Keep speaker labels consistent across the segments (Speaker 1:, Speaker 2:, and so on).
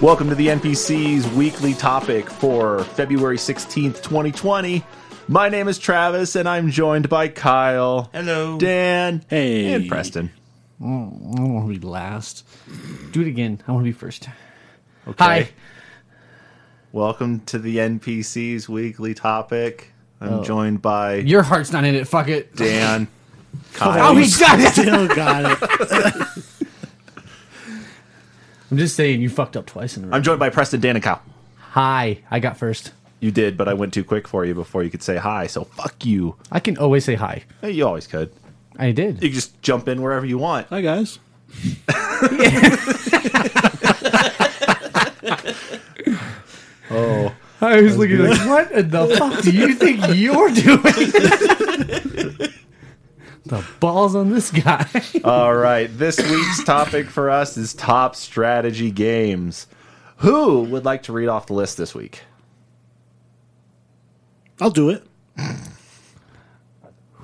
Speaker 1: Welcome to the NPC's weekly topic for February 16th, 2020. My name is Travis, and I'm joined by Kyle,
Speaker 2: Hello.
Speaker 1: Dan,
Speaker 3: Hey.
Speaker 1: and Preston.
Speaker 4: I don't want to be last. Do it again. I want to be first.
Speaker 1: Okay.
Speaker 4: Hi.
Speaker 1: Welcome to the NPC's weekly topic. I'm
Speaker 4: Oh.
Speaker 1: joined by
Speaker 4: Your heart's not in it. Fuck it.
Speaker 1: Dan,
Speaker 4: Oh,
Speaker 1: Kyle,
Speaker 4: he's got it.
Speaker 3: Still got it.
Speaker 4: I'm just saying, you fucked up twice in a row.
Speaker 1: I'm joined by Preston, Dan, and Kyle.
Speaker 4: Hi. I got first.
Speaker 1: You did, but I went too quick for you before you could say hi, so fuck you.
Speaker 4: I can always say hi.
Speaker 1: Hey, You always could.
Speaker 4: I did.
Speaker 1: You can just jump in wherever you want.
Speaker 3: Hi guys.
Speaker 1: Oh.
Speaker 4: I was looking like, what in the fuck do you think you're doing? the balls on this guy.
Speaker 1: All right. This week's topic for us is top strategy games. Who would like to read off the list this week?
Speaker 3: I'll do it.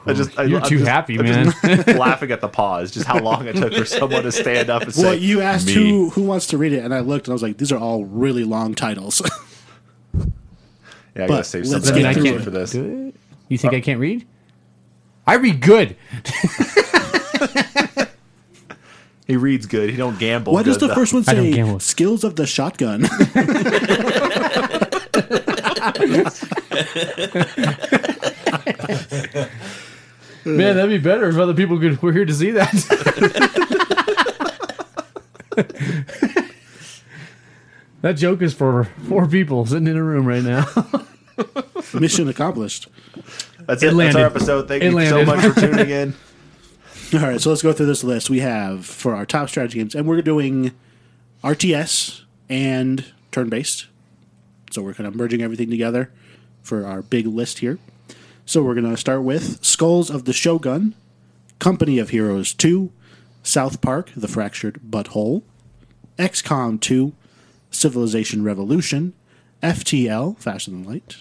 Speaker 1: I just, I,
Speaker 4: You're
Speaker 1: I'm
Speaker 4: too
Speaker 1: just-
Speaker 4: happy,
Speaker 1: I'm
Speaker 4: man.
Speaker 1: just laughing at the pause, just how long it took for someone to stand up and say,
Speaker 3: Well, you asked
Speaker 1: me.
Speaker 3: who who wants to read it, and I looked, and I was like, "These are all really long titles."
Speaker 1: Yeah, I gotta
Speaker 3: but
Speaker 1: save
Speaker 3: let's
Speaker 1: some
Speaker 3: get
Speaker 1: energy
Speaker 4: through it.
Speaker 1: for this.
Speaker 4: You think I can't read? I read good.
Speaker 1: He reads good. He don't gamble.
Speaker 3: what does
Speaker 1: good, though.
Speaker 3: the first one
Speaker 4: I don't
Speaker 3: say?
Speaker 4: gamble.
Speaker 3: Skills of the shotgun.
Speaker 4: Man, that'd be better if other people could, were here to see that. that joke is for four people sitting in a room right now.
Speaker 3: Mission accomplished.
Speaker 1: That's
Speaker 4: It
Speaker 1: it. That's our
Speaker 4: landed.
Speaker 1: episode. Thank
Speaker 4: It
Speaker 1: you so
Speaker 4: landed.
Speaker 1: much for tuning in.
Speaker 3: All right, so let's go through this list we have for our top strategy games, and we're doing RTS and turn based. So we're kind of merging everything together for our big list here. So we're going to start with Skulls of the Shogun, Company of Heroes 2, South Park, The Fractured Butthole, XCOM 2, Civilization Revolution, FTL, Faster Than Light,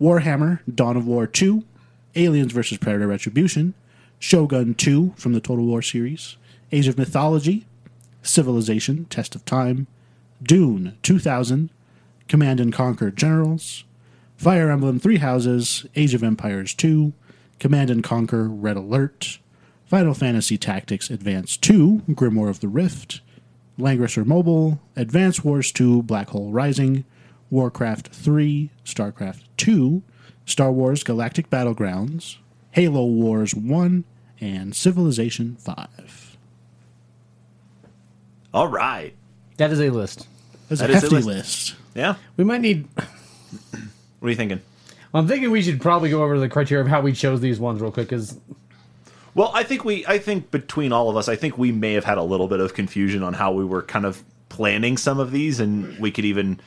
Speaker 3: Warhammer, Dawn of War 2, Aliens vs. Predator Retribution, Shogun 2 from the Total War series, Age of Mythology, Civilization, Test of Time, Dune 2000, Command and Conquer Generals, Fire Emblem Three Houses, Age of Empires 2, Command and Conquer Red Alert, Final Fantasy Tactics Advance 2, Grimoire of the Rift, Langrisser Mobile, Advance Wars 2, Black Hole Rising, Warcraft 3, StarCraft 2, Star Wars Galactic Battlegrounds, Halo Wars 1, and Civilization 5.
Speaker 1: All right.
Speaker 4: That is a list.
Speaker 3: That's
Speaker 1: That
Speaker 3: a
Speaker 1: is it
Speaker 3: hefty
Speaker 1: list.
Speaker 3: list.
Speaker 1: Yeah.
Speaker 4: We might need.
Speaker 1: What are you thinking?
Speaker 4: I'm thinking we should probably go over the criteria of how we chose these ones real quick. Because
Speaker 1: Well, I think we, I think between all of us, I think we may have had a little bit of confusion on how we were kind of planning some of these, and we could even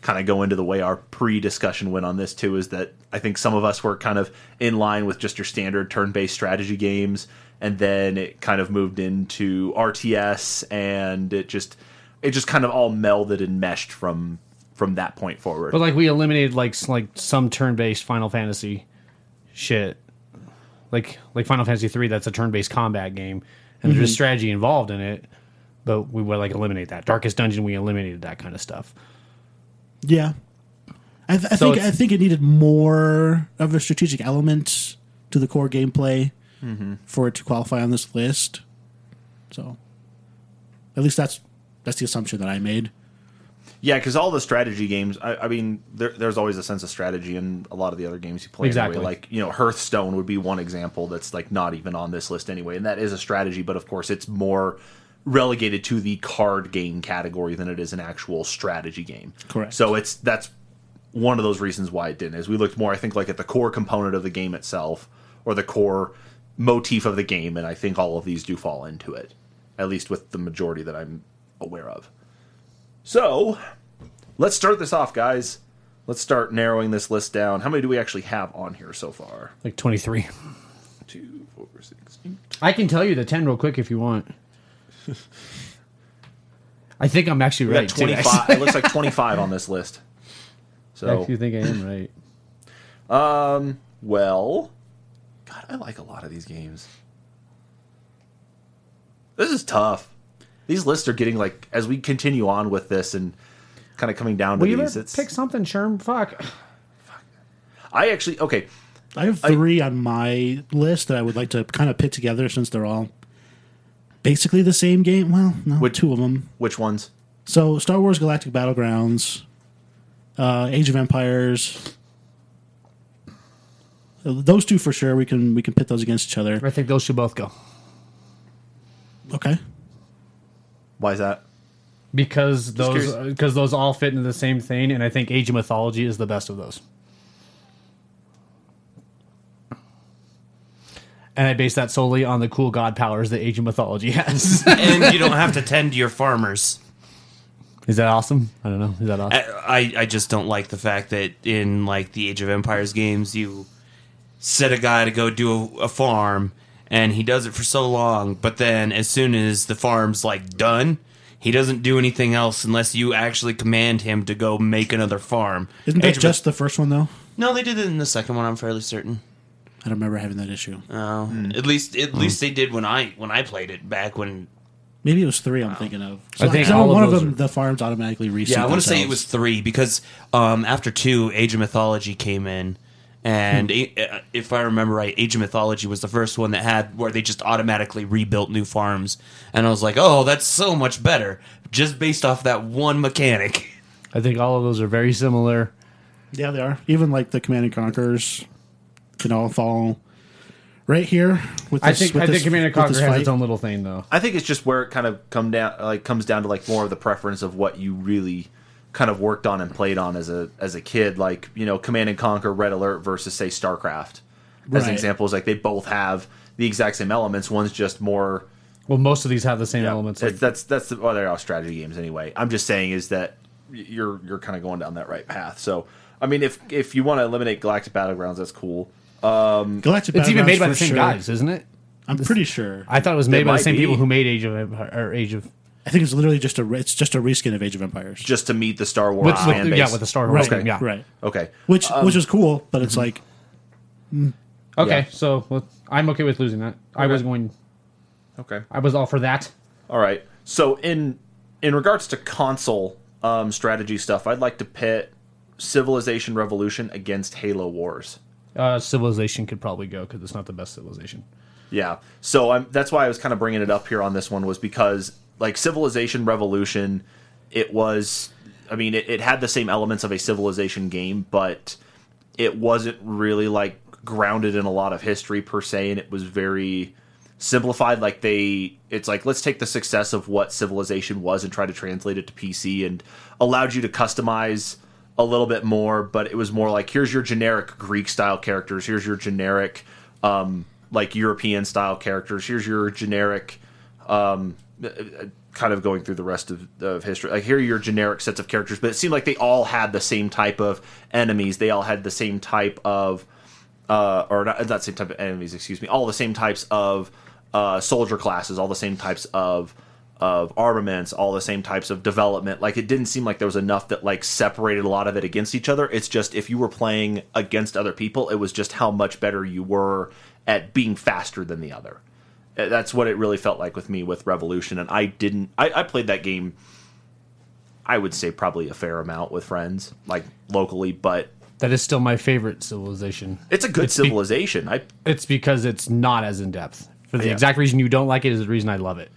Speaker 1: kind of go into the way our pre-discussion went on this too. Is that I think some of us were kind of in line with just your standard turn-based strategy games, and then it kind of moved into RTS, and it just, it just kind of all melded and meshed from from that point forward.
Speaker 4: but like we eliminated like s- like some turn-based Final Fantasy shit, like like Final Fantasy three. That's a turn-based combat game, and there's strategy involved in it. But we would like eliminate that Darkest Dungeon. We eliminated that kind of stuff.
Speaker 3: Yeah. I, th- I
Speaker 4: So
Speaker 3: think I
Speaker 4: it's-
Speaker 3: think it needed more of a strategic element to the core gameplay for it to qualify on this list. So, at least that's that's the assumption that I made.
Speaker 1: Yeah, because all the strategy games, I, I mean, there, there's always a sense of strategy in a lot of the other games you play. anyway.
Speaker 4: Exactly.
Speaker 1: Like, you know, Hearthstone would be one example that's, like, not even on this list anyway. And that is a strategy, but of course, it's more relegated to the card game category than it is an actual strategy game.
Speaker 3: Correct.
Speaker 1: So it's that's one of those reasons why it didn't is we looked more, I think, like at the core component of the game itself or the core motif of the game, and I think all of these do fall into it, at least with the majority that I'm aware of. So let's start this off, guys. Let's start narrowing this list down. How many do we actually have on here so far?
Speaker 4: Like twenty-three.
Speaker 1: Two, four, six, eight.
Speaker 4: I can tell you the ten real quick if you want. I think I'm actually
Speaker 1: We
Speaker 4: right.
Speaker 1: got
Speaker 4: too, guys.
Speaker 1: 25. it looks like 25 on this list.
Speaker 4: I
Speaker 1: So,
Speaker 4: actually think I am right.
Speaker 1: well, God, I like a lot of these games. This is tough. These lists are getting like as we continue on with this and kind of coming down to
Speaker 4: Will you
Speaker 1: these.
Speaker 4: ever pick something, Sherm? Fuck.
Speaker 1: I actually okay.
Speaker 3: I have three on my list that I would like to kind of pit together since they're all basically the same game. Well, no,
Speaker 1: Which-
Speaker 3: two of them.
Speaker 1: Which ones?
Speaker 3: So, Star Wars Galactic Battlegrounds, uh, Age of Empires. Those two for sure. We can we can pit those against each other.
Speaker 4: I think those should both go
Speaker 3: Okay.
Speaker 1: Why is that?
Speaker 4: because those
Speaker 1: curious.
Speaker 4: because those all fit into the same thing, and I think Age of Mythology is the best of those. And I base that solely on the cool god powers that Age of Mythology has.
Speaker 2: and you don't have to tend to your farmers.
Speaker 4: is that awesome? I don't know. Is that awesome?
Speaker 2: I, I just don't like the fact that in like the Age of Empires games, you set a guy to go do a, a farm, and he does it for so long, but then as soon as the farm's like done, he doesn't do anything else unless you actually command him to go make another farm.
Speaker 3: Isn't that
Speaker 2: Age of-
Speaker 3: just the first one though?
Speaker 2: no? They did it in the second one. I'm fairly certain.
Speaker 3: I don't remember having that issue.
Speaker 2: No,
Speaker 3: Hmm.
Speaker 2: at least at least they did when I when I played it back when.
Speaker 3: Maybe it was three. I'm thinking of.
Speaker 4: I think
Speaker 3: 'cause
Speaker 4: all of
Speaker 3: one of
Speaker 4: those
Speaker 3: them,
Speaker 4: are-
Speaker 3: the farms automatically reset.
Speaker 2: Yeah, I want to say it was
Speaker 3: themselves.
Speaker 2: three because um, after two, Age of Mythology came in, and a- uh, if I remember right, Age of Mythology was the first one that had where they just automatically rebuilt new farms, and I was like, oh, that's so much better just based off that one mechanic.
Speaker 4: I think all of those are very similar.
Speaker 3: Yeah, they are. Even like the Command and Conquerors can all fall right here. With this,
Speaker 4: I think
Speaker 3: with
Speaker 4: I
Speaker 3: this,
Speaker 4: think Command and
Speaker 3: with this
Speaker 4: Conquer has
Speaker 3: fight.
Speaker 4: its own little thing though.
Speaker 1: I think it's just where it kind of come down like comes down to like more of the preference of what you really kind of worked on and played on as a as a kid, like you know Command and Conquer, Red Alert versus say StarCraft as
Speaker 3: Right.
Speaker 1: examples. Like they both have the exact same elements. One's just more
Speaker 4: Well, most of these have the same elements.
Speaker 1: That-
Speaker 4: Like,
Speaker 1: that's that's the, well, they're all strategy games anyway. I'm just saying is that y- you're you're kind of going down that right path. So I mean, if if you want to eliminate Galactic Battlegrounds, that's cool.
Speaker 3: Galactic
Speaker 4: it's even
Speaker 3: Battlegrounds
Speaker 4: made by
Speaker 3: for
Speaker 4: the same
Speaker 3: sure.
Speaker 4: guys, isn't it?
Speaker 3: I'm pretty sure. I,
Speaker 4: I thought it was made by
Speaker 1: might
Speaker 4: the same
Speaker 1: be.
Speaker 4: people who made Age of Empire, or Age of
Speaker 3: think it's literally just a re- it's just a reskin of Age of Empires.
Speaker 1: Just to meet the Star Wars
Speaker 4: with, with-
Speaker 1: fan base.
Speaker 4: yeah with the Star Wars
Speaker 3: right,
Speaker 4: game. Yeah, mm-hmm.
Speaker 3: right.
Speaker 1: okay.
Speaker 3: Which which was cool, but it's like
Speaker 4: Okay,
Speaker 1: Yeah.
Speaker 4: so well, I'm okay with losing that. I was going.
Speaker 1: Okay.
Speaker 4: I was all for that.
Speaker 1: All right. So in in regards to console um, strategy stuff, I'd like to pit Civilization Revolution against Halo Wars.
Speaker 4: Uh, Civilization could probably go because it's not the best Civilization.
Speaker 1: Yeah. So I'm, that's why I was kind of bringing it up here on this one was because like Civilization Revolution, it was. I mean, it, it had the same elements of a Civilization game, but it wasn't really like grounded in a lot of history per se, and it was very simplified. Like they, it's like let's take the success of what Civilization was and try to translate it to PC, and allowed you to customize a little bit more. But it was more like here's your generic Greek style characters, here's your generic um, like European style characters, here's your generic um, kind of going through the rest of, of history. Like here are your generic sets of characters, but it seemed like they all had the same type of enemies. They all had the same type of, uh, or not, not same type of enemies. Excuse me. All the same types of uh, soldier classes. All the same types of of armaments. All the same types of development. Like it didn't seem like there was enough that like separated a lot of it against each other. It's just if you were playing against other people, it was just how much better you were at being faster than the other Uh, that's what it really felt like with me with Revolution, and I didn't. I, I played that game. I would say probably a fair amount with friends, like locally, but
Speaker 4: That is still my favorite Civilization.
Speaker 1: it's a good
Speaker 4: be-
Speaker 1: civilization. I
Speaker 4: It's because it's not as in depth. For the
Speaker 1: Yeah.
Speaker 4: exact reason you don't like it is the reason I love it.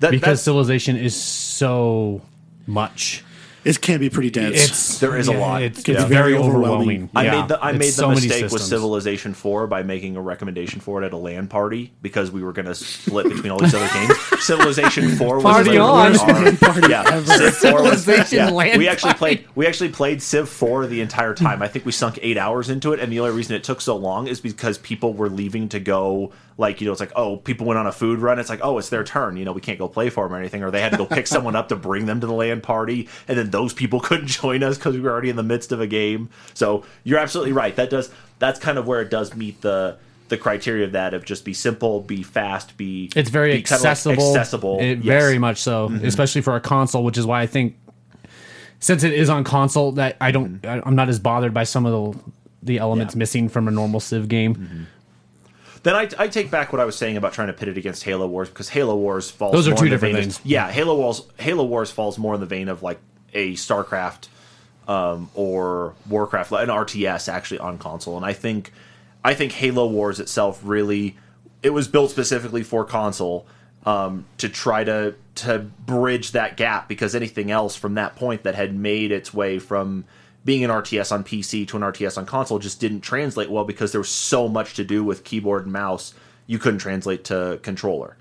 Speaker 1: that,
Speaker 4: Because
Speaker 1: that's,
Speaker 4: Civilization is so much.
Speaker 3: it can be pretty dense.
Speaker 4: It's
Speaker 1: There is a
Speaker 4: yeah,
Speaker 1: lot.
Speaker 4: It's,
Speaker 1: Yeah.
Speaker 4: it's very overwhelming.
Speaker 1: I
Speaker 4: Yeah.
Speaker 1: made the I
Speaker 4: It's
Speaker 1: made the
Speaker 4: so many
Speaker 1: mistake with
Speaker 4: systems.
Speaker 1: Civilization Four by making a recommendation for it at a LAN party because we were going to split between all these other games. Civilization Four was
Speaker 4: Party
Speaker 1: literally
Speaker 4: on.
Speaker 1: our- yeah, Civ 4 was-
Speaker 4: Civilization
Speaker 1: yeah.
Speaker 4: LAN
Speaker 1: We actually played we actually played Civ Four the entire time. I think we sunk eight hours into it, and the only reason it took so long is because people were leaving to go. Like you know, it's like oh, people went on a food run. It's like oh, it's their turn. You know, we can't go play for them or anything, or they had to go pick someone up to bring them to the land party, and then those people couldn't join us because we were already in the midst of a game. So you're absolutely right. That does that's kind of where it does meet the. The criteria of that of just be simple, be fast, be
Speaker 4: It's very
Speaker 1: be kind of like
Speaker 4: accessible. Mm-hmm.
Speaker 1: accessible,
Speaker 4: It,
Speaker 1: yes.
Speaker 4: Very much so, especially for a console, which is why I think since it is on console, that I don't, I, I'm not as bothered by some of the the elements
Speaker 1: Yeah.
Speaker 4: missing from a normal Civ game.
Speaker 1: Then I, I take back what I was saying about trying to pit it against Halo Wars because Halo Wars falls.
Speaker 4: Those are
Speaker 1: more
Speaker 4: two
Speaker 1: in the
Speaker 4: different
Speaker 1: vein
Speaker 4: things.
Speaker 1: Of, yeah, Halo Wars Halo Wars falls more in the vein of like a StarCraft um, or Warcraft, like an RTS actually on console. And I think I think Halo Wars itself really it was built specifically for console um, to try to to bridge that gap because anything else from that point that had made its way from being an RTS on PC to an RTS on console just didn't translate well because there was so much to do with keyboard and mouse you couldn't translate to controller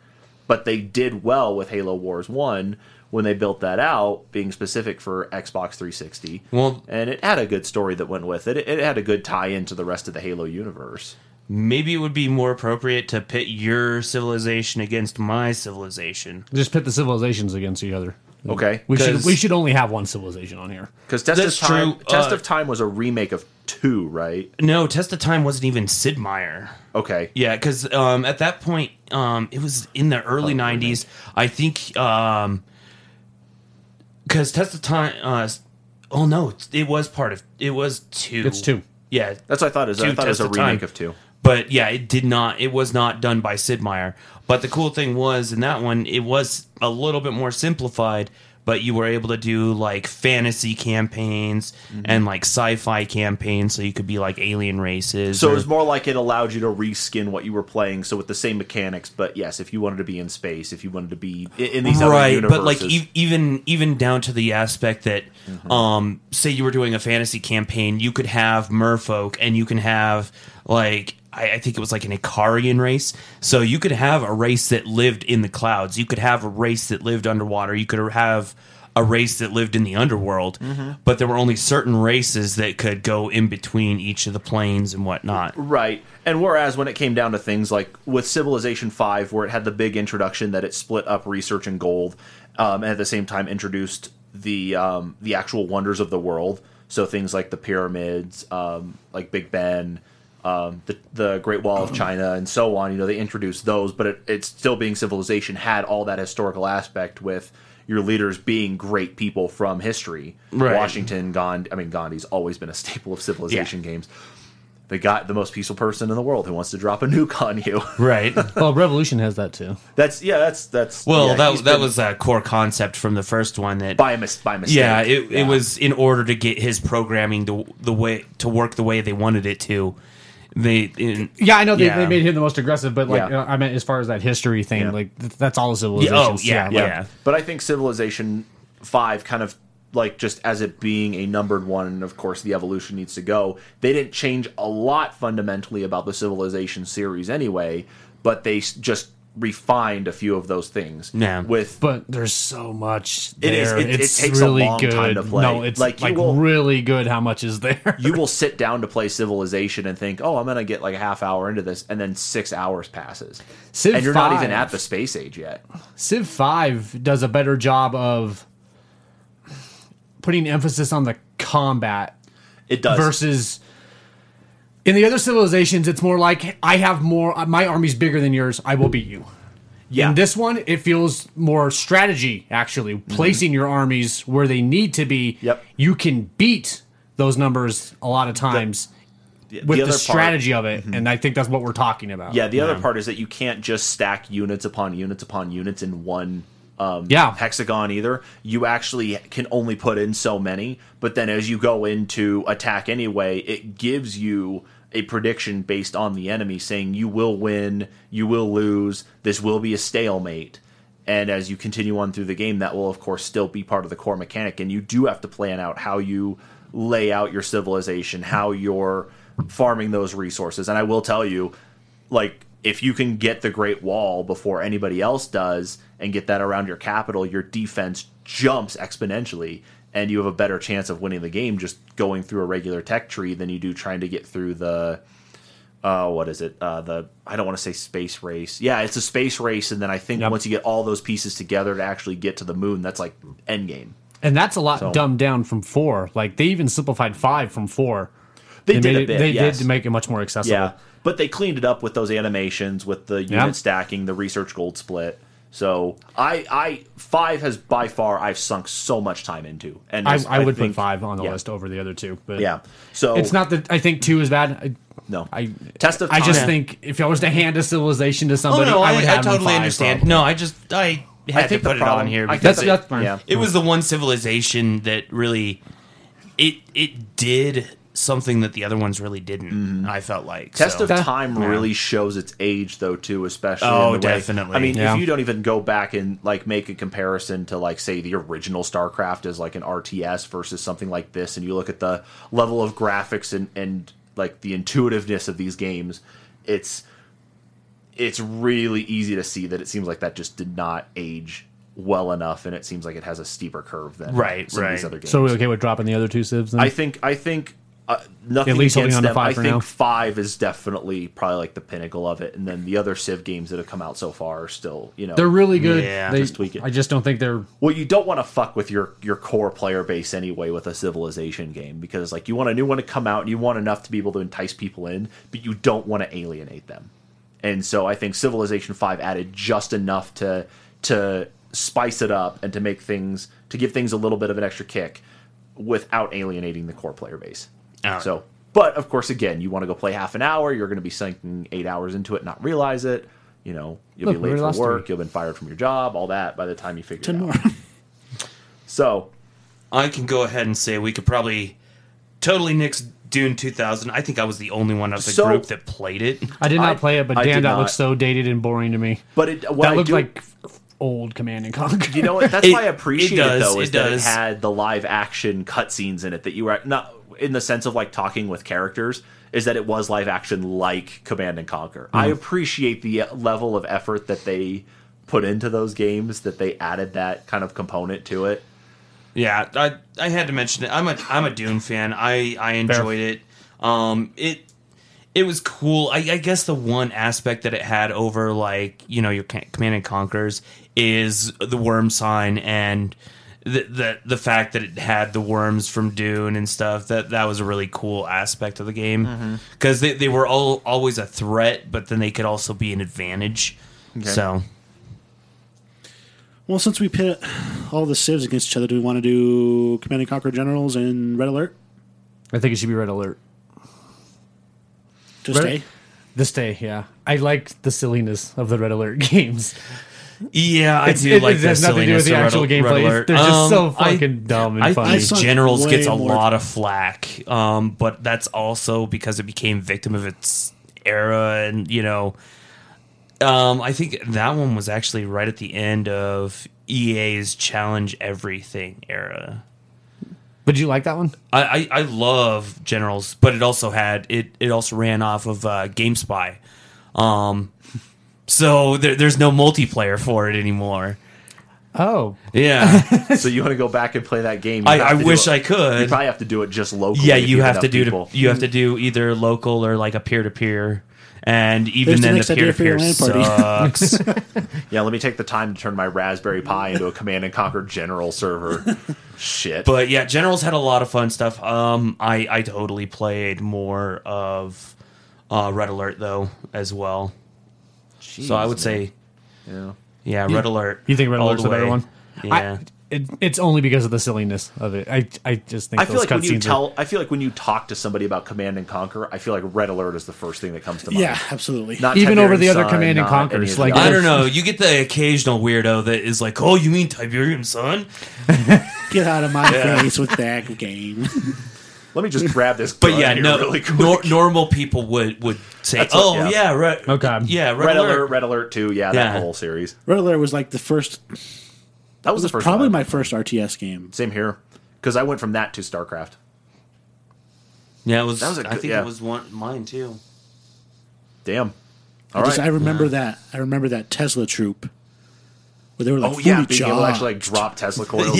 Speaker 1: but they did well with Halo Wars 1 when they built that out, being specific for Xbox 360.
Speaker 2: Well-
Speaker 1: and it had a good story that went with it. It, it had a good tie into the rest of the Halo universe.
Speaker 2: Maybe it would be more appropriate to pit your civilization against my civilization.
Speaker 4: Just pit the civilizations against each other.
Speaker 1: Okay.
Speaker 4: We should
Speaker 2: 'Cause-
Speaker 4: we should only have one civilization on here.
Speaker 1: Because Test, of
Speaker 2: That's
Speaker 1: Time,
Speaker 2: true.
Speaker 1: Test
Speaker 2: Uh,
Speaker 1: of Time was a remake of 2, right?
Speaker 2: No, Test of Time wasn't even Sid Meier.
Speaker 1: Okay.
Speaker 2: Yeah, because um, at that point, um, it was in the early '90s. I think because Test of Time. Uh, oh no, it was part of. It was two.
Speaker 4: It's two.
Speaker 2: Yeah,
Speaker 1: That's what I thought it was. I
Speaker 2: Two,
Speaker 1: thought it was
Speaker 2: Test
Speaker 1: a
Speaker 2: of Time.
Speaker 1: remake of 2.
Speaker 2: but yeah, it did not. It was not done by Sid Meier. But the cool thing was in that one, it was a little bit more simplified. But you were able to do like fantasy campaigns
Speaker 4: Mm-hmm.
Speaker 2: and like sci-fi campaigns, so you could be like alien races.
Speaker 1: So
Speaker 2: or-
Speaker 1: it was more like it allowed you to reskin what you were playing, so with the same mechanics, but yes, if you wanted to be in space, if you wanted to be i- in these other
Speaker 2: right
Speaker 1: universes. Mm-hmm.
Speaker 2: but like e- even even down to the aspect that um say you were doing a fantasy campaign you could have merfolk and you can have like I, I think it was like an Ikarian race. So you could have a race that lived in the clouds. You could have a race that lived underwater. You could have a race that lived in the underworld.
Speaker 1: Mm-hmm.
Speaker 2: But there were only certain races that could go in between each of the planes and whatnot.
Speaker 1: Right. And whereas when it came down to things like with Civilization 5, where it had the big introduction that it split up research and gold, um, and at the same time introduced the um, the actual wonders of the world. So things like the pyramids, um, like Big Ben, um, the the Great Wall of China, and so on. You know, they introduced those, but it, it's still being Civilization had all that historical aspect with your leaders being great people from history.
Speaker 2: Right.
Speaker 1: Washington, Gandhi. I mean, Gandhi's always been a staple of Civilization games the guy, the most peaceful person in the world who wants to drop a nuke on you.
Speaker 2: Right.
Speaker 4: Well, Revolution has that too.
Speaker 1: That's yeah, that's that's
Speaker 2: Well,
Speaker 1: yeah, he's
Speaker 2: that that
Speaker 1: been
Speaker 2: was a core concept from the first one that
Speaker 1: by mis- by mistake.
Speaker 2: Yeah, it, it was in order to get his programming to the way to work the way they wanted it to. They in,
Speaker 4: Yeah, I know they,
Speaker 2: Yeah.
Speaker 4: they made him the most aggressive, but like
Speaker 1: Yeah.
Speaker 4: uh, I meant as far as that history thing,
Speaker 1: Yeah.
Speaker 4: like th- that's all the civilizations.
Speaker 2: yeah,
Speaker 4: like-
Speaker 2: yeah.
Speaker 1: But I think Civilization Five kind of like just as it being a numbered one, and of course the evolution needs to go. They didn't change a lot fundamentally about the Civilization series anyway, but they s- just refined a few of those things.
Speaker 2: Yeah.
Speaker 1: with
Speaker 4: But there's so much.
Speaker 1: It is.
Speaker 4: there.
Speaker 1: It- it
Speaker 4: it's
Speaker 1: takes a
Speaker 4: really
Speaker 1: long
Speaker 4: good.
Speaker 1: time to play.
Speaker 4: No, it's
Speaker 1: Like,
Speaker 4: like,
Speaker 1: you will-
Speaker 4: really good. How much is there?
Speaker 1: you will sit down to play Civilization and think, "Oh, I'm gonna get like a half hour into this," and then six hours passes,
Speaker 4: Civ
Speaker 1: and you're not even
Speaker 4: 5.
Speaker 1: at the space age yet.
Speaker 4: Civ Five does a better job of putting emphasis on the combat
Speaker 1: It does.
Speaker 4: versus in the other civilizations. It's more like I have more. My army's bigger than yours. I will beat you.
Speaker 1: yeah.
Speaker 4: In this one, it feels more strategy, actually, placing your armies where they need to be.
Speaker 1: Mm-hmm. Yep.
Speaker 4: You can beat those numbers a lot of times with the,
Speaker 1: other part- mm-hmm.
Speaker 4: strategy of it. And I think that's what we're talking about.
Speaker 1: Yeah, the other part is that you can't just stack units upon units upon units in one um,
Speaker 4: Yeah.
Speaker 1: hexagon either. You actually can only put in so many, but then as you go into attack anyway, it gives you a prediction based on the enemy saying you will win, you will lose, this will be a stalemate. And as you continue on through the game, that will of course still be part of the core mechanic, and you do have to plan out how you lay out your civilization, how you're farming those resources. And I will tell you, like if you can get the Great Wall before anybody else does and get that around your capital, your defense jumps exponentially and you have a better chance of winning the game just going through a regular tech tree than you do trying to get through the uh, what is it? Uh, the I don't want to say space race. Yeah, it's a space race, and then I think once you get all those pieces together to actually get to the moon, that's like end game.
Speaker 4: And that's a lot dumbed down from four. Like, they even simplified five from four.
Speaker 1: They did
Speaker 4: made
Speaker 1: a
Speaker 4: it-
Speaker 1: bit,
Speaker 4: They
Speaker 1: yes.
Speaker 4: did make it much more accessible.
Speaker 1: Yeah, but they cleaned it up with those animations, with the unit
Speaker 4: Yeah.
Speaker 1: stacking, the research gold split. So I, I five has by far I've sunk so much time into, and
Speaker 4: I, I would
Speaker 1: think-
Speaker 4: put five on the
Speaker 1: yeah.
Speaker 4: list over the other two. But
Speaker 1: Yeah, so
Speaker 4: It's not that I think two is bad. I,
Speaker 1: no
Speaker 4: I-
Speaker 1: test of
Speaker 4: I just
Speaker 1: time-
Speaker 4: think if I was to hand a civilization to
Speaker 2: Oh
Speaker 4: somebody,
Speaker 2: no,
Speaker 4: I
Speaker 2: I,
Speaker 4: would
Speaker 2: I,
Speaker 4: have them
Speaker 2: totally
Speaker 4: five,
Speaker 2: understand.
Speaker 4: probably.
Speaker 2: No, I just I had to
Speaker 1: think the
Speaker 2: put it
Speaker 1: problem-
Speaker 2: on here
Speaker 1: I
Speaker 2: because
Speaker 1: think it-
Speaker 4: That's that's fine.
Speaker 1: yeah.
Speaker 2: it was the one civilization that really it it did something that the other ones really didn't. I felt like
Speaker 1: Test
Speaker 2: so.
Speaker 1: of
Speaker 4: Yeah.
Speaker 1: Time really shows its age, though, too, especially.
Speaker 2: Oh,
Speaker 1: in the way-
Speaker 2: definitely.
Speaker 1: I mean,
Speaker 4: Yeah.
Speaker 1: if you don't even go back and like make a comparison to like say the original StarCraft as like an RTS versus something like this, and you look at the level of graphics and and like the intuitiveness of these games, it's it's really easy to see that it seems like that just did not age well enough, and it seems like it has a steeper curve than
Speaker 2: Right,
Speaker 1: some of these
Speaker 2: right.
Speaker 1: other games.
Speaker 4: So are we okay with dropping the other two sieves? Then?
Speaker 1: I think I think uh, nothing
Speaker 4: At least holding
Speaker 1: against
Speaker 4: on to
Speaker 1: them.
Speaker 4: five
Speaker 1: I
Speaker 4: for
Speaker 1: think
Speaker 4: now.
Speaker 1: five is definitely probably like the pinnacle of it, and then the other Civ games that have come out so far are still you know.
Speaker 4: they're really good.
Speaker 2: Yeah.
Speaker 4: they,
Speaker 2: Just
Speaker 1: tweak it.
Speaker 4: I just don't think they're
Speaker 1: well, you don't want to fuck with your your core player base anyway with a Civilization game because like you want a new one to come out, and you want enough to be able to entice people in, but you don't want to alienate them. And so I think Civilization Five added just enough to to spice it up and to make things to give things a little bit of an extra kick without alienating the core player base.
Speaker 2: All right.
Speaker 1: So, but of course, again, you want to go play half an hour. You're going to be sinking eight hours into it, not realize it. You know, you'll
Speaker 4: Look, we
Speaker 1: be late
Speaker 4: already
Speaker 1: for
Speaker 4: lost
Speaker 1: work.
Speaker 4: three.
Speaker 1: You'll been fired from your job. All that by the time you figure
Speaker 3: Ten
Speaker 1: it out.
Speaker 3: more.
Speaker 1: So,
Speaker 2: I can go ahead and say we could probably totally nix Dune 2000. I think I was the only one of the
Speaker 1: So-
Speaker 2: group that played it.
Speaker 4: I did not
Speaker 1: I-
Speaker 4: play it, but
Speaker 1: I
Speaker 4: damn,
Speaker 1: did
Speaker 4: that
Speaker 1: not.
Speaker 4: looks so dated and boring to me.
Speaker 1: but it what
Speaker 4: That
Speaker 1: I
Speaker 4: looked
Speaker 1: do,
Speaker 4: like old Command and Conquer.
Speaker 1: you know what? That's
Speaker 2: It-
Speaker 1: why I appreciate
Speaker 2: it
Speaker 1: it,
Speaker 2: does,
Speaker 1: though is
Speaker 2: it
Speaker 1: that
Speaker 2: does.
Speaker 1: it had the live action cutscenes in it that you were not in the sense of like talking with characters is that it was live action like Command and Conquer. I
Speaker 2: Mm-hmm.
Speaker 1: appreciate the uh, level of effort that they put into those games that they added that kind of component to it.
Speaker 2: Yeah, I I had to mention it. I'm a I'm a Dune fan. I I enjoyed it. Um, it it was cool. I, I guess the one aspect that it had over like you know your Ca- Command and Conquers is the worm sign and the the the fact that it had the worms from Dune and stuff. That that was a really cool aspect of the
Speaker 4: Mm-hmm.
Speaker 2: game because they they were all always a threat, but then they could also be an advantage. So
Speaker 3: well, since we pit all the civs against each other, do we want to do Command and Conquer Generals and Red Alert
Speaker 4: I think it should be Red Alert.
Speaker 3: to
Speaker 4: Red-
Speaker 3: stay?
Speaker 4: This day, yeah. I like the silliness of the Red Alert games.
Speaker 2: yeah, I
Speaker 4: It's-
Speaker 2: do
Speaker 4: it-
Speaker 2: like
Speaker 4: it
Speaker 2: the
Speaker 4: has nothing to do with
Speaker 2: silliness
Speaker 4: the
Speaker 2: of Red
Speaker 4: actual
Speaker 2: Al-
Speaker 4: gameplay.
Speaker 2: Red
Speaker 4: It's-
Speaker 2: Alert.
Speaker 4: they're just so
Speaker 2: Um, I-
Speaker 4: fucking dumb and
Speaker 2: I
Speaker 4: funny.
Speaker 2: think
Speaker 3: I saw
Speaker 2: Generals
Speaker 3: way
Speaker 2: gets a
Speaker 3: more-
Speaker 2: lot of flack, um, but that's also because it became victim of its era, and you know, um, I think that one was actually right at the end of EA's Challenge Everything era.
Speaker 4: but you like that one?
Speaker 2: I, I, I love Generals, but it also had it. It also ran off of uh, GameSpy, um, so there, there's no multiplayer for it anymore.
Speaker 4: Oh,
Speaker 2: Yeah.
Speaker 1: so you want to go back and play that game?
Speaker 2: I- I wish I could.
Speaker 1: You probably have to do it just locally.
Speaker 2: yeah
Speaker 1: if
Speaker 2: you have
Speaker 1: enough
Speaker 2: to do
Speaker 1: people.
Speaker 2: to, you
Speaker 4: Hmm.
Speaker 2: have to do either local or like a peer-to-peer and
Speaker 3: There's
Speaker 2: even
Speaker 3: the
Speaker 2: then
Speaker 3: next
Speaker 2: the
Speaker 3: idea for
Speaker 2: peer-to-peer
Speaker 3: your LAN
Speaker 2: sucks
Speaker 1: yeah, let me take the time to turn my Raspberry Pi into a Command and Conquer General server. Shit.
Speaker 2: but yeah generals had a lot of fun stuff um i i totally played more of uh red alert though as well so i would say
Speaker 1: Yeah.
Speaker 2: yeah red alert
Speaker 4: you think Red
Speaker 2: all
Speaker 4: Alert's the better
Speaker 2: way.
Speaker 4: one?
Speaker 2: yeah
Speaker 4: I, it, it's only because of the silliness of it. I I just think
Speaker 1: I feel like
Speaker 4: those
Speaker 1: when you
Speaker 4: cutscenes are-
Speaker 1: tell, I feel like when you talk to somebody about Command and Conquer, I feel like Red Alert is the first thing that comes to mind.
Speaker 3: Yeah, absolutely.
Speaker 1: Not
Speaker 4: Even
Speaker 1: Tiberian
Speaker 4: over the other
Speaker 1: Sun,
Speaker 4: Command and
Speaker 1: not
Speaker 4: Conquers,
Speaker 1: any of the
Speaker 4: like-
Speaker 2: I
Speaker 1: others.
Speaker 2: don't know. You get the occasional weirdo that is like, "Oh, you mean Tiberium Sun?"
Speaker 3: Get out of my face with that game.
Speaker 1: let me just grab this.
Speaker 2: But
Speaker 1: gun
Speaker 2: yeah,
Speaker 1: here
Speaker 2: no.
Speaker 1: Oh, really quick.
Speaker 2: nor- normal people would would say,
Speaker 1: That's what-
Speaker 2: "Oh,
Speaker 1: yeah.
Speaker 2: yeah, red,
Speaker 4: Okay.
Speaker 2: yeah, red,
Speaker 1: Red
Speaker 2: alert.
Speaker 1: Alert, Red Alert Two, yeah,
Speaker 2: Yeah.
Speaker 1: that whole series.
Speaker 3: Red Alert was like the first.
Speaker 1: That was,
Speaker 3: It was
Speaker 1: the first.
Speaker 3: probably
Speaker 1: one.
Speaker 3: my first RTS game.
Speaker 1: same here because I went from that to StarCraft.
Speaker 2: Yeah, it was.
Speaker 1: That was a
Speaker 2: I
Speaker 1: good-
Speaker 2: think
Speaker 1: yeah.
Speaker 2: it was one mine too.
Speaker 1: Damn.
Speaker 3: I
Speaker 1: All
Speaker 3: just
Speaker 1: right.
Speaker 3: I remember that. I remember that Tesla troop where they were like,
Speaker 1: oh yeah,
Speaker 3: fully
Speaker 1: being able to
Speaker 3: charged.
Speaker 1: actually like drop Tesla coils.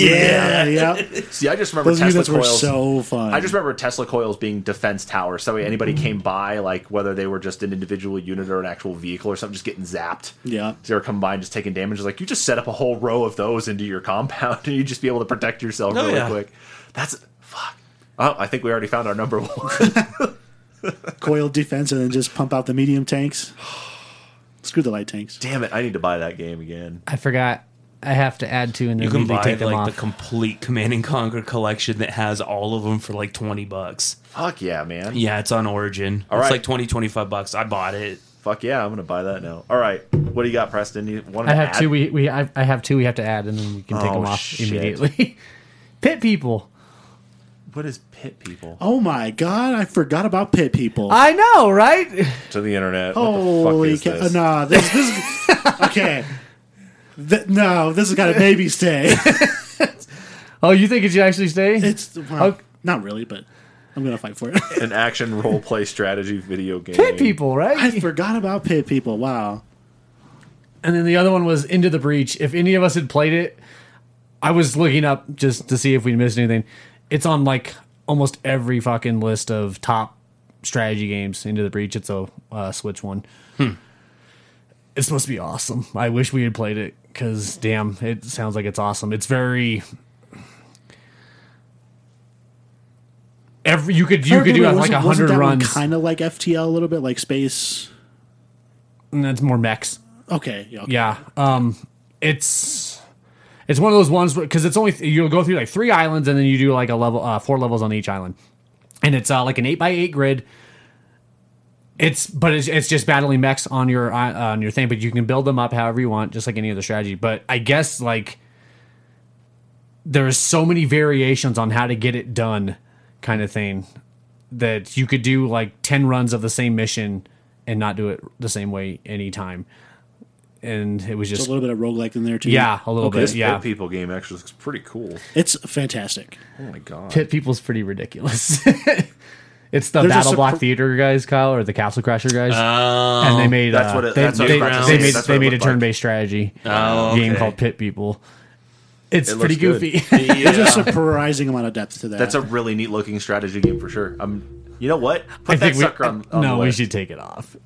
Speaker 3: yeah, yeah.
Speaker 1: See, I just remember
Speaker 3: Those
Speaker 1: Tesla
Speaker 3: units were
Speaker 1: coils.
Speaker 3: so fun.
Speaker 1: I just remember Tesla coils being defense towers. So anybody came by, like whether they were just an individual unit or an actual vehicle or something, just getting zapped.
Speaker 3: Yeah.
Speaker 1: They were combined, just taking damage. It's Like you just set up a whole row of those into your compound, and you just be able to protect yourself
Speaker 2: Oh,
Speaker 1: really
Speaker 2: yeah.
Speaker 1: quick. That's fuck. Oh, I think we already found our number one.
Speaker 3: coil defense and then just pump out the medium tanks. Screw the light tanks.
Speaker 1: Damn it! I need to buy that game again.
Speaker 4: I forgot. I have to add to and then
Speaker 2: You can
Speaker 4: immediately
Speaker 2: buy
Speaker 4: take them
Speaker 2: like
Speaker 4: off.
Speaker 2: the complete Command and Conquer collection that has all of them for like twenty bucks.
Speaker 1: Fuck yeah, man.
Speaker 2: Yeah, it's on Origin.
Speaker 1: All
Speaker 2: it's
Speaker 1: right.
Speaker 2: like 20, 25 bucks. I bought it.
Speaker 1: Fuck yeah, I'm gonna buy that now. All right, what do you got, Preston? You want
Speaker 4: I have two. We, we I, I have two. We have to add, and then we can take
Speaker 1: Oh,
Speaker 4: them off
Speaker 1: shit.
Speaker 4: immediately. Pit people.
Speaker 1: What is pit people
Speaker 3: Oh my god, I forgot about pit people.
Speaker 4: I know, right?
Speaker 1: to the internet?
Speaker 3: Holy
Speaker 1: what the fuck
Speaker 3: cow!
Speaker 1: is this?
Speaker 3: Nah, this this okay. Th- no, this has got a baby stay.
Speaker 4: Oh, you think it should actually stay?
Speaker 3: It's well,
Speaker 4: Okay.
Speaker 3: not really, but I'm gonna fight for it.
Speaker 1: An action role play strategy video game.
Speaker 4: pit people, right?
Speaker 3: I forgot about pit people. Wow.
Speaker 4: and then the other one was Into the Breach. If any of us had played it, I was looking up just to see if we missed anything. It's on like almost every fucking list of top strategy games. Into the Breach. It's a uh, Switch one. It's supposed to be awesome. I wish we had played it because damn, it sounds like it's awesome. It's very. Every you could you could do like a hundred runs.
Speaker 3: Kind of like FTL a little bit, like space.
Speaker 4: and that's more mechs.
Speaker 3: Okay. Yeah. okay.
Speaker 4: Yeah. Um, it's it's one of those ones because it's only you'll go through like three islands and then you do like a level uh, four levels on each island, and it's uh, like an eight by eight grid. It's but it's, it's just battling mechs on your uh, on your thing, but you can build them up however you want, just like any other strategy. But I guess like there's so many variations on how to get it done, kind of thing, that you could do like ten runs of the same mission and not do it the same way anytime. And it was
Speaker 3: There's
Speaker 4: just
Speaker 3: a little bit of roguelike in there too.
Speaker 4: yeah, a little
Speaker 1: This
Speaker 4: bit. Yeah,
Speaker 1: pit people game actually looks pretty cool.
Speaker 3: It's fantastic.
Speaker 1: Oh my god.
Speaker 4: Pit People's pretty ridiculous. it's the
Speaker 3: There's a
Speaker 4: Battle Block
Speaker 3: surpr-
Speaker 4: Theater guys, Kyle, or the Castle Crasher guys,
Speaker 2: Oh,
Speaker 4: and they made
Speaker 1: Uh, That's
Speaker 4: uh,
Speaker 1: what it-
Speaker 4: they,
Speaker 1: that's what
Speaker 4: they,
Speaker 2: I was about to
Speaker 4: they
Speaker 2: say.
Speaker 4: made
Speaker 1: That's what
Speaker 4: they
Speaker 1: it
Speaker 4: made a
Speaker 1: looked like.
Speaker 4: turn-based strategy
Speaker 2: Oh,
Speaker 4: game
Speaker 2: okay.
Speaker 4: called Pit People. It's
Speaker 1: It
Speaker 4: pretty
Speaker 1: looks good.
Speaker 4: goofy.
Speaker 3: There's a
Speaker 2: yeah.
Speaker 3: surprising amount of depth to that.
Speaker 1: That's a really neat looking strategy game for sure. Um, you know what? Put
Speaker 4: I
Speaker 1: that
Speaker 4: think we,
Speaker 1: sucker on. on
Speaker 4: no,
Speaker 1: the
Speaker 4: we
Speaker 1: list.
Speaker 4: should take it off.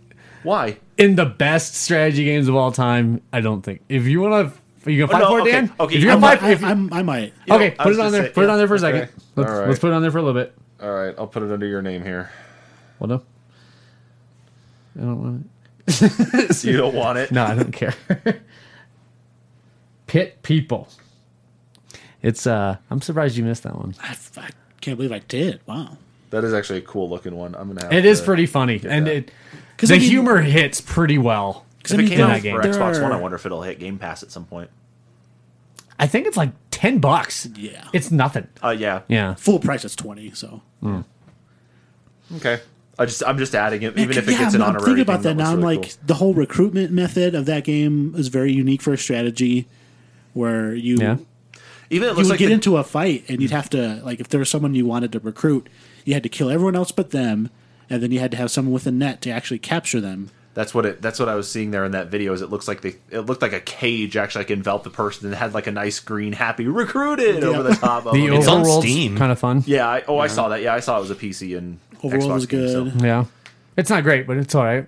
Speaker 1: Why?
Speaker 4: In the best strategy games of all time, I don't think. If you want to, you gonna fight
Speaker 1: Oh, no,
Speaker 4: for it,
Speaker 1: okay,
Speaker 4: Dan?
Speaker 1: okay,
Speaker 4: if you're
Speaker 1: I'm
Speaker 4: gonna fight,
Speaker 3: I,
Speaker 4: if,
Speaker 3: I, I'm- I might.
Speaker 4: okay,
Speaker 1: I
Speaker 4: put
Speaker 1: was
Speaker 4: it on
Speaker 1: just
Speaker 4: there.
Speaker 1: saying-
Speaker 4: put it on there for a
Speaker 1: yeah,
Speaker 4: second.
Speaker 1: okay.
Speaker 4: Let's,
Speaker 1: All right.
Speaker 4: let's put it on there for a little bit.
Speaker 1: All right, I'll put it under your name here.
Speaker 4: Hold up. I don't want it.
Speaker 1: you don't want it.
Speaker 4: No, I don't care. Pit people. It's uh I'm surprised you missed that one.
Speaker 3: I, I can't believe I did. Wow.
Speaker 1: That is actually a cool looking one. I'm gonna have.
Speaker 4: It
Speaker 1: to,
Speaker 4: is pretty funny. And
Speaker 1: that.
Speaker 4: it
Speaker 3: 'Cause
Speaker 4: the
Speaker 3: I mean-
Speaker 4: humor hits pretty well.
Speaker 1: If it
Speaker 3: I mean,
Speaker 1: came
Speaker 3: there-
Speaker 1: out for
Speaker 4: game.
Speaker 1: Xbox
Speaker 3: there
Speaker 1: One, I
Speaker 3: are-
Speaker 1: wonder if it'll hit Game Pass at some point.
Speaker 4: I think it's like 10 bucks.
Speaker 3: Yeah.
Speaker 4: It's nothing.
Speaker 1: Uh, yeah.
Speaker 4: Yeah.
Speaker 3: Full price is twenty. So
Speaker 1: Okay. I just I'm just adding it, even if it
Speaker 3: Yeah,
Speaker 1: gets an
Speaker 3: I'm- I'm
Speaker 1: honorary.
Speaker 3: thinking about
Speaker 1: game,
Speaker 3: that now.
Speaker 1: looks
Speaker 3: I'm
Speaker 1: really
Speaker 3: like
Speaker 1: cool.
Speaker 3: the whole recruitment method of that game is very unique for a strategy, where you
Speaker 4: Yeah.
Speaker 1: even it
Speaker 3: you
Speaker 1: looks
Speaker 3: would
Speaker 1: like
Speaker 3: get
Speaker 1: the- Hmm.
Speaker 3: into a fight and you'd have to like if there was someone you wanted to recruit, you had to kill everyone else but them, and then you had to have someone with a net to actually capture them.
Speaker 1: That's what it. That's what I was seeing there in that video. Is it looks like they? It looked like a cage actually like enveloped the person and had like a nice green happy recruited over the top of
Speaker 4: The
Speaker 1: them.
Speaker 2: It's on
Speaker 4: overworld's
Speaker 2: Steam.
Speaker 4: kind of fun.
Speaker 1: yeah. I, oh, I saw that. Yeah, I saw it was a PC and
Speaker 3: Overworld
Speaker 1: Xbox
Speaker 3: was
Speaker 1: game, so-
Speaker 3: good.
Speaker 4: Yeah. It's not great, but it's all right.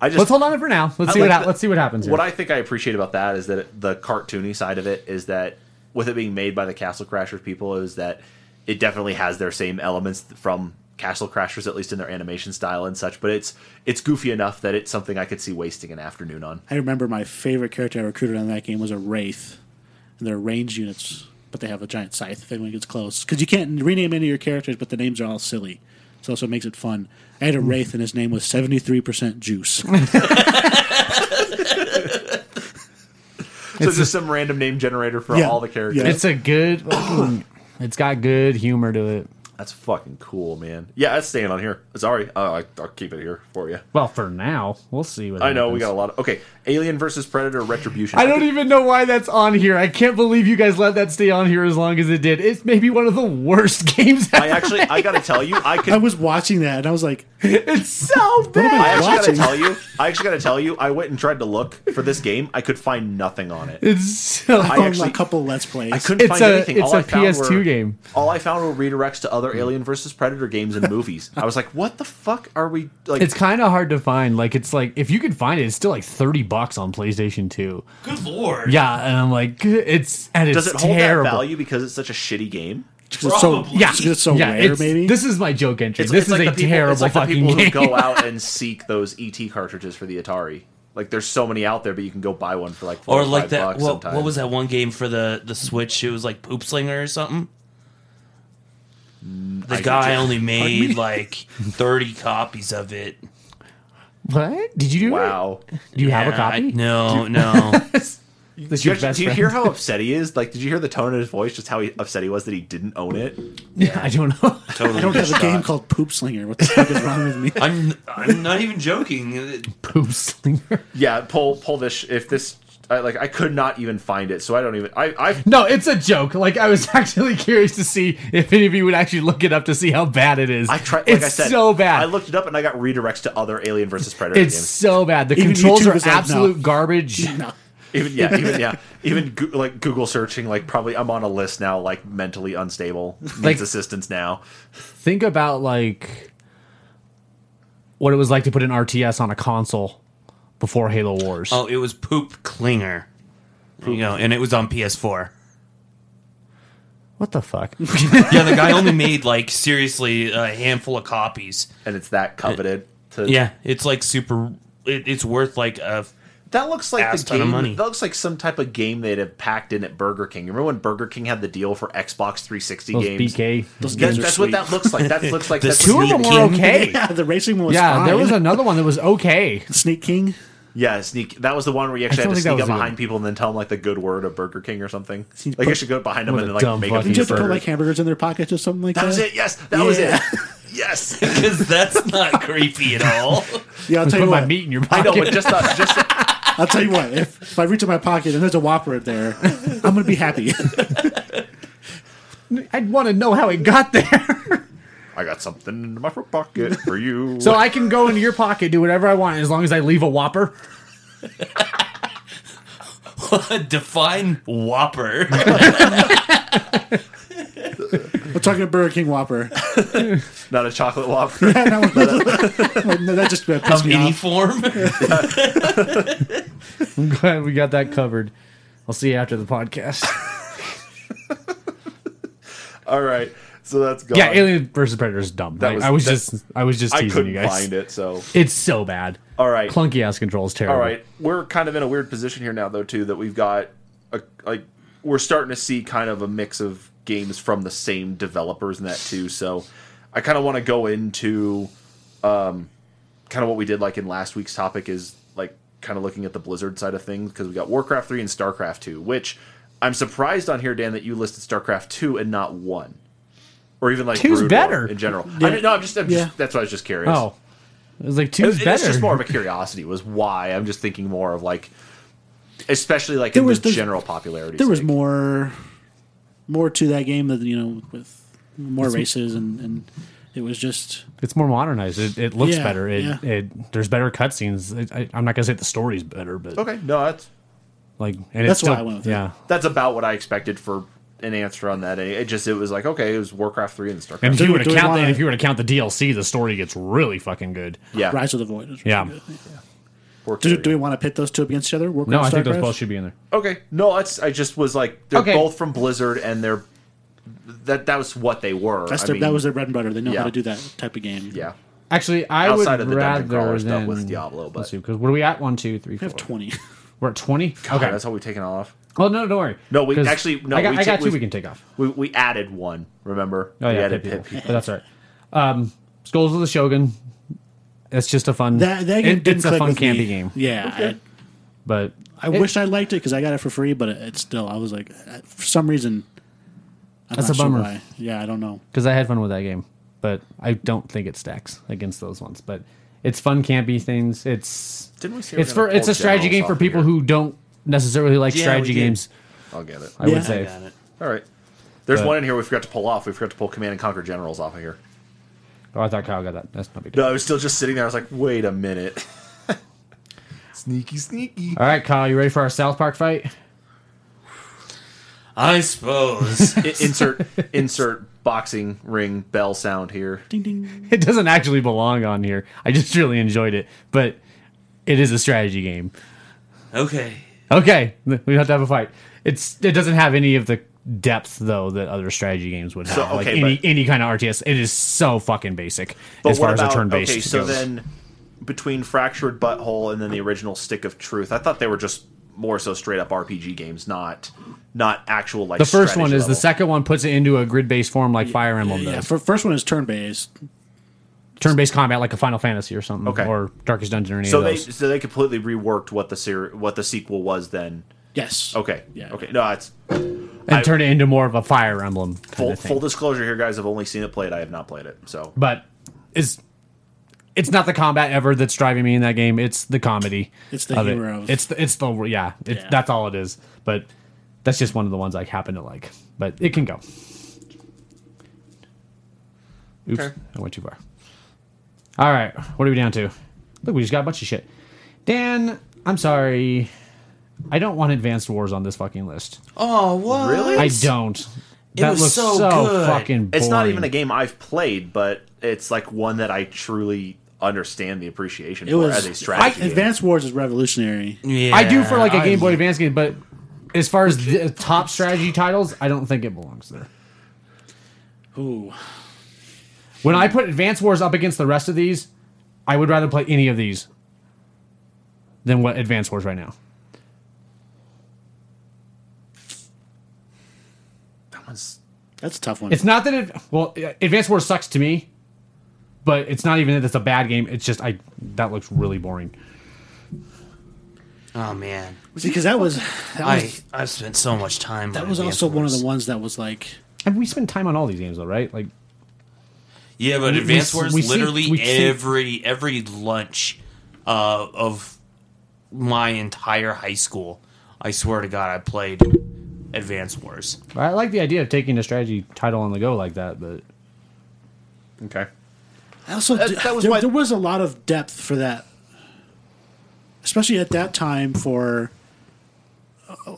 Speaker 1: I just
Speaker 4: Let's hold on it for now. Let's
Speaker 1: I
Speaker 4: see
Speaker 1: like
Speaker 4: what hap-
Speaker 1: the-
Speaker 4: let's see what happens. Here.
Speaker 1: What I think I appreciate about that is that it, the cartoony side of it is that with it being made by the Castle Crashers people is that it definitely has their same elements from Castle Crashers at least in their animation style and such, but it's it's goofy enough that it's something I could see wasting an afternoon on.
Speaker 3: I remember my favorite character I recruited on that game was a wraith, and they're ranged units, but they have a giant scythe if anyone gets close. Because you can't rename any of your characters, but the names are all silly. So also makes it fun. I
Speaker 1: Hmm.
Speaker 3: had a wraith, and his name was seventy three percent juice.
Speaker 1: So it's just some random name generator for
Speaker 3: Yeah,
Speaker 1: all the characters.
Speaker 3: yeah.
Speaker 4: it's a good fucking- it's got good humor to it.
Speaker 1: That's fucking cool, man. Yeah, it's staying on here. Sorry, uh, I, I'll keep it here for you.
Speaker 4: Well, for now, we'll see what
Speaker 1: I know we
Speaker 4: happens.
Speaker 1: got a lot of okay. Alien versus Predator Retribution.
Speaker 4: I don't
Speaker 1: could-
Speaker 4: even know why that's on here. I can't believe you guys let that stay on here as long as it did. It's maybe one of the worst games
Speaker 1: I
Speaker 4: ever.
Speaker 1: actually, I gotta tell you, I could.
Speaker 3: I was watching that, and I was like,
Speaker 4: It's so
Speaker 1: I
Speaker 4: bad.
Speaker 1: actually
Speaker 3: watching.
Speaker 1: gotta tell you. I actually gotta tell you. I went and tried to look for this game. I could find nothing on it.
Speaker 4: It's so
Speaker 1: I
Speaker 3: "From
Speaker 1: actually-
Speaker 3: a couple let's plays."
Speaker 1: I couldn't
Speaker 4: It's
Speaker 1: find
Speaker 4: a-
Speaker 1: anything.
Speaker 4: it's
Speaker 1: all
Speaker 4: a
Speaker 1: I found
Speaker 4: PS2
Speaker 1: were,
Speaker 4: game. Hmm.
Speaker 1: All I found were redirects to other Alien versus Predator games and movies. I was like, what the fuck are we like?
Speaker 4: it's kind of hard to find. Like it's like if you could find it, it's still like thirty bucks on PlayStation Two.
Speaker 2: Good lord.
Speaker 4: Yeah, and I'm like, it's and it's
Speaker 1: does it hold
Speaker 4: terrible.
Speaker 1: that value because it's such a shitty game?
Speaker 3: 'Cause it's so,
Speaker 2: Probably.
Speaker 4: Yeah,
Speaker 3: because it's so
Speaker 4: yeah,
Speaker 3: rare.
Speaker 4: it's-
Speaker 3: maybe
Speaker 4: This is my joke entry.
Speaker 1: It's,
Speaker 4: this
Speaker 1: it's
Speaker 4: is
Speaker 1: like
Speaker 4: a
Speaker 1: the people,
Speaker 4: terrible
Speaker 1: it's like the
Speaker 4: fucking
Speaker 1: people
Speaker 4: game.
Speaker 1: who go out and seek those ET cartridges for the Atari. Like, there's so many out there, but you can go buy one for like four
Speaker 2: Or
Speaker 1: or
Speaker 2: like
Speaker 1: five
Speaker 2: that.
Speaker 1: bucks
Speaker 2: What,
Speaker 1: sometimes.
Speaker 2: what was that one game for the the Switch? It was like Poop Slinger or something.
Speaker 1: Mm,
Speaker 2: The guy only made like thirty copies of it.
Speaker 4: What did you do?
Speaker 1: Wow.
Speaker 4: it? Do you have a
Speaker 2: Yeah,
Speaker 4: copy?
Speaker 2: I- no, no.
Speaker 4: That's
Speaker 1: Do
Speaker 4: your
Speaker 1: you,
Speaker 4: best
Speaker 1: do you
Speaker 4: friend.
Speaker 1: hear how upset he is? Like, did you hear the tone of his voice? Just how he, upset he was that he didn't own it.
Speaker 4: I don't know.
Speaker 2: totally.
Speaker 3: I don't have a game called Poop Slinger. What the fuck is wrong with me?
Speaker 2: I'm I'm not even joking.
Speaker 4: Poop slinger.
Speaker 1: Yeah, pull pull this. If this, I, like, I could not even find it, so I don't even. I I
Speaker 4: No, it's a joke. Like I was actually curious to see if any of you would actually look it up to see how bad it is.
Speaker 1: I tried. Like
Speaker 4: It's
Speaker 1: I said,
Speaker 4: so bad.
Speaker 1: I looked it up and I got redirects to other Alien versus Predator
Speaker 4: it's
Speaker 1: games.
Speaker 4: so bad. The
Speaker 3: Even
Speaker 4: controls
Speaker 3: YouTube
Speaker 4: are
Speaker 3: is like, no.
Speaker 4: absolute garbage.
Speaker 1: Even yeah, even yeah, even go- like Google searching. Like probably I'm on a list now. Like mentally unstable needs
Speaker 4: Like-
Speaker 1: assistance now.
Speaker 4: Think about like what it was like to put an RTS on a console before Halo Wars.
Speaker 2: Oh, it was Poop Clinger. There you go, and it was on PS4.
Speaker 4: What the fuck?
Speaker 2: Yeah, the guy only made like seriously a handful of copies.
Speaker 1: And it's that coveted. To,
Speaker 2: Yeah, it's like super. It, it's worth like a.
Speaker 1: that looks like
Speaker 2: Ass
Speaker 1: the
Speaker 2: ton of
Speaker 1: game.
Speaker 2: money.
Speaker 1: That looks like some type of game they'd have packed in at Burger King. Remember when Burger King had the deal for Xbox 360
Speaker 4: Those
Speaker 1: games?
Speaker 4: BK.
Speaker 3: Those
Speaker 1: That-
Speaker 3: games are
Speaker 1: that's
Speaker 3: sweet.
Speaker 1: what that looks like. That looks like
Speaker 2: The
Speaker 1: that's
Speaker 4: Two
Speaker 1: what-
Speaker 4: of them were
Speaker 2: Sneak King.
Speaker 4: okay.
Speaker 3: Yeah, the racing one was
Speaker 4: Yeah,
Speaker 3: fine.
Speaker 4: there was another one that was okay.
Speaker 3: Sneak King.
Speaker 1: Yeah, sneak. That was the one where you actually
Speaker 4: I
Speaker 1: had
Speaker 4: still
Speaker 1: to sneak
Speaker 4: think that
Speaker 1: up
Speaker 4: was
Speaker 1: behind
Speaker 4: good.
Speaker 1: people and then tell them like the good word of Burger King or something.
Speaker 3: See,
Speaker 1: Like
Speaker 3: put-
Speaker 1: you should go behind them
Speaker 4: what
Speaker 1: and then
Speaker 4: a
Speaker 1: like
Speaker 4: dumb
Speaker 1: make up
Speaker 4: fucking
Speaker 3: Did you
Speaker 1: these
Speaker 3: have to put like
Speaker 1: burgers.
Speaker 3: hamburgers in their pockets or something like that?
Speaker 1: That was it. Yes, that was it.
Speaker 3: Yeah.
Speaker 1: Yes.
Speaker 2: Because that's not creepy at all.
Speaker 3: Yeah, I'll tell
Speaker 4: Put
Speaker 3: you
Speaker 4: my
Speaker 3: what.
Speaker 4: meat in your
Speaker 1: I
Speaker 4: pocket.
Speaker 1: know, but just the, just the,
Speaker 3: I'll tell you what. If, if I reach in my pocket and there's a Whopper in there, I'm gonna be happy.
Speaker 4: I'd want to know how it got there.
Speaker 1: I got something in my front pocket for you.
Speaker 4: So I can go into your pocket, do whatever I want, as long as I leave a Whopper.
Speaker 2: Define Whopper.
Speaker 3: I'm talking a Burger King Whopper.
Speaker 1: not a chocolate waffle.
Speaker 3: And I was- like, no, that just uh, pissed
Speaker 2: Of
Speaker 3: me
Speaker 2: any
Speaker 3: off.
Speaker 2: form.
Speaker 4: I'm glad we got that covered. I'll see you after the podcast.
Speaker 1: All right. So that's gone.
Speaker 4: yeah, Alien versus Predator is dumb.
Speaker 1: That
Speaker 4: I-
Speaker 1: was-
Speaker 4: I was
Speaker 1: that-
Speaker 4: just, I was just
Speaker 1: I
Speaker 4: teasing
Speaker 1: couldn't
Speaker 4: you guys.
Speaker 1: find it. So
Speaker 4: It's so bad.
Speaker 1: all right.
Speaker 4: Clunky ass controls, terrible.
Speaker 1: All right, we're kind of in a weird position here now, though, too, that we've got a, like we're starting to see kind of a mix of games from the same developers and that too. So, I kind of want to go into um, kind of what we did like in last week's topic is like kind of looking at the Blizzard side of things because we got Warcraft three and Starcraft two, which I'm surprised on here, Dan, that you listed Starcraft two and not one. Or even like
Speaker 4: Two's
Speaker 1: Brood War
Speaker 4: better.
Speaker 1: in general. I
Speaker 3: Yeah.
Speaker 1: mean, no, I'm just, I'm
Speaker 3: Yeah.
Speaker 1: just that's why I was just curious.
Speaker 4: Oh, it was like two's
Speaker 1: It-
Speaker 4: better.
Speaker 1: It's just more of a curiosity was why. I'm just thinking more of like, especially like
Speaker 3: There
Speaker 1: in
Speaker 3: was-
Speaker 1: the
Speaker 3: there's-
Speaker 1: general popularity.
Speaker 3: There was
Speaker 1: sake.
Speaker 3: more, more to that game than you know with more races and and it was just
Speaker 4: It's more modernized. It, it looks
Speaker 3: Yeah,
Speaker 4: better. It,
Speaker 3: yeah.
Speaker 4: it there's better cutscenes. It- I, I'm not gonna say the story's better, but
Speaker 1: Okay, no, that's
Speaker 4: like and
Speaker 3: That's
Speaker 4: it's still,
Speaker 3: why I went with
Speaker 4: yeah.
Speaker 1: that's about what I expected for an answer on that. It just it was like okay, it was Warcraft three and StarCraft.
Speaker 4: And if
Speaker 3: Do
Speaker 4: you
Speaker 3: we-
Speaker 4: were to
Speaker 3: do we
Speaker 4: count,
Speaker 3: wanna-
Speaker 4: and if you were to count the DLC, the story gets really fucking good.
Speaker 1: yeah,
Speaker 3: Rise of the Void. was really
Speaker 4: Yeah.
Speaker 3: good.
Speaker 1: Warcraft
Speaker 3: Do, do
Speaker 1: three.
Speaker 3: we want to pit those two up against each other? Warcraft,
Speaker 4: No, I think those
Speaker 3: Starcraft?
Speaker 4: both should be in there.
Speaker 1: okay, no, that's I just was like they're
Speaker 4: Okay.
Speaker 1: both from Blizzard and they're that that was what they were.
Speaker 3: That's
Speaker 1: I
Speaker 3: their,
Speaker 1: mean,
Speaker 3: that was their bread and butter. They know
Speaker 1: yeah.
Speaker 3: how to do that type of game.
Speaker 1: yeah.
Speaker 4: Actually, I
Speaker 1: Outside
Speaker 4: would
Speaker 1: of the
Speaker 4: rather
Speaker 1: dungeon crawler
Speaker 4: than
Speaker 1: stuff with Diablo, but
Speaker 4: Let's see, because what are we at? One, two, three,
Speaker 3: I
Speaker 4: four.
Speaker 3: have twenty.
Speaker 4: We're at twenty.
Speaker 1: okay,
Speaker 4: Okay.
Speaker 1: that's all we taken off.
Speaker 4: Oh no, don't worry.
Speaker 1: No, we-
Speaker 4: 'Cause
Speaker 1: actually, no,
Speaker 4: I got,
Speaker 1: we
Speaker 4: I
Speaker 1: ta-
Speaker 4: got two.
Speaker 1: we've-
Speaker 4: We can take off.
Speaker 1: We we added one. Remember?
Speaker 4: Oh
Speaker 1: we
Speaker 4: yeah,
Speaker 1: added
Speaker 4: pit people.
Speaker 1: Pit People.
Speaker 4: But that's all right. Um, Skulls of the Shogun. It's just a fun.
Speaker 3: That that game
Speaker 4: it-
Speaker 3: didn't
Speaker 4: it's a
Speaker 3: click
Speaker 4: fun
Speaker 3: with me.
Speaker 4: candy game,
Speaker 3: Yeah,
Speaker 4: but
Speaker 3: I, I wish I liked it because I got it for free, but it, it's still I was like uh, for some reason. I'm
Speaker 4: That's
Speaker 3: not
Speaker 4: a
Speaker 3: sure
Speaker 4: bummer.
Speaker 3: why. Yeah, I don't know.
Speaker 4: because I had fun with that game, but I don't think it stacks against those ones. But it's fun campy things. It's
Speaker 1: Didn't we say we're
Speaker 4: it's
Speaker 1: gonna
Speaker 4: for it's
Speaker 1: pull
Speaker 4: a strategy
Speaker 1: generals
Speaker 4: game for
Speaker 1: off
Speaker 4: people
Speaker 1: here?
Speaker 4: who don't necessarily like
Speaker 2: Yeah,
Speaker 4: strategy
Speaker 2: we did.
Speaker 4: games.
Speaker 1: I'll get it.
Speaker 4: I
Speaker 3: Yeah.
Speaker 4: would
Speaker 3: I
Speaker 4: say
Speaker 2: Got it.
Speaker 1: All right. There's
Speaker 4: But-
Speaker 1: one in here we forgot to pull off. We forgot to pull Command and Conquer Generals off of here.
Speaker 4: Oh, I thought Kyle got that. That's not big deal.
Speaker 1: No, I was still just sitting there. I was like, wait a minute. sneaky, sneaky.
Speaker 4: All right, Kyle, you ready for our South Park fight?
Speaker 2: I suppose.
Speaker 1: I- insert insert boxing ring bell sound here.
Speaker 3: Ding ding.
Speaker 4: It doesn't actually belong on here. I just really enjoyed it, but it is a strategy game.
Speaker 2: Okay.
Speaker 4: Okay, we don't have to have a fight. It's it doesn't have any of the depth though that other strategy games would have.
Speaker 1: So,
Speaker 4: like
Speaker 1: okay,
Speaker 4: any
Speaker 1: but-
Speaker 4: any kind of RTS, it is so fucking basic
Speaker 1: But
Speaker 4: as far
Speaker 1: what
Speaker 4: as a
Speaker 1: about
Speaker 4: turn based.
Speaker 1: okay? So then, between Fractured Butthole and then the original Stick of Truth, I thought they were just more so straight up RPG games, not not actual like
Speaker 4: the first
Speaker 1: strategy
Speaker 4: one is the
Speaker 1: level. Oh,
Speaker 4: second one puts it into a grid based form like Fire Emblem
Speaker 3: Yeah,
Speaker 4: does.
Speaker 3: fir- first one is turn based.
Speaker 4: turn-based combat like a Final Fantasy or something,
Speaker 1: Okay.
Speaker 4: or Darkest Dungeon or any
Speaker 1: So
Speaker 4: of
Speaker 1: they
Speaker 4: those.
Speaker 1: so they completely reworked what the ser- what the sequel was then.
Speaker 3: Yes.
Speaker 1: Okay.
Speaker 3: Yeah.
Speaker 1: Okay. No, it's
Speaker 4: and turn it into more of a Fire Emblem kind
Speaker 1: full,
Speaker 4: of thing.
Speaker 1: full disclosure here, guys. I've only seen it played. I have not played it. So
Speaker 4: but it's it's not the combat ever that's driving me in that game. It's the comedy.
Speaker 3: It's the
Speaker 4: it.
Speaker 3: humor of-
Speaker 4: It's the, it's the yeah, it,
Speaker 3: Yeah.
Speaker 4: That's all it is. But that's just one of the ones I happen to like. But it can go. Oops,
Speaker 2: Okay.
Speaker 4: I went too far. All right, what are we down to? Look, we just got a bunch of shit. Dan, I'm sorry. I don't want Advanced Wars on this fucking list.
Speaker 2: Oh, what?
Speaker 1: Really?
Speaker 4: I don't. That
Speaker 2: was
Speaker 4: looks
Speaker 2: so
Speaker 4: so,
Speaker 2: good.
Speaker 4: fucking boring.
Speaker 1: it's not even a game I've played, but it's like one that I truly understand the appreciation
Speaker 3: It
Speaker 1: for
Speaker 3: was
Speaker 1: as a strategy. game.
Speaker 3: Advanced Wars is revolutionary.
Speaker 2: Yeah,
Speaker 4: I do for like a
Speaker 2: I-
Speaker 4: Game Boy Advance game, but as far as the uh, top strategy titles, I don't think it belongs there.
Speaker 3: Ooh.
Speaker 4: When I put Advance Wars up against the rest of these, I would rather play any of these than what Advance Wars right now.
Speaker 1: That one's-
Speaker 3: That's a tough one.
Speaker 4: It's not that it well, Advance Wars sucks to me, but it's not even that it's a bad game. It's just I that looks really boring.
Speaker 2: Oh man,
Speaker 3: because that was that
Speaker 2: I
Speaker 3: was,
Speaker 2: I've spent so much time.
Speaker 3: that was also one of the ones that was like
Speaker 4: And we spend time on all these games though, right? Like
Speaker 2: Yeah, but
Speaker 4: We-
Speaker 2: Advanced
Speaker 4: we-
Speaker 2: Wars
Speaker 4: we see-
Speaker 2: literally
Speaker 4: we see-
Speaker 2: every every lunch uh, of my entire high school. I swear to God, I played Advanced Wars.
Speaker 4: I like the idea of taking a strategy title on the go like that, but
Speaker 1: okay.
Speaker 3: I also
Speaker 1: That- that was
Speaker 3: there,
Speaker 1: why-
Speaker 3: there was a lot of depth for that, especially at that time for uh,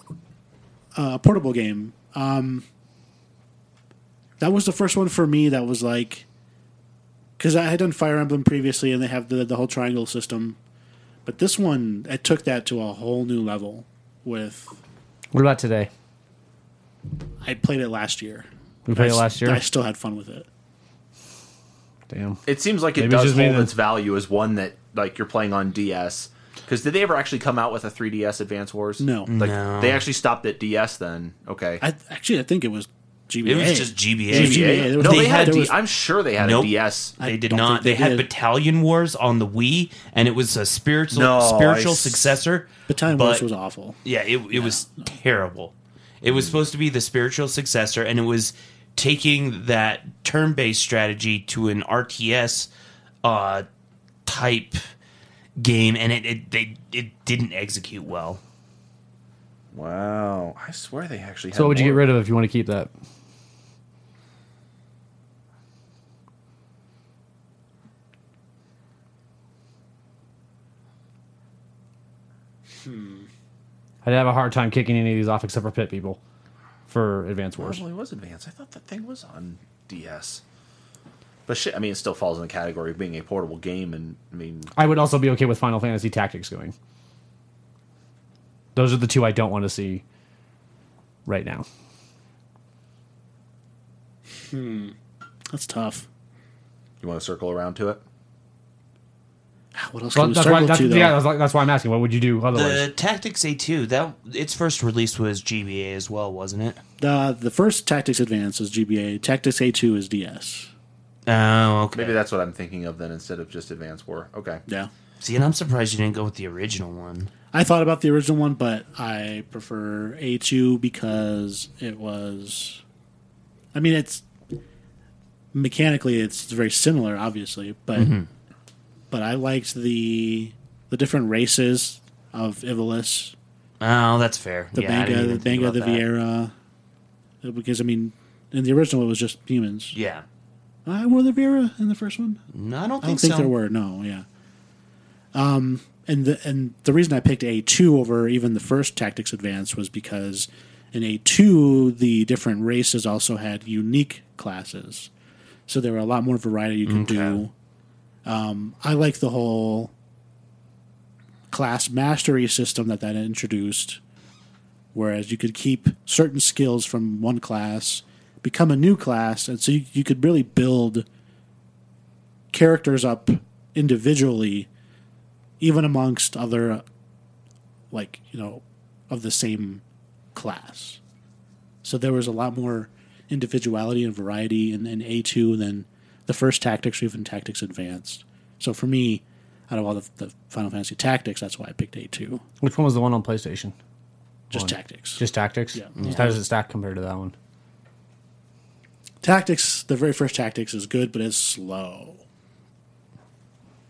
Speaker 3: a portable game. Um, that was the first one for me that was like because I had done Fire Emblem previously, and they have the the whole triangle system, but this one it took that to a whole new level. With
Speaker 4: what about today?
Speaker 3: I played it last year.
Speaker 4: We played
Speaker 3: I
Speaker 4: it
Speaker 3: s-
Speaker 4: last year.
Speaker 3: I still had fun with it.
Speaker 4: Damn.
Speaker 1: It seems like it
Speaker 4: Maybe it's
Speaker 1: does
Speaker 4: just me
Speaker 1: hold
Speaker 4: then.
Speaker 1: its value as one that like you're playing on DS. Because did they ever actually come out with a 3DS Advance Wars?
Speaker 3: No.
Speaker 4: Mm.
Speaker 1: Like,
Speaker 2: No.
Speaker 1: They actually stopped at DS then. Okay.
Speaker 3: I actually I think it was GBA.
Speaker 2: It was just GBA.
Speaker 3: It was
Speaker 1: Yeah,
Speaker 3: GBA.
Speaker 1: yeah.
Speaker 3: There was-
Speaker 1: No, they,
Speaker 2: they
Speaker 1: had.
Speaker 2: had-
Speaker 1: a D-
Speaker 3: there was-
Speaker 1: I'm sure they had
Speaker 2: Nope.
Speaker 1: a DS.
Speaker 2: They did
Speaker 3: don't
Speaker 2: not.
Speaker 3: think
Speaker 2: They,
Speaker 3: they
Speaker 2: had
Speaker 3: did.
Speaker 2: Battalion Wars on the Wii, and it was a spiritual
Speaker 1: No, I
Speaker 2: spiritual
Speaker 1: s-
Speaker 2: successor.
Speaker 3: Battalion
Speaker 2: but-
Speaker 3: Wars was awful.
Speaker 2: Yeah, it, it was terrible. It was supposed to be the spiritual successor, and it was taking that turn based strategy to an RTS uh, type game, and it, it they it didn't execute well.
Speaker 1: Wow. I swear they actually. Had
Speaker 4: So what would you get
Speaker 1: more.
Speaker 4: rid of if you want to keep that?
Speaker 3: Hmm.
Speaker 4: I'd have a hard time kicking any of these off except for Pit People for Advanced Wars.
Speaker 1: Probably was Advance. I thought that thing was on DS. But shit, I mean, it still falls in the category of being a portable game, and I mean,
Speaker 4: I would also be okay with Final Fantasy Tactics going. Those are the two I don't want to see right now.
Speaker 3: That's tough.
Speaker 1: you want to circle around to it.
Speaker 3: What else
Speaker 4: Well,
Speaker 3: can we
Speaker 4: that's why,
Speaker 3: circle
Speaker 4: that's,
Speaker 3: to though?
Speaker 4: yeah, that's, like- that's why I'm asking. What would you do otherwise?
Speaker 2: The Tactics A2 that its first release was GBA as well, wasn't it?
Speaker 3: the the first Tactics Advance is GBA. Tactics A2 is DS.
Speaker 2: Oh, okay.
Speaker 1: Maybe that's what I'm thinking of then, instead of just Advance War. Okay.
Speaker 3: Yeah,
Speaker 2: See, and I'm surprised you didn't go with the original one.
Speaker 3: I thought about the original one, but I prefer A2 because it was. I mean, it's mechanically it's very similar, obviously, but but I liked the the different races of Ivalis,
Speaker 2: Oh, that's fair.
Speaker 3: the
Speaker 2: yeah, I didn't
Speaker 3: Banga, the
Speaker 2: even think
Speaker 3: Banga, the
Speaker 2: about that.
Speaker 3: Viera. Because I mean, in the original it was just humans.
Speaker 2: Yeah,
Speaker 3: Uh, were there Viera in the first one?
Speaker 2: no, I don't think,
Speaker 3: I don't think
Speaker 2: so.
Speaker 3: there were. No, yeah. Um, and the and the reason I picked A two over even the first Tactics Advance was because in A two the different races also had unique classes, so there were a lot more variety you could do. Um, I like the whole class mastery system that that introduced, whereas you could keep certain skills from one class, become a new class, and so you, you could really build characters up individually, even amongst other, like, you know, of the same class. So there was a lot more individuality and variety in, in A2 than the first tactics or even tactics advanced. So for me, out of all the, the Final Fantasy tactics, that's why I picked A2.
Speaker 4: Which one was the one on PlayStation?
Speaker 3: Just tactics.
Speaker 4: Just tactics.
Speaker 3: Yeah.
Speaker 4: How does it stack compared to that one?
Speaker 3: tactics, the very first tactics is good, but it's slow.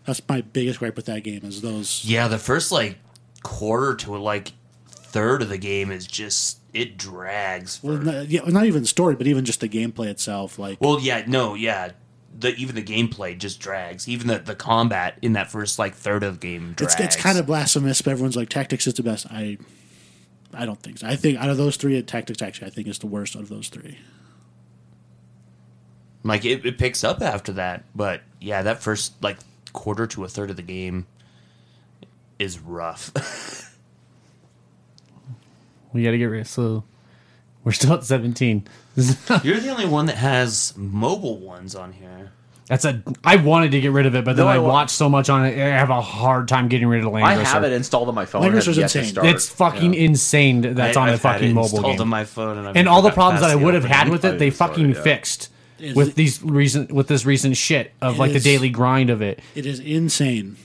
Speaker 3: That's my biggest gripe with that game is those.
Speaker 2: Yeah, the first like quarter to like third of the game is just it drags.
Speaker 3: Well, not, yeah, not even story, but even just the gameplay itself. Like,
Speaker 2: Well, yeah, no, yeah. The even the gameplay just drags. Even the, the combat in that first like third of the game drags.
Speaker 3: it's it's kind of blasphemous, but everyone's like tactics is the best. I, I don't think so. I think out of those three, tactics actually I think is the worst of those three.
Speaker 2: like it, it picks up after that, but yeah, that first like quarter to a third of the game is rough.
Speaker 4: We got to get rid. So we're still at seventeen.
Speaker 2: You're the only one that has mobile ones on here.
Speaker 4: That's a. I wanted to get rid of it, but then
Speaker 1: No, I
Speaker 4: I
Speaker 1: wa-
Speaker 4: watched so much on it. I have a hard time getting rid of Land
Speaker 1: I
Speaker 4: Grosser.
Speaker 1: have it installed on my phone.
Speaker 3: Land
Speaker 1: and have
Speaker 3: Grosser's
Speaker 1: yet to
Speaker 3: insane.
Speaker 1: start.
Speaker 4: It's fucking
Speaker 1: Yeah.
Speaker 4: insane. that That's
Speaker 2: I-
Speaker 4: on a
Speaker 2: I've had
Speaker 4: fucking
Speaker 2: it
Speaker 4: mobile
Speaker 2: installed
Speaker 4: game.
Speaker 2: on my phone, and, I've
Speaker 4: and all the
Speaker 2: got
Speaker 4: problems that
Speaker 2: past
Speaker 4: I
Speaker 2: the
Speaker 4: would have had
Speaker 2: opening.
Speaker 4: with it, they
Speaker 1: I'm sorry,
Speaker 4: fucking
Speaker 1: yeah.
Speaker 4: fixed
Speaker 3: Is
Speaker 4: with
Speaker 3: it-
Speaker 4: these recent with this recent shit of
Speaker 3: It
Speaker 4: like the
Speaker 3: is-
Speaker 4: daily grind of it.
Speaker 3: It is insane.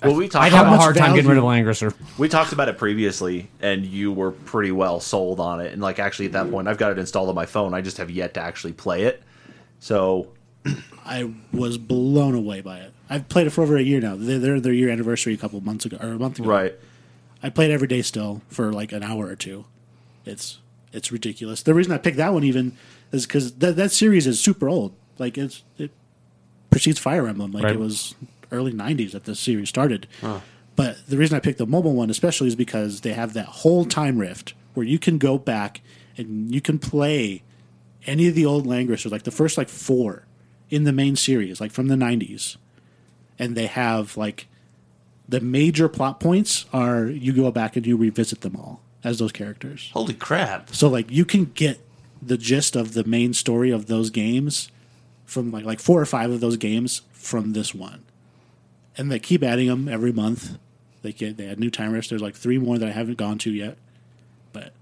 Speaker 1: Well, we
Speaker 4: I'd
Speaker 1: talked
Speaker 4: have a
Speaker 1: about,
Speaker 4: hard time getting rid
Speaker 3: value-
Speaker 4: of Langrisser.
Speaker 1: we talked about it previously, and you were pretty well sold on it. And like, actually, at that point, I've got it installed on my phone. I just have yet to actually play it. So
Speaker 3: I was blown away by it. I've played it for over a year now. They're, they're their year anniversary a couple months ago or a month ago.
Speaker 1: right,
Speaker 3: I play it every day still for like an hour or two. It's it's ridiculous. The reason I picked that one even is because that that series is super old. Like it's it precedes Fire Emblem. Like
Speaker 4: Right.
Speaker 3: it was early '90s that the series started. But the reason I picked the mobile one especially is because they have that whole time rift where you can go back and you can play any of the old Langrisser, like the first like four in the main series, like from the '90s, and they have like the major plot points are you go back and you revisit them all as those characters.
Speaker 2: Holy crap!
Speaker 3: So like you can get the gist of the main story of those games from like like four or five of those games from this one, and they keep adding them every month. They get they add new time rifts. There's like three more that I haven't gone to yet, but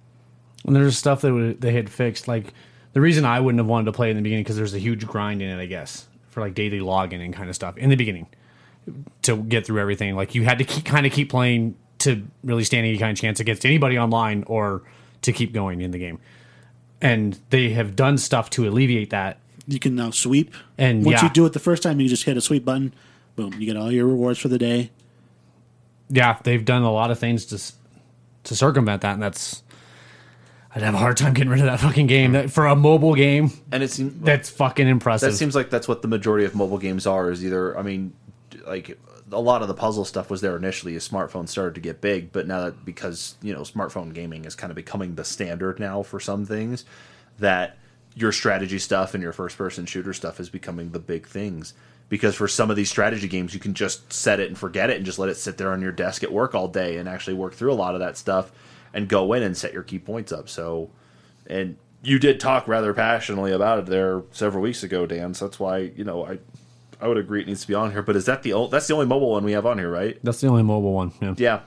Speaker 4: And there's stuff that would- they had fixed. Like the reason I wouldn't have wanted to play in the beginning because there's a huge grind in it, I guess, for like daily login and kind of stuff in the beginning to get through everything. Like you had to keep, kind of keep playing to really stand any kind of chance against anybody online or to keep going in the game. And they have done stuff to alleviate that.
Speaker 3: you can now sweep.
Speaker 4: And
Speaker 3: once
Speaker 4: yeah.
Speaker 3: you do it the first time, you just hit a sweep button. Boom! You get all your rewards for the day.
Speaker 4: Yeah, they've done a lot of things to s- to circumvent that, and that's. I'd have a hard time getting rid of that fucking game. That for a mobile game,
Speaker 1: and it's
Speaker 4: that's fucking impressive.
Speaker 1: that seems like that's what the majority of mobile games are is either i mean like a lot of the puzzle stuff was there initially as smartphones started to get big but now that because you know smartphone gaming is kind of becoming the standard now for some things that your strategy stuff and your first person shooter stuff is becoming the big things because for some of these strategy games you can just set it and forget it and just let it sit there on your desk at work all day and actually work through a lot of that stuff and go in and set your key points up so and you did talk rather passionately about it there several weeks ago, Dan. So that's why you know I I would agree it needs to be on here. But is that the old, that's the only mobile one we have on here, right?
Speaker 4: That's the only mobile one. Yeah.
Speaker 1: Yeah,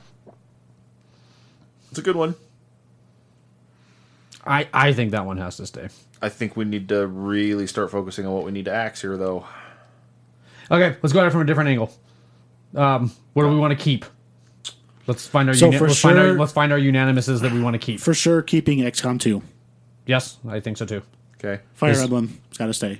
Speaker 1: it's a good one.
Speaker 4: I, I think that one has to stay.
Speaker 1: I think we need to really start focusing on what we need to axe here, though.
Speaker 4: Okay, let's go at it from a different angle. Um, what do we want to keep? Let's find our
Speaker 3: So
Speaker 4: uni-
Speaker 3: for
Speaker 4: let's, find our
Speaker 3: sure-
Speaker 4: let's find our unanimouses that we want to keep.
Speaker 3: For sure, keeping XCOM two,
Speaker 4: yes, I think so too.
Speaker 1: Okay,
Speaker 3: Fire
Speaker 4: Is-
Speaker 3: Emblem, it's got to stay.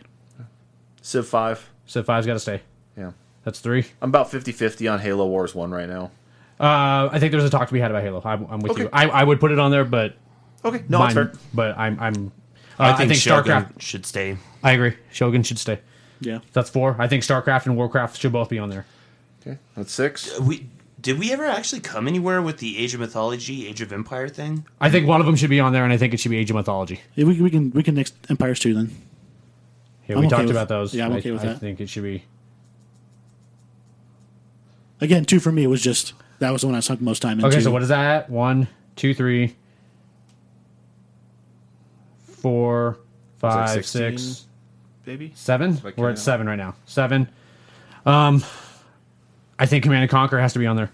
Speaker 1: Civ Five.
Speaker 4: Civ five's got to stay.
Speaker 1: Yeah,
Speaker 4: That's three.
Speaker 1: I'm about 50-50 on Halo Wars One right now.
Speaker 4: Uh, I think there's a talk to be had about Halo. I'm, I'm with
Speaker 1: Okay.
Speaker 4: you. I, I would put it on there, but
Speaker 1: Okay, no,
Speaker 4: mine,
Speaker 1: that's fair.
Speaker 4: but I'm I'm. Uh,
Speaker 2: I think, Shogun
Speaker 4: StarCraft.
Speaker 2: should stay.
Speaker 4: I agree. Shogun should stay.
Speaker 3: Yeah,
Speaker 4: That's four. I think StarCraft and Warcraft should both be on there.
Speaker 1: Okay, that's six.
Speaker 2: We did we ever actually come anywhere with the Age of Mythology, Age of Empire thing?
Speaker 4: I think one of them should be on there, and I think it should be Age of Mythology.
Speaker 3: Yeah, we, we can we can next Empires two then.
Speaker 4: Yeah,
Speaker 3: I'm
Speaker 4: we
Speaker 3: okay
Speaker 4: talked
Speaker 3: with-
Speaker 4: about those.
Speaker 3: yeah, I'm
Speaker 4: I-
Speaker 3: okay with
Speaker 4: I
Speaker 3: that.
Speaker 4: think it should be.
Speaker 3: Again, two for me was just that was the one I sunk most time into.
Speaker 4: Okay, so what is that? One, two, three, four,
Speaker 1: like
Speaker 4: five,
Speaker 1: 16?
Speaker 4: six,
Speaker 1: Baby,
Speaker 4: seven.
Speaker 1: Like,
Speaker 4: We're
Speaker 1: yeah.
Speaker 4: at seven right now. Seven. Um, I think Command and Conquer has to be on there,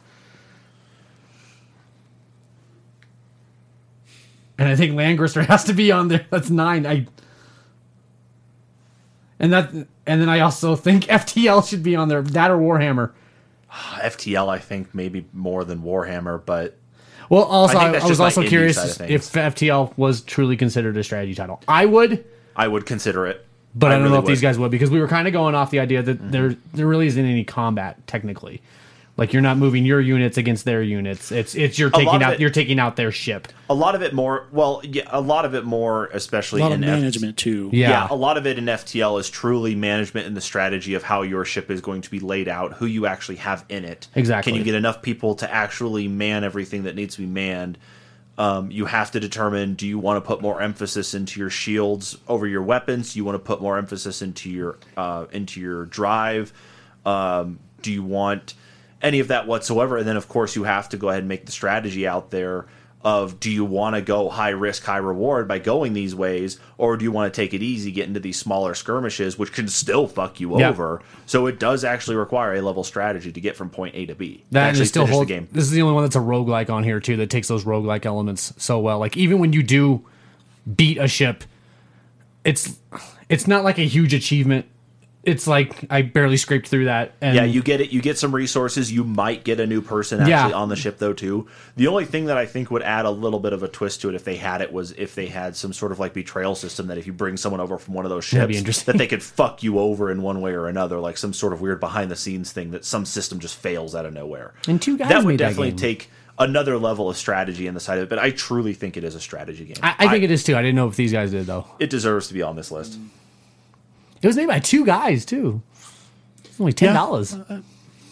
Speaker 4: and I think Langrister has to be on there. That's nine. I. and that and then I also think FTL should be on there. That or Warhammer.
Speaker 1: Uh, FTL, I think maybe more than Warhammer, but
Speaker 4: Well, also
Speaker 1: I think
Speaker 4: I,
Speaker 1: that's
Speaker 4: I was
Speaker 1: just, like,
Speaker 4: also
Speaker 1: indie side
Speaker 4: curious
Speaker 1: of
Speaker 4: if FTL was truly considered a strategy title. I would,
Speaker 1: I would consider it.
Speaker 4: but I, don't
Speaker 1: really
Speaker 4: know if
Speaker 1: would.
Speaker 4: these
Speaker 1: Mm-hmm.
Speaker 4: guys would because we were kind of going off the idea that there there really isn't any combat technically. Like you're not moving your units against their units. It's it's you're
Speaker 1: lot
Speaker 4: taking
Speaker 1: of
Speaker 4: out
Speaker 1: it-
Speaker 4: you're taking out their ship.
Speaker 1: A lot of it more. Well, yeah, a lot of it more, especially
Speaker 3: A lot of
Speaker 1: in F-
Speaker 3: management too.
Speaker 4: Yeah.
Speaker 1: yeah, a lot of it in FTL is truly management and the strategy of how your ship is going to be laid out, who you actually have in it.
Speaker 4: Exactly.
Speaker 1: Can you get enough people to actually man everything that needs to be manned? Um, you have to determine do you want to put more emphasis into your shields over your weapons? Do you want to put more emphasis into your uh, into your drive? Um, do you want any of that whatsoever? And then, of course, you have to go ahead and make the strategy out there of do you want to go high risk, high reward by going these ways, or do you want to take it easy, get into these smaller skirmishes, which can still fuck you
Speaker 4: Yeah.
Speaker 1: over? So it does actually require a level strategy to get from point A to B. to
Speaker 4: That and
Speaker 1: actually
Speaker 4: it still
Speaker 1: finish
Speaker 4: hold,
Speaker 1: the game.
Speaker 4: This is the only one that's a roguelike on here too that takes those roguelike elements so well. Like even when you do beat a ship, it's it's not like a huge achievement. It's like I barely scraped through that. And
Speaker 1: Yeah, you get it. You get some resources. You might get a new person actually
Speaker 4: Mm-hmm. Yeah.
Speaker 1: on the ship though too. The only thing that I think would add a little bit of a twist to it if they had it was if they had some sort of like betrayal system that if you bring someone over from one of those
Speaker 4: That'd be
Speaker 1: ships
Speaker 4: interesting.
Speaker 1: that they could fuck you over in one way or another, like some sort of weird behind the scenes thing that some system just fails out of nowhere.
Speaker 4: And two guys
Speaker 1: that would
Speaker 4: made that
Speaker 1: definitely
Speaker 4: game.
Speaker 1: take another level of strategy in the side of it. But I truly think it is a strategy game.
Speaker 4: I, I think it is too. I didn't know if these guys did though.
Speaker 1: it deserves to be on this list.
Speaker 4: It was made by two guys too. It's only ten dollars.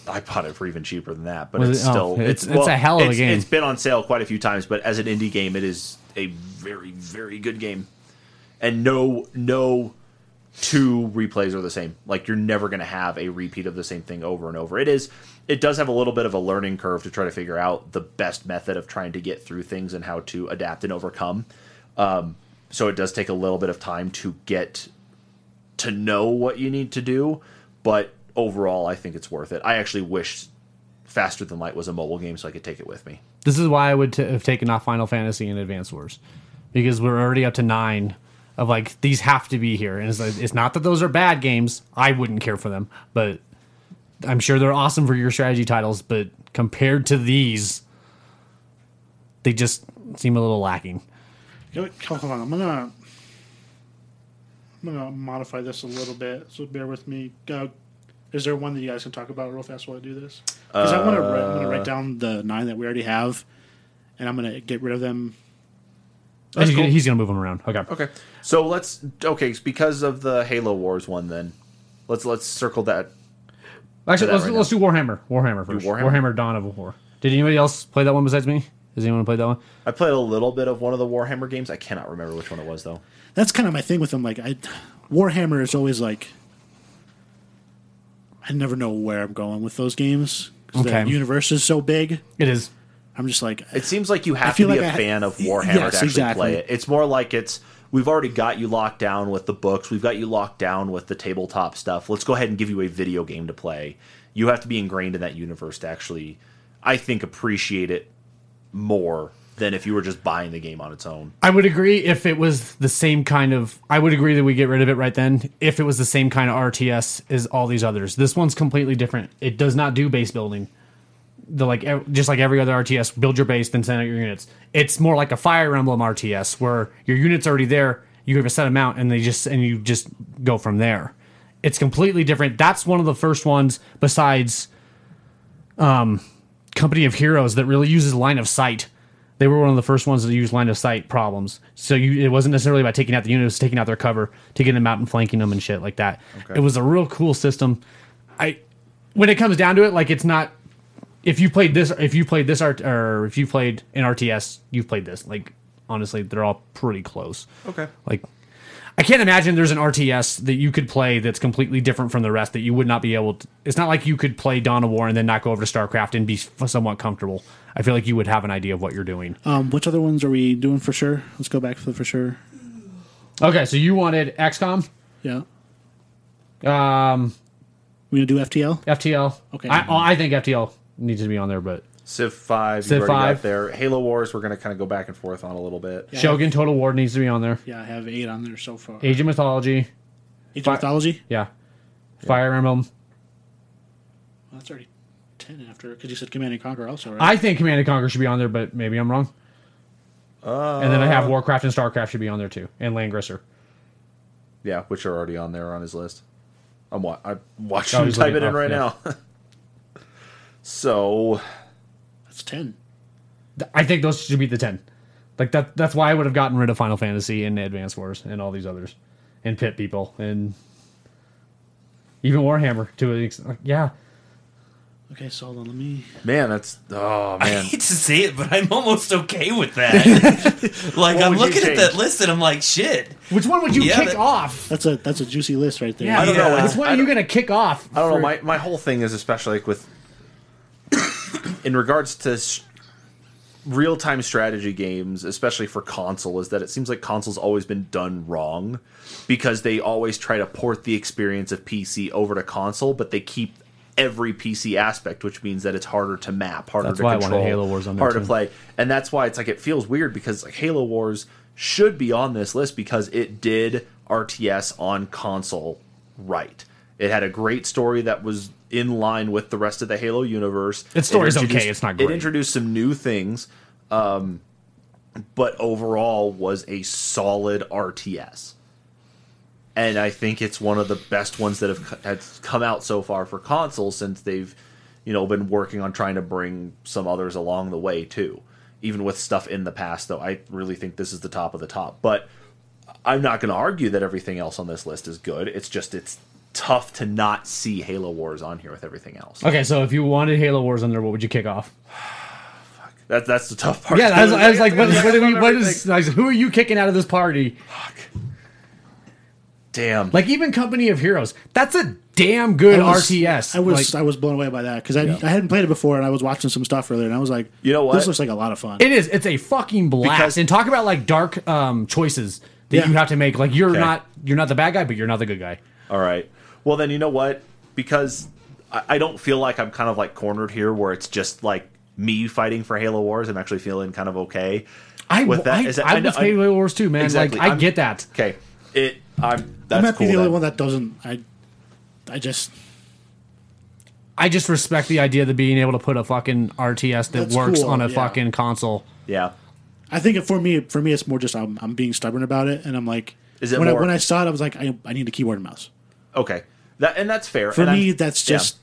Speaker 1: I bought it for even cheaper than that, but
Speaker 4: Was
Speaker 1: it's
Speaker 4: it? Oh,
Speaker 1: still
Speaker 4: it's- it's a hell of a game.
Speaker 1: It's been on sale quite a few times, but as an indie game, it is a very very good game, and no no two replays are the same. Like you're never going to have a repeat of the same thing over and over. It is it does have a little bit of a learning curve to try to figure out the best method of trying to get through things and how to adapt and overcome. Um, so it does take a little bit of time to get to know what you need to do, but overall, I think it's worth it. I actually wish Faster Than Light was a mobile game so I could take it with me.
Speaker 4: This is why I would t- have taken off Final Fantasy and Advance Wars because we're already up to nine of like these have to be here, and it's, like, it's not that those are bad games. I wouldn't care for them, but I'm sure they're awesome for your strategy titles. But compared to these, they just seem a little lacking.
Speaker 3: You know what? Hold on, I'm gonna I'm gonna modify this a little bit, so bear with me. Uh, is there one that you guys can talk about real fast while I do this? Because I want to I'm gonna
Speaker 4: Uh.
Speaker 3: write down the nine that we already have, and I'm gonna get rid of them.
Speaker 4: He's gonna- He's gonna move them around. Okay.
Speaker 1: Okay. So let's okay because of the Halo Wars one. Then let's let's circle that.
Speaker 4: Actually,
Speaker 1: that
Speaker 4: let's,
Speaker 1: right
Speaker 4: let's do Warhammer. Warhammer first.
Speaker 1: Warhammer?
Speaker 4: Warhammer? Dawn of War. Did anybody else play that one besides me? Has anyone played that one?
Speaker 1: I played a little bit of one of the Warhammer games. I cannot remember which one it was though.
Speaker 3: That's kind of my thing with them. Like, I Warhammer is always like I never know where I'm going with those games. 'cause
Speaker 4: Okay.
Speaker 3: The universe is so big.
Speaker 4: It is.
Speaker 3: I'm just like
Speaker 1: It seems like you have to
Speaker 3: feel
Speaker 1: be
Speaker 3: like
Speaker 1: a
Speaker 3: I ha-
Speaker 1: fan of
Speaker 3: Y-
Speaker 1: Warhammer
Speaker 3: yes,
Speaker 1: to actually
Speaker 3: exactly.
Speaker 1: play it. It's more like it's we've already got you locked down with the books, we've got you locked down with the tabletop stuff. Let's go ahead and give you a video game to play. You have to be ingrained in that universe to actually, I think, appreciate it more than if you were just buying the game on its own.
Speaker 4: I would agree if it was the same kind of. I would agree that we get rid of it right then if it was the same kind of RTS as all these others. This one's completely different. It does not do base building. The like ev- just like every other RTS, build your base then send out your units. It's more like a Fire Emblem RTS where your units already there. You have a set amount and they just and you just go from there. It's completely different. That's one of the first ones besides um, Company of Heroes that really uses line of sight. They were one of the first ones to use line of sight problems. So you, it wasn't necessarily about taking out the unit; it was taking out their cover to get them out and flanking them and shit like that. It was a real cool system. I, when it comes down to it, like it's not. If you played this, if you played this art, or if you played an RTS, you've played this. Like honestly, they're all pretty close.
Speaker 1: Okay.
Speaker 4: Like, I can't imagine there's an RTS that you could play that's completely different from the rest that you would not be able to. It's not like you could play Dawn of War and then not go over to StarCraft and be f- somewhat comfortable. I feel like you would have an idea of what you're doing.
Speaker 3: Um, which other ones are we doing for sure? Let's go back for the for sure.
Speaker 4: Okay, so you wanted XCOM,
Speaker 3: Yeah.
Speaker 4: um,
Speaker 3: We gonna do FTL?
Speaker 4: FTL.
Speaker 3: Okay.
Speaker 4: I, oh, I think FTL needs to be on there, but
Speaker 1: Civ Five,
Speaker 4: Civ
Speaker 1: you've already got
Speaker 4: 5.
Speaker 1: there. Halo Wars, we're going to kind of go back and forth on a little bit.
Speaker 3: Yeah.
Speaker 4: Shogun Total War needs to be on there.
Speaker 3: Yeah, I have eight on there so far.
Speaker 4: Age of Mythology,
Speaker 3: Age
Speaker 4: Fi-
Speaker 3: of Mythology?
Speaker 4: Yeah. Fire Emblem.
Speaker 3: Well, that's already 10 after, because you said Command and Conquer also, right?
Speaker 4: I think Command and Conquer should be on there, but maybe I'm wrong. and then I have Warcraft and Starcraft should be on there too, and Langrisser.
Speaker 1: Yeah, which are already on there on his list. I'm wa- I'm
Speaker 4: Oh,
Speaker 1: watching him
Speaker 4: he's
Speaker 1: type it
Speaker 4: looking
Speaker 1: in
Speaker 4: up,
Speaker 1: right
Speaker 4: yeah.
Speaker 1: now. so
Speaker 3: that's 10.
Speaker 4: Th- I think those should be the ten. Like that. That's why I would have gotten rid of Final Fantasy and Advance Wars and all these others, and Pit People and even Warhammer to an extent. Like, yeah,
Speaker 3: Okay, so hold on, let me.
Speaker 1: man, that's oh
Speaker 2: I
Speaker 1: man.
Speaker 2: hate to say it, but I'm almost okay with that. like I'm
Speaker 1: would you
Speaker 2: looking at
Speaker 1: change?
Speaker 2: that list and I'm like, shit.
Speaker 4: which one would you
Speaker 2: Yeah,
Speaker 4: kick
Speaker 2: that-
Speaker 4: off?
Speaker 3: That's a that's a juicy list right there.
Speaker 4: Yeah,
Speaker 1: I don't know.
Speaker 2: Yeah.
Speaker 1: It's,
Speaker 4: Which one are you gonna kick off?
Speaker 1: I don't know.
Speaker 4: for-
Speaker 1: My my whole thing is especially like with in regards to s real time strategy games, especially for console, is that it seems like console's always been done wrong because they always try to port the experience of PC over to console, but they keep every PC aspect, which means that it's harder to map, harder
Speaker 4: That's
Speaker 1: to
Speaker 4: why I wanted
Speaker 1: control,
Speaker 4: Halo Wars on there,
Speaker 1: harder to
Speaker 4: too.
Speaker 1: play, and that's why it's like it feels weird because like Halo Wars should be on this list because it did RTS on console right. It had a great story that was in line with the rest of the Halo universe.
Speaker 4: Its story's
Speaker 1: It
Speaker 4: okay,
Speaker 1: introduced-
Speaker 4: it's not
Speaker 1: It
Speaker 4: great.
Speaker 1: introduced some new things, um, but overall was a solid RTS. And I think it's one of the best ones that have co- has come out so far for console since they've, you know, been working on trying to bring some others along the way too. Even with stuff in the past, though, I really think this is the top of the top. But I'm not going to argue that everything else on this list is good. It's just it's tough to not see Halo Wars on here with everything else.
Speaker 4: Okay, so if you wanted Halo Wars on there, what would you kick off?
Speaker 1: That, that's the tough part.
Speaker 4: Yeah, I was, I was like, what,
Speaker 1: Yeah,
Speaker 4: what, do we, what
Speaker 1: everything.
Speaker 4: is? I was, who are you kicking out of this party?
Speaker 1: damn.
Speaker 4: Like even Company of Heroes, that's a damn good
Speaker 3: I was-
Speaker 4: RTS.
Speaker 3: I was
Speaker 4: Like,
Speaker 3: I was blown away by that because I, I hadn't played it before and I was watching some stuff earlier and I was like,
Speaker 1: You know what?
Speaker 3: This looks like a lot of fun.
Speaker 4: It is. It's a fucking blast.
Speaker 1: Because-
Speaker 4: and talk about like dark um, choices that
Speaker 3: Yeah.
Speaker 4: you have to make. Like you're
Speaker 1: Okay.
Speaker 4: not you're not the bad guy, but you're not the good guy.
Speaker 1: All right. Well, then you know what? Because I, I don't feel like I'm kind of like cornered here, where it's just like me fighting for Halo Wars. I'm actually feeling kind of okay.
Speaker 4: I
Speaker 1: With that-
Speaker 4: I,
Speaker 1: is that-
Speaker 4: I,
Speaker 1: I know-
Speaker 4: was paid
Speaker 1: I-
Speaker 4: Halo Wars too, man.
Speaker 1: Exactly.
Speaker 4: Like I
Speaker 1: I'm-
Speaker 4: get that.
Speaker 1: Okay. It. I'm. That's
Speaker 3: I might
Speaker 1: cool.
Speaker 3: be the only
Speaker 1: then.
Speaker 3: one that doesn't. I I just
Speaker 4: I just respect the idea of being able to put a fucking RTS that
Speaker 3: That's
Speaker 4: works
Speaker 3: cool,
Speaker 4: on a
Speaker 3: yeah.
Speaker 4: fucking console.
Speaker 1: Yeah.
Speaker 3: I think it, for me for me it's more just I'm, I'm being stubborn about it and I'm like
Speaker 1: Is it
Speaker 3: when I,
Speaker 1: more-
Speaker 3: when I saw it I was like I, I need a keyboard and mouse.
Speaker 1: Okay. That and that's fair.
Speaker 3: For
Speaker 1: and I'm-
Speaker 3: me that's
Speaker 1: yeah.
Speaker 3: just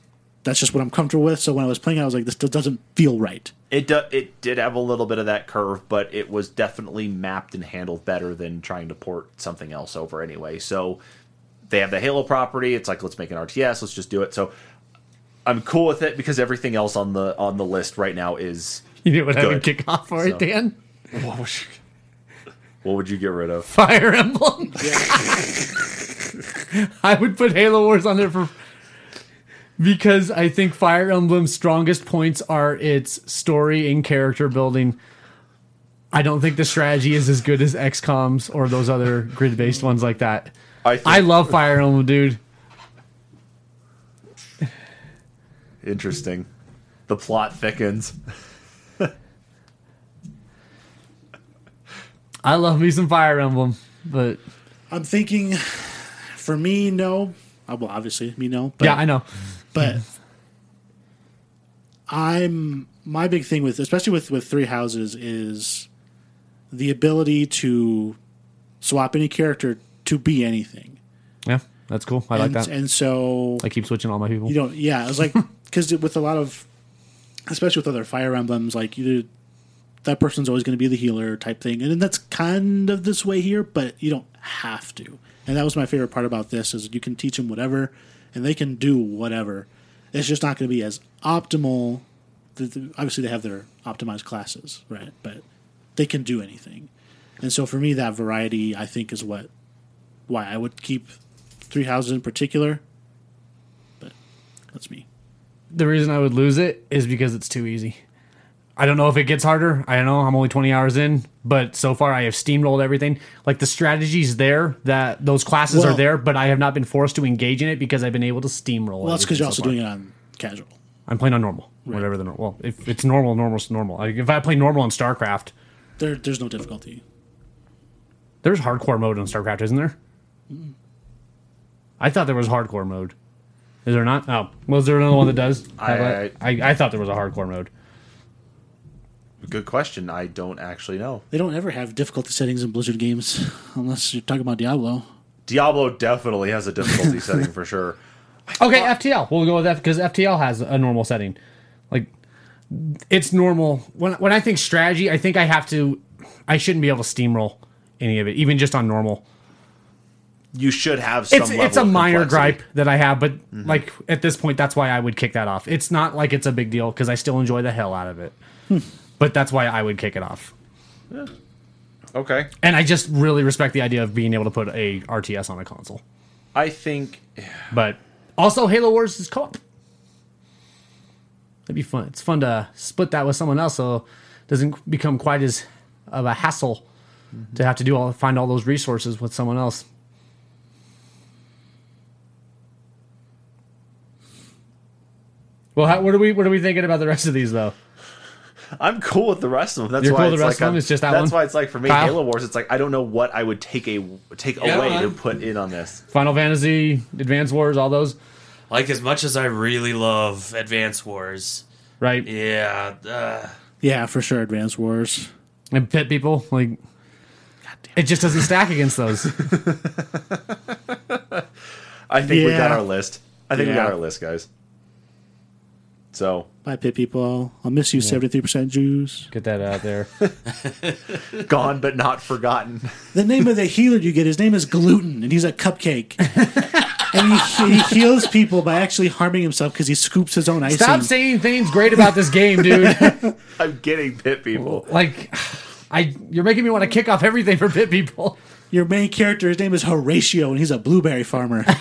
Speaker 3: that's just what I'm comfortable with. So when I was playing, it, I was like, this still doesn't feel right.
Speaker 1: It do, it did have a little bit of that curve, but it was definitely mapped and handled better than trying to port something else over anyway. So they have the Halo property. It's like let's make an RTS. Let's just do it. So I'm cool with it because everything else on the on the list right now is
Speaker 4: You know what I would
Speaker 1: Good.
Speaker 4: kick off for it,
Speaker 1: So-
Speaker 4: Dan?
Speaker 1: what would you, what would you get rid of?
Speaker 4: Fire Emblem. I would put Halo Wars on there for because I think Fire Emblem's strongest points are its story and character building. I don't think the strategy is as good as XCOM's or those other grid-based ones like that.
Speaker 1: I think,
Speaker 4: I love Fire Emblem, dude.
Speaker 1: interesting. The plot thickens.
Speaker 4: I love me some Fire Emblem, but
Speaker 3: I'm thinking, for me, no. Uh, Well, obviously, me no. But,
Speaker 4: yeah, I know.
Speaker 3: but I'm my big thing with, especially with with three houses, is the ability to swap any character to be anything.
Speaker 4: Yeah, that's cool. I like
Speaker 3: and,
Speaker 4: that.
Speaker 3: and so
Speaker 4: I keep switching all my people.
Speaker 3: you don't yeah it was like because with a lot of especially with other fire emblems like you that person's always going to be the healer type thing and then that's kind of this way here but you don't have to and that was my favorite part about this is you can teach them whatever and they can do whatever it's just not going to be as optimal th- th- obviously they have their optimized classes right but they can do anything and so for me that variety i think is what why i would keep three houses in particular but that's me
Speaker 4: the reason I would lose it is because it's too easy. I don't know if it gets harder. I don't know. I'm only 20 hours in, but so far I have steamrolled everything. Like the strategies there, that those classes
Speaker 3: Well-
Speaker 4: are there, but I have not been forced to engage in it because I've been able to steamroll.
Speaker 3: Well, that's because you're also doing
Speaker 4: it.
Speaker 3: it on casual.
Speaker 4: I'm playing on normal, whatever the normal. Well, if it's normal, normal's normal. Like if I play normal on StarCraft,
Speaker 3: There, there's no difficulty. Mm-hmm.
Speaker 4: there's hardcore mode on StarCraft, isn't there? I thought there was hardcore mode. Is there not? Oh, was there another one that does?
Speaker 1: I-
Speaker 4: Have I, I, I thought there was a hardcore mode.
Speaker 1: Good question. I don't actually know.
Speaker 3: They don't ever have difficulty settings in Blizzard games unless you're talking about Diablo.
Speaker 1: Diablo definitely has a difficulty setting for sure.
Speaker 4: Okay, FTL. We'll go with that because FTL has a normal setting. Like it's normal. When when I think strategy, I think I have to I shouldn't be able to steamroll any of it, even just on normal.
Speaker 1: You should have some
Speaker 4: It's
Speaker 1: level
Speaker 4: it's a
Speaker 1: of
Speaker 4: minor
Speaker 1: complexity. Mm-hmm.
Speaker 4: gripe that I have, but like at this point that's why I would kick that off. It's not like it's a big deal because I still enjoy the hell out of it.
Speaker 1: Hmm.
Speaker 4: but that's why I would kick it off.
Speaker 1: Okay.
Speaker 4: And I just really respect the idea of being able to put a RTS on a console.
Speaker 1: I think
Speaker 4: But also, Halo Wars is co-op. That'd be fun. It's fun to split that with someone else, so it doesn't become quite as of a hassle to have to do all find all those resources with someone else. Well, how, what are we what are we thinking about the rest of these though?
Speaker 1: I'm cool with the rest of them. That's
Speaker 4: You're
Speaker 1: why
Speaker 4: cool with
Speaker 1: it's
Speaker 4: the
Speaker 1: like
Speaker 4: rest of them?
Speaker 1: I'm-
Speaker 4: It's just that
Speaker 1: That's
Speaker 4: one?
Speaker 1: why it's like for me,
Speaker 4: Kyle?
Speaker 1: Halo Wars. It's like I don't know what I would take a take
Speaker 2: Yeah,
Speaker 1: away to
Speaker 2: I'm-
Speaker 1: put in on this.
Speaker 4: Final Fantasy, Advance Wars, all those,
Speaker 2: Like as much as I really love Advance Wars,
Speaker 4: right?
Speaker 2: yeah, uh,
Speaker 3: Yeah, for sure. Advance Wars.
Speaker 4: And pit people like it just doesn't stack against those.
Speaker 1: I think we got
Speaker 3: Yeah.
Speaker 1: our list. I think we got
Speaker 3: Yeah.
Speaker 1: our list, guys. So
Speaker 3: Bye, pit people. I'll miss you, seventy-three percent Jews.
Speaker 4: Get that out there.
Speaker 1: gone but not forgotten.
Speaker 3: The name of the healer you get, his name is Gluten, and he's a cupcake. and he, he heals people by actually harming himself because he scoops his own icing.
Speaker 4: Stop saying things great about this game, dude.
Speaker 1: I'm getting pit people.
Speaker 4: like, I you're making me want to kick off everything for pit people.
Speaker 3: Your main character, his name is Horatio, and he's a blueberry farmer. and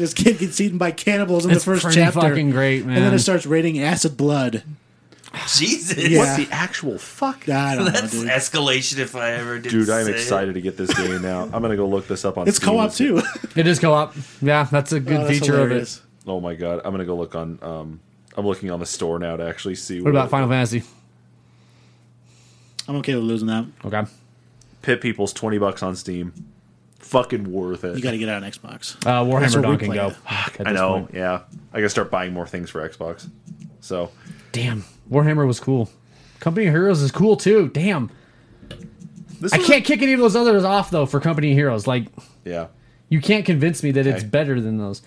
Speaker 3: his kid gets eaten by cannibals in
Speaker 4: It's
Speaker 3: the first
Speaker 4: pretty
Speaker 3: chapter.
Speaker 4: fucking great,
Speaker 3: And then
Speaker 4: man.
Speaker 3: it starts raining acid blood.
Speaker 2: Jesus,
Speaker 3: Yeah.
Speaker 1: What the actual fuck?
Speaker 3: I don't
Speaker 2: that's
Speaker 3: know, dude.
Speaker 2: escalation if I ever did.
Speaker 1: Dude, I'm
Speaker 2: say it.
Speaker 1: excited to get this game now. I'm gonna go look this up on.
Speaker 3: It's
Speaker 1: Steam.
Speaker 3: co-op too.
Speaker 4: It is co-op. Yeah, that's a good
Speaker 3: Oh, that's
Speaker 4: feature of it.
Speaker 3: hilarious.
Speaker 1: Oh my god, I'm gonna go look on. Um, I'm looking on the store now to actually see
Speaker 4: What about Final Fantasy?
Speaker 3: I'm okay with losing that.
Speaker 4: Okay. Uh,
Speaker 1: Pit People's twenty bucks on Steam. Fucking worth it.
Speaker 3: You got to get out on Xbox.
Speaker 4: Uh,
Speaker 3: That's
Speaker 4: Warhammer
Speaker 3: what
Speaker 4: Dawn
Speaker 3: we
Speaker 4: can
Speaker 3: played.
Speaker 4: go. at
Speaker 1: I
Speaker 4: this
Speaker 1: know.
Speaker 4: point.
Speaker 1: Yeah, I gotta start buying more things for Xbox. So
Speaker 4: Damn, Warhammer was cool. Company of Heroes is cool too. Damn,
Speaker 1: this
Speaker 4: I
Speaker 1: was a-
Speaker 4: can't kick any of those others off though for Company of Heroes. Like,
Speaker 1: yeah,
Speaker 4: you can't convince me that it's
Speaker 1: Okay.
Speaker 4: better than those.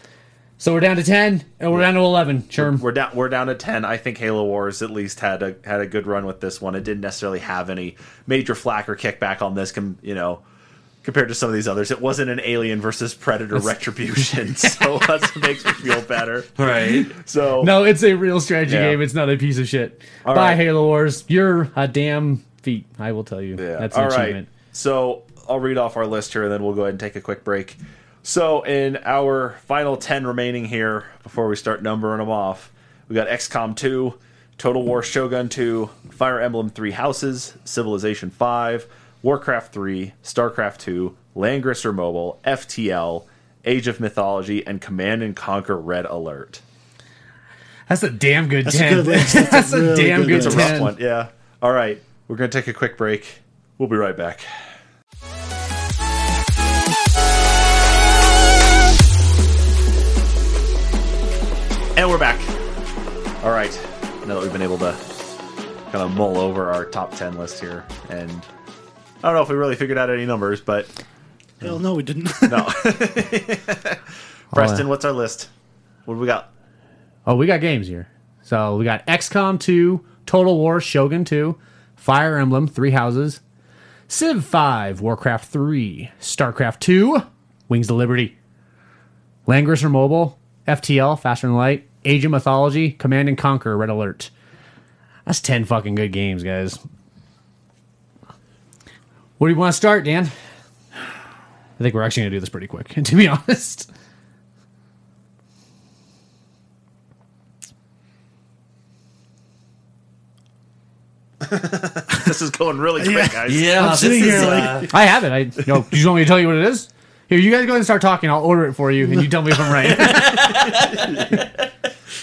Speaker 4: So we're down to ten, and we're down to eleven. Sherm,
Speaker 1: we're down. We're down to ten. I think Halo Wars at least had a had a good run with this one. It didn't necessarily have any major flack or kickback on this. Com, you know. Compared to some of these others, it wasn't an Alien versus Predator retribution, so that's what makes me feel better.
Speaker 2: right?
Speaker 1: So
Speaker 4: No, it's a real strategy
Speaker 1: Yeah.
Speaker 4: game. It's not a piece of shit.
Speaker 1: All
Speaker 4: Bye,
Speaker 1: right.
Speaker 4: Halo Wars. You're a damn feat. I will tell you.
Speaker 1: Yeah.
Speaker 4: That's an
Speaker 1: All right.
Speaker 4: achievement.
Speaker 1: So I'll read off our list here, and then we'll go ahead and take a quick break. So in our final ten remaining here, before we start numbering them off, we got XCOM two, Total War Shogun two, Fire Emblem Three Houses, Civilization five, Warcraft three, Starcraft two, Langrisser Mobile, FTL, Age of Mythology, and Command and Conquer Red Alert.
Speaker 4: That's a damn good
Speaker 3: a
Speaker 4: 10.
Speaker 3: good list. That's a really
Speaker 4: damn
Speaker 3: good
Speaker 4: good,
Speaker 3: list.
Speaker 1: It's a
Speaker 4: 10.
Speaker 1: rough one, yeah. All right, we're gonna take a quick break. We'll be right back. And we're back. All right. Now that we've been able to kind of mull over our top 10 list here, and I don't know if we really figured out any numbers, but
Speaker 3: Hell no, we didn't.
Speaker 1: no. Preston, what's our list? What do we got?
Speaker 4: Oh, we got games here. So we got XCOM 2, Total War Shogun 2, Fire Emblem Three Houses, Civ 5, Warcraft 3, Starcraft 2, Wings of Liberty, Langrisser Mobile, FTL, Faster Than Light, Age of Mythology, Command and Conquer, Red Alert. That's 10 fucking good games, guys. Where do you want to start, Dan? I think we're actually going to do this pretty quick, to be honest.
Speaker 1: This is going really quick,
Speaker 3: Yeah.
Speaker 1: guys.
Speaker 2: Yeah,
Speaker 3: I'm
Speaker 2: this
Speaker 3: sitting
Speaker 2: is,
Speaker 3: here like-
Speaker 2: uh,
Speaker 4: I have it. I no. Do you want me to tell you what it is? Here, you guys go ahead and start talking. I'll order it for you, and you tell me if I'm right.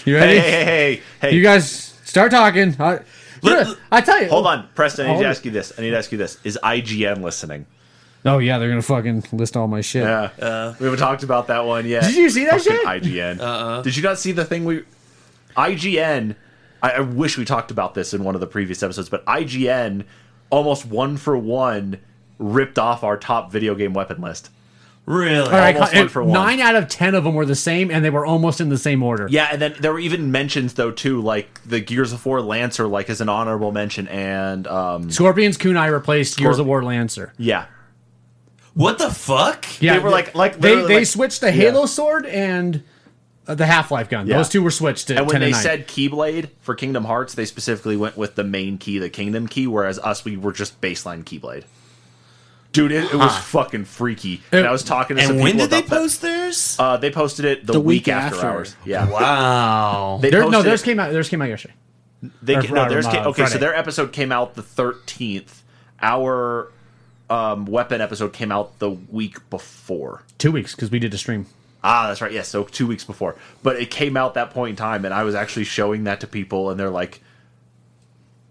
Speaker 4: you
Speaker 1: Hey,
Speaker 4: ready?
Speaker 1: hey, hey, hey. hey.
Speaker 4: You guys start talking. I,
Speaker 2: Let-
Speaker 4: I tell you.
Speaker 1: Hold on, Preston. I need
Speaker 4: Hold
Speaker 1: to
Speaker 4: it.
Speaker 1: ask you this. I need to ask you this. Is IGN listening?
Speaker 4: Oh yeah, they're gonna fucking list all my shit.
Speaker 1: Yeah, we haven't talked about that one yet.
Speaker 4: Did you see that
Speaker 1: Fucking
Speaker 4: shit?
Speaker 1: IGN. Uh-uh. Did you not see the thing we? IGN. I, I wish we talked about this in one of the previous episodes, but IGN almost one for one ripped off our top video game weapon list.
Speaker 2: Really?
Speaker 4: All right,
Speaker 1: Almost
Speaker 4: and
Speaker 1: one for one.
Speaker 4: Nine out of ten of them were the same, and they were almost in the same order.
Speaker 1: Yeah, and then there were even mentions though too, like the Gears of War Lancer, like as an honorable mention, and um,
Speaker 4: Scorpions Kunai replaced Gears of War Lancer.
Speaker 1: yeah,
Speaker 2: What the fuck?
Speaker 4: Yeah,
Speaker 1: They were like- like
Speaker 4: they
Speaker 1: literally
Speaker 4: they
Speaker 1: like-
Speaker 4: switched the Halo sword and uh, the Half Life gun.
Speaker 1: Yeah.
Speaker 4: Those two were switched. To
Speaker 1: And when
Speaker 4: 10
Speaker 1: they
Speaker 4: nine.
Speaker 1: said Keyblade for Kingdom Hearts, they specifically went with the main key, the Kingdom key, whereas us, we were just baseline Keyblade. Dude, it, it was fucking freaky. and I was talking to some
Speaker 2: And when
Speaker 1: people
Speaker 2: did they
Speaker 1: about that.
Speaker 2: post theirs?
Speaker 1: Uh, they posted it the, week, after, hours. Yeah.
Speaker 2: wow.
Speaker 1: They
Speaker 4: Their- no,
Speaker 1: posted
Speaker 4: theirs
Speaker 1: it-
Speaker 4: came out. Theirs came out yesterday.
Speaker 1: They
Speaker 4: or
Speaker 1: ca- no,
Speaker 4: Friday,
Speaker 1: theirs
Speaker 4: uh,
Speaker 1: came, okay, so
Speaker 4: Friday.
Speaker 1: their episode came out the thirteenth. Our um, weapon episode came out the week before.
Speaker 4: Two weeks because we did a stream.
Speaker 1: Ah, that's right. Yes, so two weeks before, but it came out that point in time, and I was actually showing that to people, and they're like,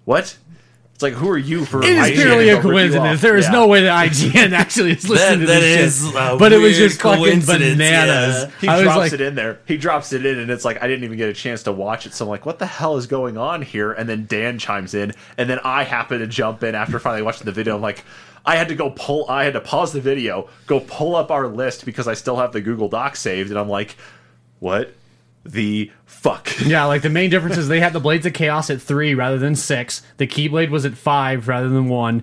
Speaker 1: "What?" It's like, "Who are you for?"
Speaker 4: It
Speaker 1: IGN
Speaker 4: is purely
Speaker 1: to
Speaker 4: a
Speaker 1: rip you
Speaker 4: coincidence.
Speaker 1: off?"
Speaker 4: There is
Speaker 1: Yeah.
Speaker 4: no way that IGN actually is listening to
Speaker 2: that
Speaker 4: this
Speaker 2: is
Speaker 4: shit.
Speaker 2: a
Speaker 4: but it was
Speaker 2: weird
Speaker 4: just fucking
Speaker 2: coincidence,
Speaker 4: bananas.
Speaker 1: He
Speaker 4: I was
Speaker 1: drops
Speaker 4: like,
Speaker 1: it in there. He drops it in, and it's like I didn't even get a chance to watch it. So I'm like, "What the hell is going on here?" And then Dan chimes in, and then I happen to jump in after finally watching the video. I'm like, "I had to go pull. I had to pause the video, go pull up our list because I still have the Google Doc saved." And I'm like, "What the fuck?"
Speaker 4: yeah, like the main difference is they had the Blades of Chaos at three rather than six. The Keyblade was at five rather than one.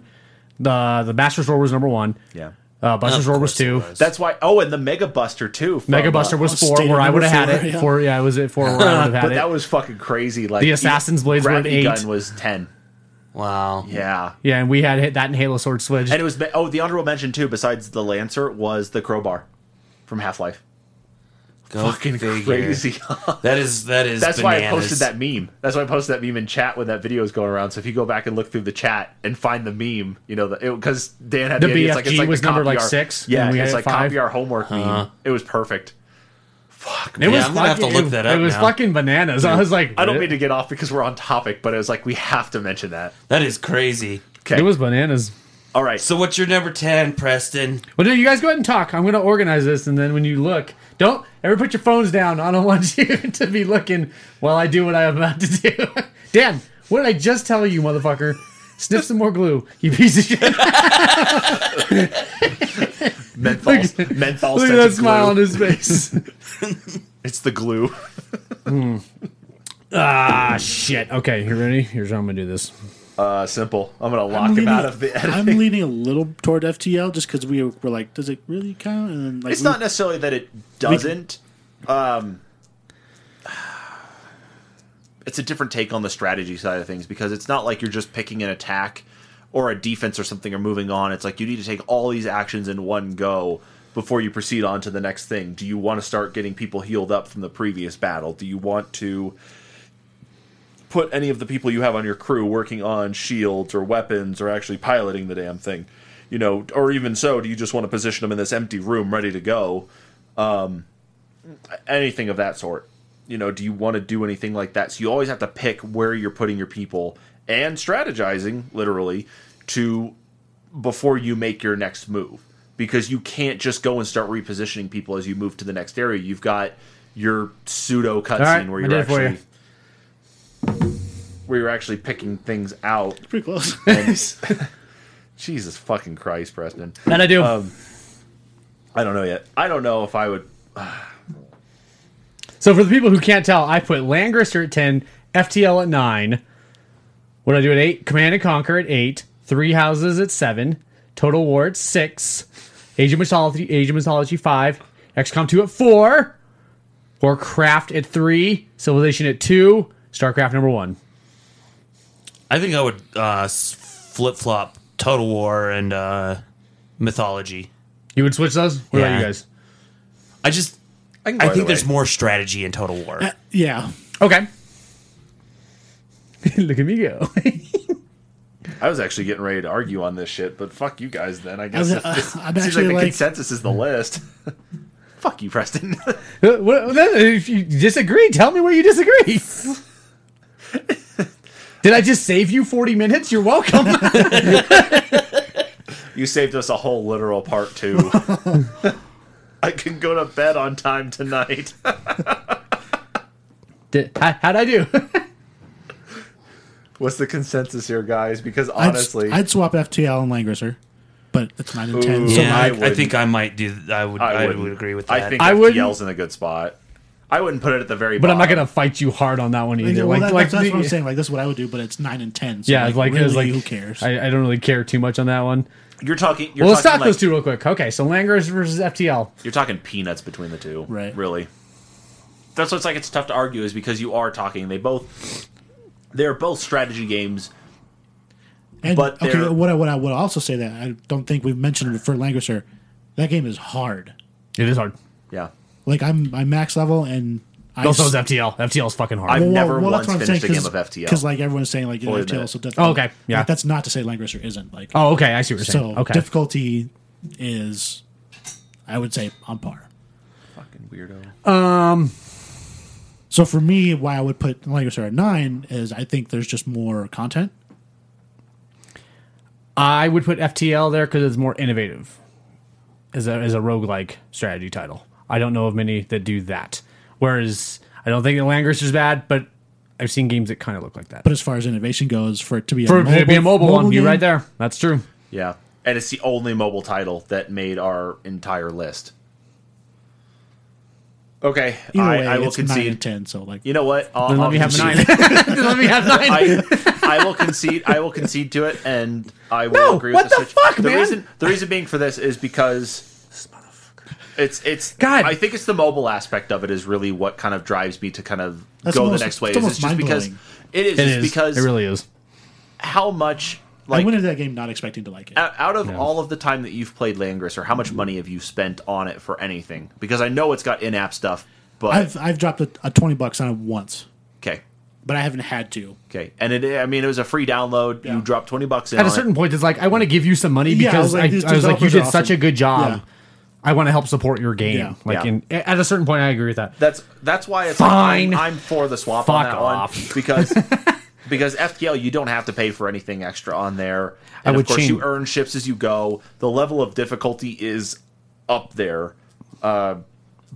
Speaker 4: The the Master Sword was number one.
Speaker 1: Yeah.
Speaker 4: Uh, Buster
Speaker 2: Of
Speaker 4: Sword was
Speaker 2: course
Speaker 4: two.
Speaker 2: it was.
Speaker 1: That's why. Oh, and the Mega Buster too. from,
Speaker 4: Mega Buster
Speaker 1: uh,
Speaker 4: was
Speaker 3: State
Speaker 4: four,
Speaker 3: of
Speaker 4: where I would have had
Speaker 3: Number
Speaker 4: it.
Speaker 3: Four,
Speaker 4: Four, yeah, I was at four, where I would have
Speaker 1: but
Speaker 4: had
Speaker 1: that
Speaker 4: it.
Speaker 1: was fucking crazy. Like e-
Speaker 4: The Assassin's Blades were at
Speaker 1: gravity
Speaker 4: eight.
Speaker 1: gun was ten.
Speaker 2: Wow.
Speaker 1: Yeah,
Speaker 4: Yeah, and we had hit that in Halo Sword Switch.
Speaker 1: and it was oh the honorable mention too. Besides the Lancer was the crowbar from Half Life.
Speaker 2: Go
Speaker 1: Fucking
Speaker 2: figure.
Speaker 1: crazy.
Speaker 2: That is that is.
Speaker 1: That's why I
Speaker 2: bananas.
Speaker 1: posted that meme. That's why I posted that meme in chat when that video was going around. So if you go back and look through the chat and find the meme, you know because Dan had the,
Speaker 4: The
Speaker 1: idea, it's like,
Speaker 4: BFG
Speaker 1: it's like
Speaker 4: was
Speaker 1: the
Speaker 4: number,
Speaker 1: copy
Speaker 4: like,
Speaker 1: our-
Speaker 4: six,
Speaker 1: Yeah,
Speaker 4: and we
Speaker 1: it's
Speaker 4: had
Speaker 1: like
Speaker 4: five. Uh-huh.
Speaker 1: copy our homework meme. It was perfect. Fuck.
Speaker 4: It
Speaker 1: man.
Speaker 4: was
Speaker 2: I'm gonna have to
Speaker 4: fucking-
Speaker 2: look
Speaker 4: it-
Speaker 2: that up
Speaker 4: It was
Speaker 2: now.
Speaker 4: fucking bananas. I was like,
Speaker 1: I don't
Speaker 4: "What?"
Speaker 1: mean to get off because we're on topic, but it was like we have to mention that.
Speaker 2: That is crazy.
Speaker 1: Okay.
Speaker 4: It was bananas.
Speaker 1: All right.
Speaker 2: So what's your number ten, Preston?
Speaker 4: Well, dude, you guys go ahead and talk. I'm going to organize this, and then when you look, don't ever put your phones down. I don't want you to be looking while I do what I'm about to do. Dan, what did I just tell you, motherfucker? Sniff some more glue, you piece of shit.
Speaker 1: menthol. menthol.
Speaker 4: Look at
Speaker 1: scented
Speaker 4: that smile
Speaker 1: glue.
Speaker 4: on his face.
Speaker 1: It's the glue.
Speaker 4: ah, shit. Okay, you ready? Here's how I'm going to do this.
Speaker 1: Uh, simple. I'm gonna lock him out of the
Speaker 3: I'm
Speaker 1: editing.
Speaker 3: leaning a little toward FTL just because we were like, does it really count? And then, like,
Speaker 1: It's
Speaker 3: we-
Speaker 1: not necessarily that it doesn't. Um, it's a different take on the strategy side of things because it's not like you're just picking an attack or a defense or something or moving on. It's like you need to take all these actions in one go before you proceed on to the next thing. Do you want to start getting people healed up from the previous battle? Do you want to put any of the people you have on your crew working on shields or weapons or actually piloting the damn thing? You know, or even so, do you just want to position them in this empty room ready to go? Um, anything of that sort. You know, do you want to do anything like that? So you always have to pick where you're putting your people and strategizing, literally, to before you make your next move because you can't just go and start repositioning people as you move to the next area. You've got your pseudo cutscene
Speaker 4: right,
Speaker 1: where
Speaker 4: I
Speaker 1: you're
Speaker 4: did it for
Speaker 1: actually
Speaker 4: you.
Speaker 1: where you're actually picking things out.
Speaker 3: pretty close.
Speaker 1: And, Jesus fucking Christ, Preston.
Speaker 4: And I do.
Speaker 1: I don't know yet. I don't know if I would.
Speaker 4: So for the people who can't tell, I put Langrister at ten, FTL at nine. What did I do at eight? Command and Conquer at eight. Three Houses at seven. Total War at six. Age of Mythology, Age of Mythology five. XCOM two at four. Warcraft at three. Civilization at two. Starcraft number one.
Speaker 2: I think I would uh, flip flop Total War and uh, Mythology.
Speaker 4: You would switch those? What about
Speaker 2: Yeah.
Speaker 4: you guys?
Speaker 2: I just
Speaker 1: I, can go
Speaker 2: I
Speaker 1: either
Speaker 2: think there's
Speaker 1: way.
Speaker 2: more strategy in Total War.
Speaker 3: yeah.
Speaker 4: Okay. Look at me go.
Speaker 1: I was actually getting ready to argue on this shit, but fuck you guys. Then I guess
Speaker 3: was,
Speaker 1: if
Speaker 3: uh,
Speaker 1: it
Speaker 3: I'm
Speaker 1: seems like
Speaker 3: actually
Speaker 1: the
Speaker 3: like-
Speaker 1: consensus is the list. fuck you, Preston.
Speaker 4: What- if you disagree, tell me where you disagree. Did I just save you 40 minutes? You're welcome.
Speaker 1: You saved us a whole literal part two. I can go to bed on time tonight.
Speaker 4: Did, how, how'd I do?
Speaker 1: What's the consensus here, guys? Because
Speaker 3: I'd,
Speaker 1: honestly,
Speaker 3: I'd swap FTL and Langrisser, but it's nine and ten.
Speaker 1: Ooh.
Speaker 3: So
Speaker 2: yeah, I,
Speaker 1: I
Speaker 2: I,
Speaker 1: wouldn't.
Speaker 2: think I might do. I would. I, would
Speaker 1: wouldn't.
Speaker 2: agree with that.
Speaker 1: I think
Speaker 4: I
Speaker 1: I
Speaker 4: wouldn't-
Speaker 1: FTL's in a good spot. I wouldn't put it at the very.
Speaker 4: but I'm not
Speaker 1: bottom.
Speaker 4: gonna fight you hard on that one
Speaker 3: Like,
Speaker 4: either.
Speaker 3: well,
Speaker 4: like,
Speaker 3: that-
Speaker 4: like
Speaker 3: that's, that's
Speaker 4: the-
Speaker 3: what I'm saying. Like that's what I would do, but it's nine and ten. So
Speaker 4: Yeah, it's like,
Speaker 3: really,
Speaker 4: it's like
Speaker 3: who cares?
Speaker 4: I, I don't really care too much on that one.
Speaker 1: You're talking. You're
Speaker 4: well, let's
Speaker 1: talking
Speaker 4: talk
Speaker 1: like,
Speaker 4: those two real quick. Okay, so Langers versus FTL.
Speaker 1: You're talking peanuts between the two,
Speaker 3: Right.
Speaker 1: Really. That's what's like. It's tough to argue is because you are talking. They both. They're both strategy games.
Speaker 3: and
Speaker 1: but
Speaker 3: okay,
Speaker 1: they're-
Speaker 3: what I, what I would also say that I don't think we've mentioned it for Langrisser, that game is hard.
Speaker 4: It is hard.
Speaker 1: Yeah.
Speaker 3: Like I'm I'm max level and I
Speaker 4: Also,
Speaker 3: s-
Speaker 4: it's FTL. FTL is fucking hard.
Speaker 1: I've never once finished a game of FTL.
Speaker 3: because like everyone's saying like you know,
Speaker 1: Fully
Speaker 3: FTL
Speaker 1: admit
Speaker 3: is so
Speaker 1: it.
Speaker 3: difficult.
Speaker 4: Oh, okay. Yeah.
Speaker 3: like, that's not to say Langrisser isn't like
Speaker 4: oh, okay. I see what you're saying.
Speaker 3: so
Speaker 4: okay.
Speaker 3: difficulty is I would say on par.
Speaker 1: Fucking weirdo.
Speaker 3: So for me, why I would put Langrisser at nine is I think there's just more content.
Speaker 4: I would put FTL there because it's more innovative as a, as a roguelike strategy title. I don't know of many that do that. Whereas I don't think the Langrisser's is bad, but I've seen games that kind of look like that.
Speaker 3: But as far as innovation goes, for it to be a
Speaker 4: For
Speaker 3: mobile,
Speaker 4: to be a mobile, one, you're
Speaker 3: game,
Speaker 4: right there. That's true.
Speaker 1: Yeah. And it's the only mobile title that made our entire list. Okay.
Speaker 3: Either
Speaker 1: I,
Speaker 3: way,
Speaker 1: I will
Speaker 3: it's nine and
Speaker 1: concede.
Speaker 3: ten. So like
Speaker 1: You know what? I'll,
Speaker 4: Then let
Speaker 1: I'll
Speaker 4: me have
Speaker 1: concede.
Speaker 4: nine. Then let me have nine.
Speaker 1: I, I will concede. I will concede to it, and I will
Speaker 4: No,
Speaker 1: agree with
Speaker 4: what the
Speaker 1: situ-
Speaker 4: fuck, man?
Speaker 1: reason the reason being for this is because it's it's
Speaker 4: God.
Speaker 1: I think it's the mobile aspect of it is really what kind of drives me to kind of
Speaker 3: That's
Speaker 1: go
Speaker 3: almost-
Speaker 1: the next way.
Speaker 3: it's
Speaker 1: Is
Speaker 3: almost
Speaker 1: it's just because
Speaker 3: mind-blowing.
Speaker 1: it is,
Speaker 4: It
Speaker 1: just
Speaker 4: is.
Speaker 1: because
Speaker 4: it really is.
Speaker 1: how much
Speaker 3: I
Speaker 1: like
Speaker 3: went into that game not expecting to like it.
Speaker 1: out out of all of the time that you've played Langris, or how
Speaker 4: Mm-hmm.
Speaker 1: much money have you spent on it for anything? Because I know it's got in-app stuff, but
Speaker 3: I've I've dropped a, a twenty bucks on it once,
Speaker 1: okay.
Speaker 3: but I haven't had to.
Speaker 1: Okay, and it, I mean, it was a free download.
Speaker 3: Yeah.
Speaker 1: You dropped twenty bucks in
Speaker 4: At a
Speaker 1: on it.
Speaker 4: certain point, it's like I want to give you some money
Speaker 3: Yeah, I was
Speaker 4: because
Speaker 3: like,
Speaker 4: I,
Speaker 3: these
Speaker 4: I was like, you
Speaker 3: developers
Speaker 4: did
Speaker 3: are
Speaker 4: such a
Speaker 3: awesome.
Speaker 4: good job.
Speaker 3: Yeah.
Speaker 4: I want to help support your game.
Speaker 3: Yeah.
Speaker 4: Like
Speaker 1: Yeah.
Speaker 4: in, at a certain point, I agree with that.
Speaker 1: That's that's why it's
Speaker 4: Fine.
Speaker 1: Like, I'm, I'm for the swap
Speaker 4: Fuck
Speaker 1: on that
Speaker 4: off.
Speaker 1: one because because FTL you don't have to pay for anything extra on there. And
Speaker 4: would
Speaker 1: of course
Speaker 4: change-
Speaker 1: you earn ships as you go. The level of difficulty is up there, uh,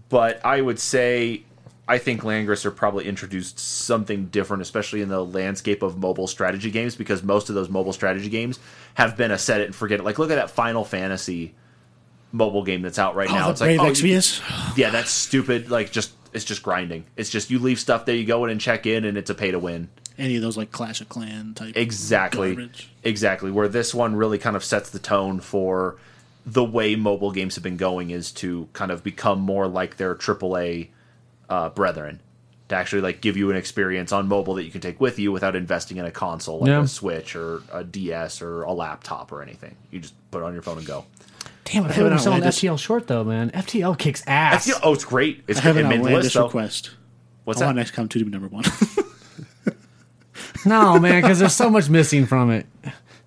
Speaker 1: but I would say I think Langrisser probably introduced something different, especially in the landscape of mobile strategy games, because most of those mobile strategy games have been a set it and forget it. Like look at that Final Fantasy mobile game that's out right now.
Speaker 3: Oh, the
Speaker 1: it's like
Speaker 3: Brave
Speaker 1: oh, you-
Speaker 3: Exvius.
Speaker 1: yeah, that's stupid. Like, just it's just grinding. It's just you leave stuff there, you go in and check in, and it's a pay to win.
Speaker 3: any of those like Clash of Clan type.
Speaker 1: Exactly,
Speaker 3: Garbage.
Speaker 1: exactly. Where this one really kind of sets the tone for the way mobile games have been going is to kind of become more like their AAA uh, brethren. To actually like give you an experience on mobile that you can take with you without investing in a console like
Speaker 4: Yeah.
Speaker 1: a Switch or a DS or a laptop or anything. You just put it on your phone and go.
Speaker 4: Damn, I feel like
Speaker 3: an
Speaker 4: I'm selling
Speaker 3: outlandish-
Speaker 4: FTL short though, man. FTL kicks ass.
Speaker 1: Oh, it's great! It's
Speaker 3: I have
Speaker 1: great.
Speaker 3: an
Speaker 1: It made the list,
Speaker 3: outlandish
Speaker 1: though.
Speaker 3: request.
Speaker 1: What's
Speaker 3: I
Speaker 1: that?
Speaker 3: want XCOM 2 to be number one.
Speaker 4: No, man, because there's so much missing from it.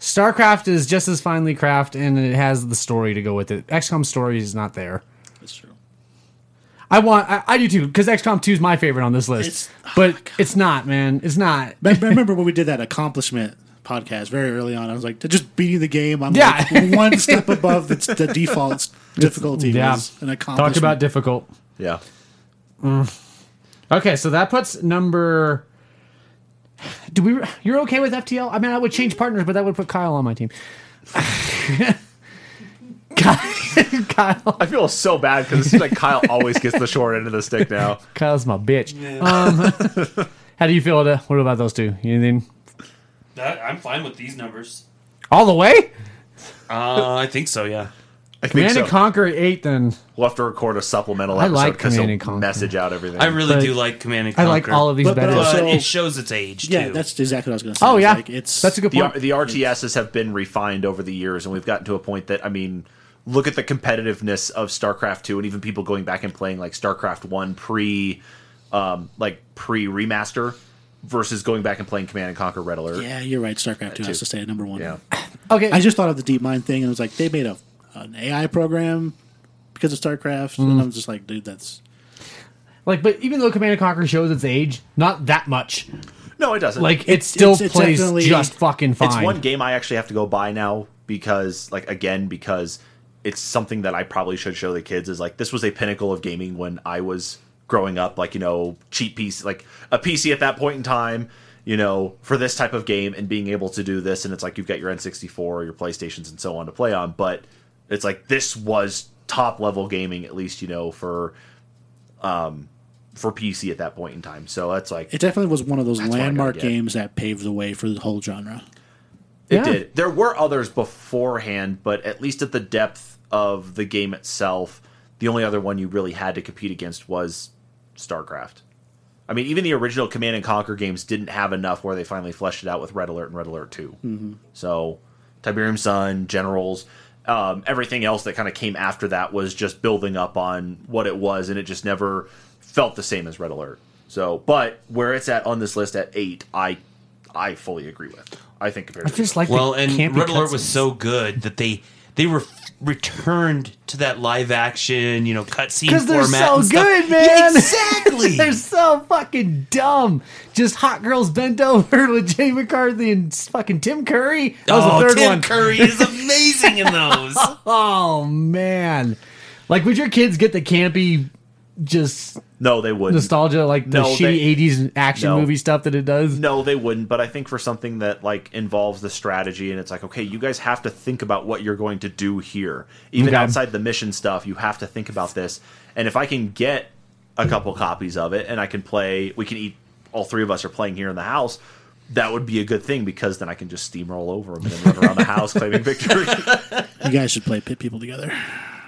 Speaker 4: StarCraft is just as finely crafted, and it has the story to go with it. XCOM story is not there.
Speaker 3: That's true.
Speaker 4: I want, I, I do too, because XCOM 2 is my favorite on this list.
Speaker 3: It's- oh
Speaker 4: but it's not, man. It's not.
Speaker 3: But I remember when we did that accomplishment podcast very early on. I was like, just beating the game. I'm
Speaker 4: Yeah.
Speaker 3: like one step above the, the default difficulty.
Speaker 4: yeah.
Speaker 3: was an accomplishment.
Speaker 4: Talk about difficult.
Speaker 1: yeah.
Speaker 4: Okay, so that puts number. Do we? You're okay with FTL? I mean, I would change partners, but that would put Kyle on my team. Kyle, Kyle,
Speaker 1: I feel so bad because it seems like Kyle always gets the short end of the stick now.
Speaker 4: Kyle's my bitch. Um, how do you feel? To, what about those two? Anything?
Speaker 2: That- I'm fine with these numbers.
Speaker 4: All the way?
Speaker 2: Uh, I think so. Yeah.
Speaker 1: I think
Speaker 4: Command
Speaker 1: so.
Speaker 4: and Conquer at eight. Then
Speaker 1: we'll have to record a supplemental
Speaker 4: I
Speaker 1: episode
Speaker 4: like
Speaker 1: because
Speaker 4: Command and
Speaker 1: he'll
Speaker 4: Conquer.
Speaker 1: message out everything.
Speaker 2: I really
Speaker 4: But
Speaker 2: do like Command and
Speaker 4: I like
Speaker 2: Conquer.
Speaker 4: all of these
Speaker 3: But- but
Speaker 4: better.
Speaker 2: But
Speaker 3: Also-
Speaker 2: it shows its age
Speaker 3: Yeah,
Speaker 2: too.
Speaker 3: that's exactly what I was going to say.
Speaker 4: oh
Speaker 3: It's
Speaker 4: yeah,
Speaker 3: like, it's
Speaker 4: that's a good
Speaker 1: the, R-
Speaker 4: point.
Speaker 1: the RTSs have been refined over the years, and we've gotten to a point that I mean, look at the competitiveness of StarCraft two, and even people going back and playing like StarCraft one pre, um, like pre remaster, versus going back and playing Command and Conquer Red Alert.
Speaker 3: Yeah, you're right. StarCraft 2 has to stay at number one.
Speaker 1: Yeah.
Speaker 4: okay,
Speaker 3: I just thought of the DeepMind thing and it was like, they made a an AI program because of StarCraft.
Speaker 1: Mm-hmm.
Speaker 3: And I'm just like, dude, that's.
Speaker 4: like, but even though Command and Conquer shows its age, not that much.
Speaker 1: No, it doesn't.
Speaker 4: Like, it
Speaker 3: It's-
Speaker 4: still
Speaker 3: it's- it's
Speaker 4: plays
Speaker 3: definitely-
Speaker 4: just fucking fine.
Speaker 1: it's one game I actually have to go buy now because like again because it's something that I probably should show the kids is like this was a pinnacle of gaming when I was growing up like you know cheap PC like a PC at that point in time you know for this type of game and being able to do this and it's like you've got your N64 your PlayStations and so on to play on but it's like this was top level gaming at least you know for um for PC at that point in time so that's like
Speaker 3: It definitely was one of those
Speaker 1: what I gotta
Speaker 3: landmark
Speaker 1: get.
Speaker 3: games that paved the way for the whole genre.
Speaker 1: It
Speaker 4: Yeah.
Speaker 1: did. There were others beforehand, but at least at the depth of the game itself, the only other one you really had to compete against was StarCraft. I mean, even the original Command and Conquer games didn't have enough where they finally fleshed it out with Red Alert and Red Alert 2. So, Tiberium Sun, Generals, um, everything else that kind of came after that was just building up on what it was, and it just never felt the same as Red Alert. So, but where it's at on this list at eight, I I fully agree with. I think compared to
Speaker 4: just like
Speaker 2: Well, and Red Alert was so good that they they were returned to that live action, you know, cutscene
Speaker 4: because
Speaker 2: format.
Speaker 4: they're so
Speaker 2: and stuff.
Speaker 4: good,
Speaker 2: Yeah,
Speaker 4: man.
Speaker 2: exactly.
Speaker 4: they're so fucking dumb. Just hot girls bent over with Jay McCarthy and fucking Tim Curry. That was
Speaker 2: oh,
Speaker 4: the third
Speaker 2: Tim
Speaker 4: one.
Speaker 2: Curry is amazing in those.
Speaker 4: Oh man! Like, would your kids get the campy, just
Speaker 1: No, they wouldn't.
Speaker 4: nostalgia, like the
Speaker 1: No,
Speaker 4: shitty
Speaker 1: they-
Speaker 4: '80s action
Speaker 1: No.
Speaker 4: movie stuff that it does?
Speaker 1: No, they wouldn't. But I think for something that like involves the strategy and it's like, okay, you guys have to think about what you're going to do here. Even
Speaker 4: Okay.
Speaker 1: outside the mission stuff, you have to think about this. And if I can get a couple copies of it and I can play, we can eat. All three of us are playing here in the house. That would be a good thing because then I can just steamroll over them and then run around the house claiming victory.
Speaker 3: You guys should play Pit People together.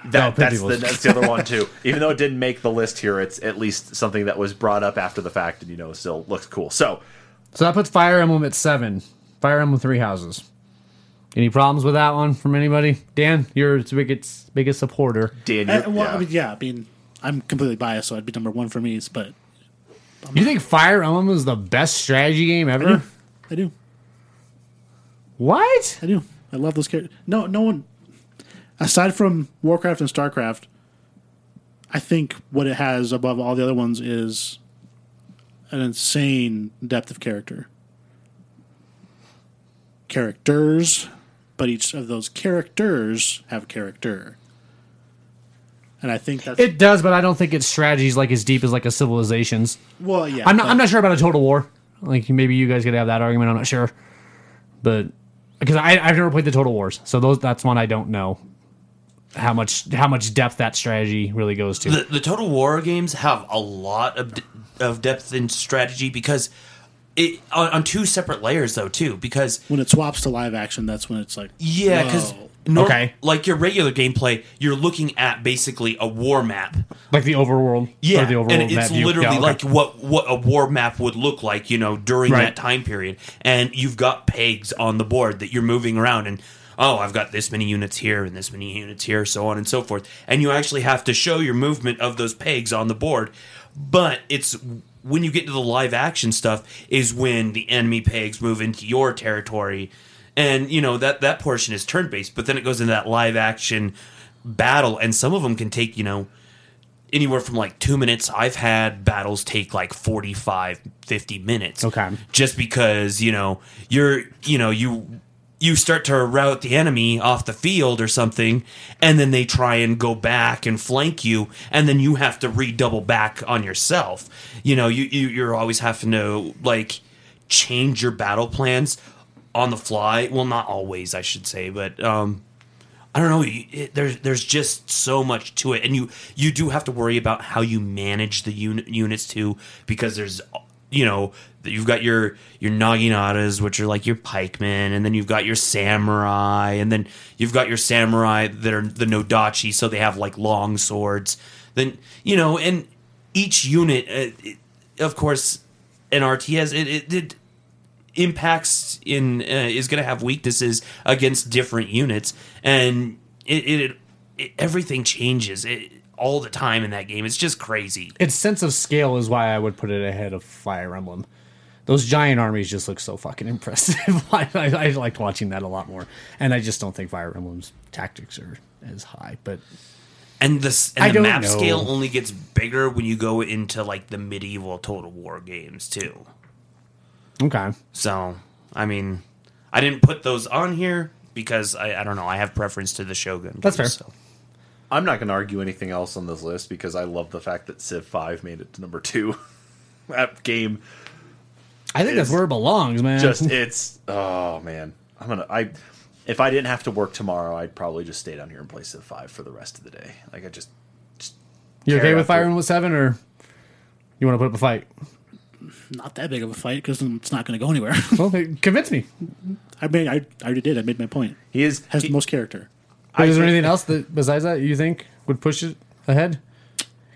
Speaker 1: That,
Speaker 4: No,
Speaker 1: that's,
Speaker 4: Pitbull
Speaker 1: the,
Speaker 4: is-
Speaker 1: that's the other one too. Even though it didn't make the list here, it's at least something that was brought up after the fact, and you know, still looks cool. So
Speaker 4: So that puts Fire Emblem at seven. Fire Emblem Three Houses. Any problems with that one from anybody? Dan, you're its biggest biggest supporter.
Speaker 1: Daniel,
Speaker 3: Uh, well, I mean, yeah, I mean, I'm completely biased, so it'd be number one for me. But
Speaker 4: You think Fire Emblem is the best strategy game ever?
Speaker 3: I do,
Speaker 4: What?
Speaker 3: I do, I love those characters. No, no one aside from Warcraft and Starcraft. I think what it has above all the other ones is an insane depth of character. Characters, but each of those characters have character. And I think that's
Speaker 4: It does, but I don't think its strategy's like as deep as like a Civilizations.
Speaker 3: well, yeah.
Speaker 4: I'm not.
Speaker 3: but-
Speaker 4: I'm not sure about a Total War. Like maybe you guys could have that argument. I'm not sure, but because I I've never played the Total Wars, so those that's one I don't know how much how much depth that strategy really goes to.
Speaker 2: the, the Total War games have a lot of d- of depth and strategy because it on, on two separate layers though too because
Speaker 3: when it swaps to live action, that's when it's like
Speaker 2: yeah because
Speaker 3: whoa.
Speaker 4: Okay.
Speaker 2: like your regular gameplay you're looking at basically a war map
Speaker 4: like the overworld.
Speaker 2: yeah
Speaker 4: or the overworld
Speaker 2: and it's
Speaker 4: map view.
Speaker 2: literally
Speaker 4: Yeah, okay.
Speaker 2: like what what a war map would look like you know during
Speaker 4: Right.
Speaker 2: that time period and you've got pegs on the board that you're moving around and oh i've got this many units here and this many units here so on and so forth and you actually have to show your movement of those pegs on the board but it's when you get to the live action stuff is when the enemy pegs move into your territory and you know that that portion is turn based but then it goes into that live action battle and some of them can take you know anywhere from like two minutes. I've had battles take like 45, 50 minutes.
Speaker 4: Okay.
Speaker 2: Just because, you know, you're, you know, you. You start to rout the enemy off the field or something, and then they try and go back and flank you, and then you have to redouble back on yourself. You know, you, you you're always having to like change your battle plans on the fly. Well, not always, I should say, but um, I don't know. you- It, there's there's just so much to it, and you you do have to worry about how you manage the uni- units too, because there's you know you've got your your naginatas, which are like your pikemen, and then you've got your samurai, and then you've got your samurai that are the nodachi, so they have like long swords. Then you know, and each unit, uh, it, of course, an RTS, it, it, it impacts in uh, is going to have weaknesses against different units, and it, it, it everything changes it, all the time in that game. It's just crazy.
Speaker 4: its sense of scale is why I would put it ahead of Fire Emblem. Those giant armies just look so fucking impressive. I, I, I liked watching that a lot more, and I just don't think Fire Emblem's tactics are as high. But
Speaker 2: And this and
Speaker 4: I
Speaker 2: the
Speaker 4: don't
Speaker 2: map
Speaker 4: know.
Speaker 2: scale only gets bigger when you go into like the medieval Total War games too.
Speaker 4: okay,
Speaker 2: So I mean, I didn't put those on here because I, I don't know. I have preference to the Shogun.
Speaker 4: That's
Speaker 2: games,
Speaker 4: fair.
Speaker 2: so.
Speaker 1: I'm not going to argue anything else on this list because I love the fact that Civ 5 made it to number two. that game
Speaker 4: I think that's
Speaker 1: It's
Speaker 4: where it belongs, man.
Speaker 1: just it's oh man. I'm gonna I if I didn't have to work tomorrow, I'd probably just stay down here and play Civ 5 for the rest of the day. Like I just
Speaker 4: you okay
Speaker 1: care
Speaker 4: with
Speaker 1: about
Speaker 4: firing with seven, or you want to put up a fight?
Speaker 3: Not that big of a fight because it's not going to go anywhere.
Speaker 4: Well, hey, convince me.
Speaker 3: I mean, I, I already did. I made my point.
Speaker 1: he is
Speaker 3: Has
Speaker 1: he-
Speaker 3: the most character.
Speaker 4: But
Speaker 1: I
Speaker 4: is there
Speaker 1: think-
Speaker 4: anything else that besides that you think would push it ahead?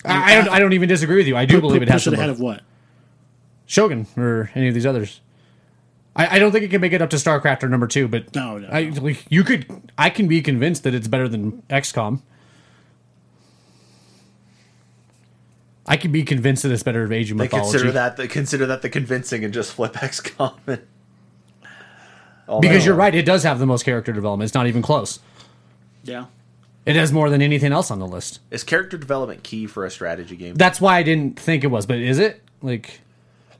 Speaker 4: I, I don't. I don't even disagree with you. I do believe it has
Speaker 3: push
Speaker 4: to
Speaker 3: it
Speaker 4: look-
Speaker 3: ahead of what?
Speaker 4: Shogun or any of these others. I, I don't think it can make it up to StarCraft or number two, but
Speaker 3: No, no,
Speaker 4: I, like, you could. I can be convinced that it's better than XCOM. I can be convinced that it's better of Age of
Speaker 1: they
Speaker 4: Mythology
Speaker 1: consider that the consider that the convincing and just flip XCOM and all
Speaker 4: because
Speaker 1: that.
Speaker 4: you're right. It does have the most character development. It's not even close.
Speaker 3: Yeah.
Speaker 4: It has more than anything else on the list.
Speaker 1: Is character development key for a strategy game?
Speaker 4: That's why I didn't think it was. But is it like?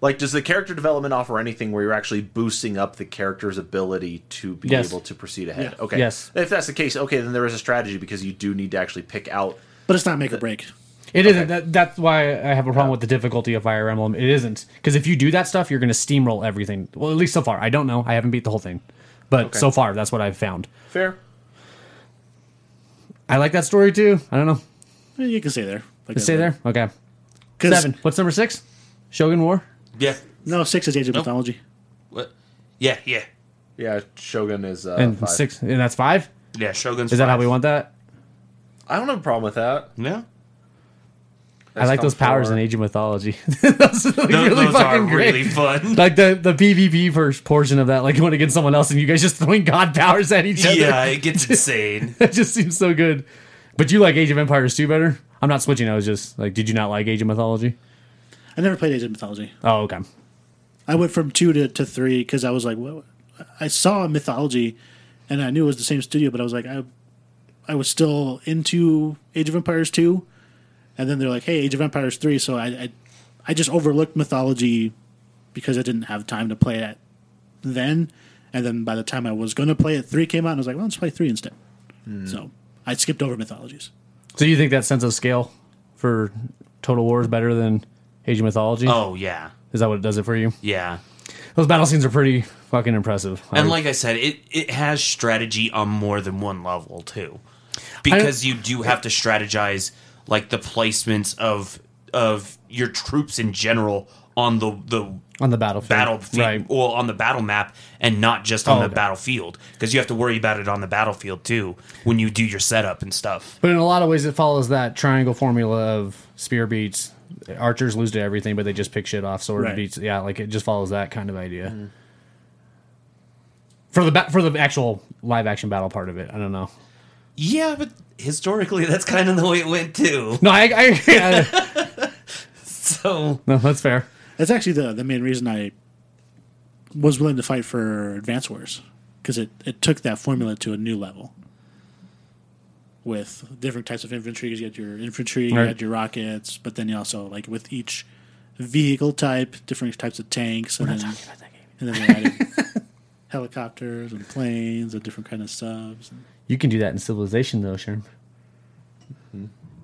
Speaker 1: Like, does the character development offer anything where you're actually boosting up the character's ability to be
Speaker 4: Yes.
Speaker 1: able to proceed ahead?
Speaker 3: Yeah.
Speaker 1: Okay.
Speaker 4: Yes.
Speaker 1: If that's the case, okay, then there is a strategy because you do need to actually pick out.
Speaker 3: But it's not make or break.
Speaker 4: It not That, that's why I have a problem with the difficulty of Fire Emblem. It isn't because if you do that stuff, you're going to steamroll everything. Well, at least so far. I don't know. I haven't beat the whole thing, but so far that's what I've found.
Speaker 1: Fair.
Speaker 4: I like that story too. I don't know.
Speaker 3: Eh, You can stay there. Like
Speaker 4: Stay there. Okay.
Speaker 3: 'Cause-
Speaker 4: Seven. What's number six? Shogun War.
Speaker 2: Yeah.
Speaker 3: No, six is Age of
Speaker 2: Nope.
Speaker 3: Mythology.
Speaker 2: What? Yeah, yeah.
Speaker 1: Yeah, Shogun is uh,
Speaker 4: and
Speaker 1: five.
Speaker 4: six. And that's five.
Speaker 2: Yeah, Shogun's
Speaker 4: Is that how we want that?
Speaker 1: I don't have a problem with that.
Speaker 2: Yeah.
Speaker 4: I like those powers in
Speaker 1: and
Speaker 4: Age of Mythology. those are like,
Speaker 2: Those,
Speaker 4: really
Speaker 2: those
Speaker 4: fucking
Speaker 2: are
Speaker 4: great.
Speaker 2: really fun.
Speaker 4: like the the PvP first portion of that, like going against someone else, and you guys just throwing god powers at each other.
Speaker 2: yeah, it gets insane.
Speaker 4: That just seems so good. But you like Age of Empires 2 better? I'm not switching. I was just like, did you not like Age of Mythology?
Speaker 3: I never played Age of Mythology.
Speaker 4: Oh, okay.
Speaker 3: I went from two to, to three because I was like, well, I saw Mythology, and I knew it was the same studio, but I was like, I, I was still into Age of Empires two, and then they're like, hey, Age of Empires three. So I, I, I just overlooked Mythology because I didn't have time to play it then, and then by the time I was going to play it, three came out, and I was like, well, let's play three instead. So I skipped over Mythologies.
Speaker 4: So you think that sense of scale for Total War is better than Age of Mythology?
Speaker 2: Oh yeah,
Speaker 4: Is that what it does it for you?
Speaker 2: yeah.
Speaker 4: Those battle scenes are pretty fucking impressive.
Speaker 2: And
Speaker 4: I-
Speaker 2: like I said, it it has strategy on more than one level too, because you do have to strategize like the placements of of your troops in general on the the
Speaker 4: on the battlefield.
Speaker 2: battlefield
Speaker 4: Right.
Speaker 2: well on the battle map and not just on
Speaker 4: Oh,
Speaker 2: the
Speaker 4: okay.
Speaker 2: battlefield because you have to worry about it on the battlefield too when you do your setup and stuff
Speaker 4: But in a lot of ways, it follows that triangle formula of spear beats. Archers lose to everything, but they just pick shit off. Sword
Speaker 3: Right.
Speaker 4: beats, yeah, like it just follows that kind of idea. For the ba- for the actual live action battle part of it, I don't know.
Speaker 2: yeah but historically that's kind of the way it went too
Speaker 4: No, I, I yeah,
Speaker 2: so
Speaker 4: no, that's fair.
Speaker 3: That's actually the the main reason I was willing to fight for Advance Wars because it, it took that formula to a new level with different types of infantry. 'cause You had your infantry, you
Speaker 4: Right.
Speaker 3: had your rockets, but then you also like with each vehicle type, different types of tanks, and then and then they added helicopters and planes and different kind of subs.
Speaker 4: You can do that in Civilization though, Sherm.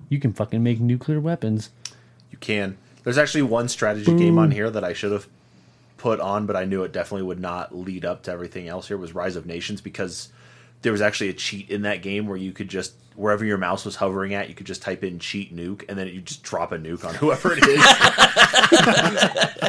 Speaker 4: You can fucking make nuclear weapons.
Speaker 1: You can. There's actually one strategy game
Speaker 4: Mm.
Speaker 1: on here that I should have put on, but I knew it definitely would not lead up to everything else here was Rise of Nations because there was actually a cheat in that game where you could just wherever your mouse was hovering at, you could just type in cheat nuke and then you just drop a nuke on whoever it is.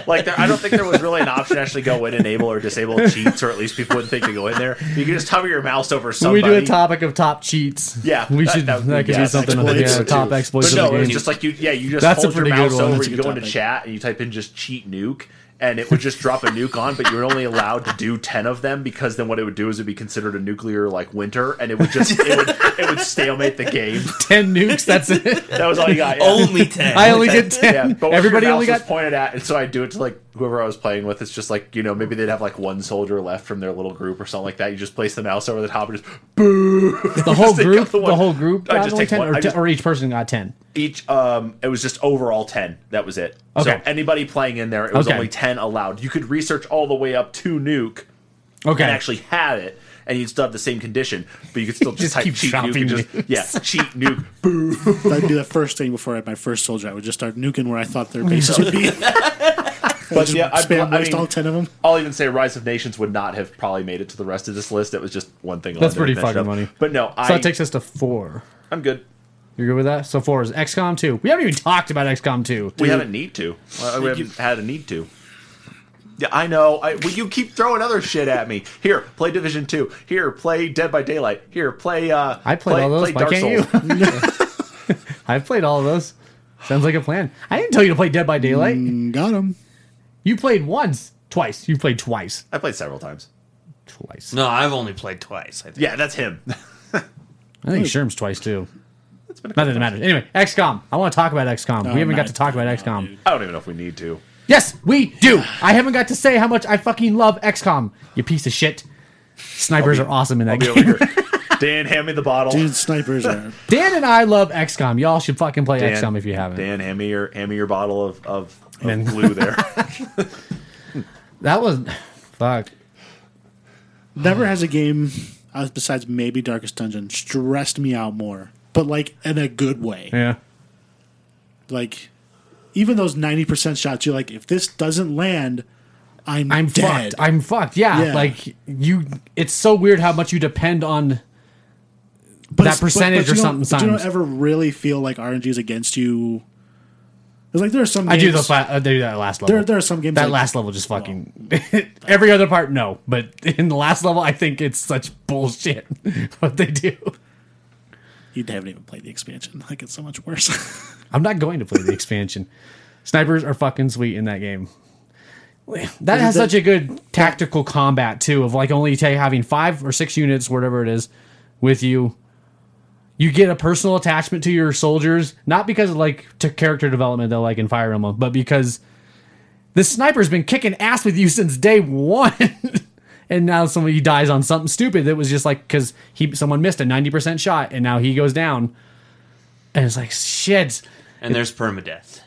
Speaker 1: like there, I don't think there was really an option to actually go in enable or disable cheats, or at least people wouldn't think to go in there. You could just hover your mouse over somebody.
Speaker 4: We do a topic of top cheats.
Speaker 1: Yeah,
Speaker 4: we
Speaker 1: that-
Speaker 4: should.
Speaker 1: that
Speaker 4: That,
Speaker 1: would be-
Speaker 4: could
Speaker 1: yeah,
Speaker 4: be something. on
Speaker 3: exploits.
Speaker 4: yeah, top exploits.
Speaker 1: But
Speaker 4: of the
Speaker 1: no,
Speaker 4: game.
Speaker 1: it's just like you. Yeah, you just
Speaker 4: That's a
Speaker 1: hold your
Speaker 4: pretty good
Speaker 1: mouse
Speaker 4: one.
Speaker 1: over,
Speaker 4: That's
Speaker 3: a
Speaker 1: you
Speaker 3: good
Speaker 1: go into
Speaker 3: topic.
Speaker 1: chat, and you type in just cheat nuke, and it would just drop a nuke on. But you were only allowed to do ten of them because then what it would do is it'd be considered a nuclear like winter, and it would just it would, it would stalemate the game.
Speaker 4: ten nukes. That's it.
Speaker 1: That was all you got. yeah.
Speaker 2: only 10
Speaker 4: I only get ten.
Speaker 1: Yeah, but
Speaker 4: Everybody only
Speaker 1: was
Speaker 4: got
Speaker 1: pointed at, and so I do it to like whoever I was playing with. It's just like you know maybe they'd have like one soldier left from their little group or something like that. You just place the mouse over the top and just
Speaker 4: the whole
Speaker 1: Just take
Speaker 4: group.
Speaker 1: out the
Speaker 4: The,
Speaker 1: one-
Speaker 4: whole group
Speaker 1: I
Speaker 4: got
Speaker 1: just
Speaker 4: only
Speaker 1: take
Speaker 4: ten,
Speaker 1: one-
Speaker 4: or,
Speaker 1: I
Speaker 4: te-
Speaker 1: just-
Speaker 4: or each person got ten.
Speaker 1: each um it was just overall 10 that was it so
Speaker 4: Okay.
Speaker 1: anybody playing in there it was
Speaker 4: Okay.
Speaker 1: only 10 allowed you could research all the way up to nuke
Speaker 4: Okay,
Speaker 1: and actually had it and you'd still have the same condition, but you could still just,
Speaker 4: Just
Speaker 1: type
Speaker 4: keep
Speaker 1: cheat nuke and just
Speaker 4: dropping
Speaker 1: yeah cheat nuke. Boo.
Speaker 3: That'd be the first thing before I had my first soldier. I would just start nuking where I thought their bases would be.
Speaker 1: But yeah, I'd
Speaker 3: spam
Speaker 1: bl- I
Speaker 3: waste
Speaker 1: mean,
Speaker 3: all ten of them.
Speaker 1: I'll even say Rise of Nations would not have probably made it to the rest of this list. It was just one thing. on
Speaker 4: That's
Speaker 1: there
Speaker 4: pretty
Speaker 1: to mention
Speaker 4: fucking
Speaker 1: of.
Speaker 4: money.
Speaker 1: But no, I,
Speaker 4: So that takes us to four.
Speaker 1: I'm good.
Speaker 4: You're good with that? So four is XCOM 2. We haven't even talked about XCOM 2.
Speaker 1: We haven't need to. Uh, We haven't had a need to. Yeah, I know. I, well, you keep throwing other shit at me. Here, play Division Two. Here, play Dead by Daylight. Here, play. Uh,
Speaker 4: I played all those. Why can't you? I've played all of those. Sounds like a plan. I didn't tell you to play Dead by Daylight.
Speaker 1: Mm.
Speaker 3: Got them.
Speaker 4: You played once, twice. You played twice.
Speaker 1: I played several times.
Speaker 4: Twice.
Speaker 2: No, I've only played twice. I think.
Speaker 1: Yeah, that's him. Mm.
Speaker 4: I think Sherm's twice too. Not that it matters. Anyway, XCOM. I want to talk about XCOM. we haven't got
Speaker 3: not-
Speaker 4: to talk about XCOM.
Speaker 1: I don't even know if we need to.
Speaker 4: Yes, we do. I haven't got to say how much I fucking love XCOM. You piece of shit. Snipers are awesome in that
Speaker 1: Be
Speaker 4: game.
Speaker 1: over here. Dan, hand me the bottle.
Speaker 3: Dude, snipers are.
Speaker 4: Dan and I love XCOM. Y'all should fucking play
Speaker 1: Dan,
Speaker 4: XCOM if you haven't.
Speaker 1: Dan, hand me your hand me your bottle of of,
Speaker 4: Men.
Speaker 1: of glue there.
Speaker 4: That was fuck.
Speaker 3: Never has a game uh, besides maybe Darkest Dungeon stressed me out more, but like in a good way.
Speaker 4: Yeah.
Speaker 3: Like even those ninety percent shots, you're like, if this doesn't land, I'm
Speaker 4: I'm
Speaker 3: dead.
Speaker 4: fucked. I'm fucked. Yeah,
Speaker 3: Yeah.
Speaker 4: Like you it's so weird how much you depend on
Speaker 3: but
Speaker 4: that
Speaker 3: it's- but- but
Speaker 4: percentage
Speaker 3: you
Speaker 4: or
Speaker 3: don't-
Speaker 4: something
Speaker 3: but You don't
Speaker 4: sometimes.
Speaker 3: ever really feel like RNG is against you. It's like there are some. Games,
Speaker 4: I do the fa- I do that last level.
Speaker 3: There, there are some games
Speaker 4: that
Speaker 3: like-
Speaker 4: last level just fucking every other part no, but in the last level I think it's such bullshit what they do.
Speaker 3: you haven't even played the expansion. Like it's so much worse.
Speaker 4: I'm not going to play the expansion. Snipers are fucking sweet in that game. That
Speaker 3: that-
Speaker 4: has such a good tactical combat too, of like only ta- having five or six units, whatever it is, with you. You get a personal attachment to your soldiers, not because of like to character development though, like in Fire Emblem, but because the sniper's been kicking ass with you since day one. and now somebody dies on something stupid that was just like because he someone missed a 90% shot and now he goes down. And it's like shit.
Speaker 2: And there's permadeath.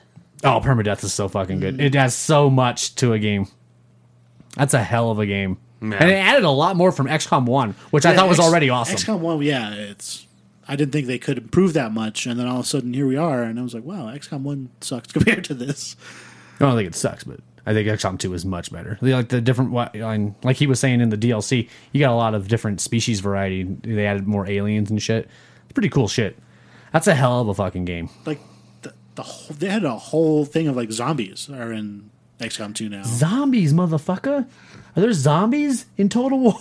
Speaker 4: Oh, permadeath is so fucking good. It adds so much to a game. That's a hell of a game. And it added a lot more from XCOM 1, which I thought was
Speaker 3: X-
Speaker 4: already awesome.
Speaker 3: XCOM One, yeah, it's. I didn't think they could improve that much, and then all of a sudden here we are, and I was like, wow, XCOM One sucks compared to this.
Speaker 4: I don't think it sucks, but I think XCOM 2 is much better. They Like the different wa- and like he was saying in the DLC, you got a lot of different species variety. They added more aliens and shit. It's pretty cool shit. That's a hell of a fucking game.
Speaker 3: Like the, the whole, they had a whole thing of like zombies are in XCOM Two now.
Speaker 4: Zombies, motherfucker. Are there zombies in Total War?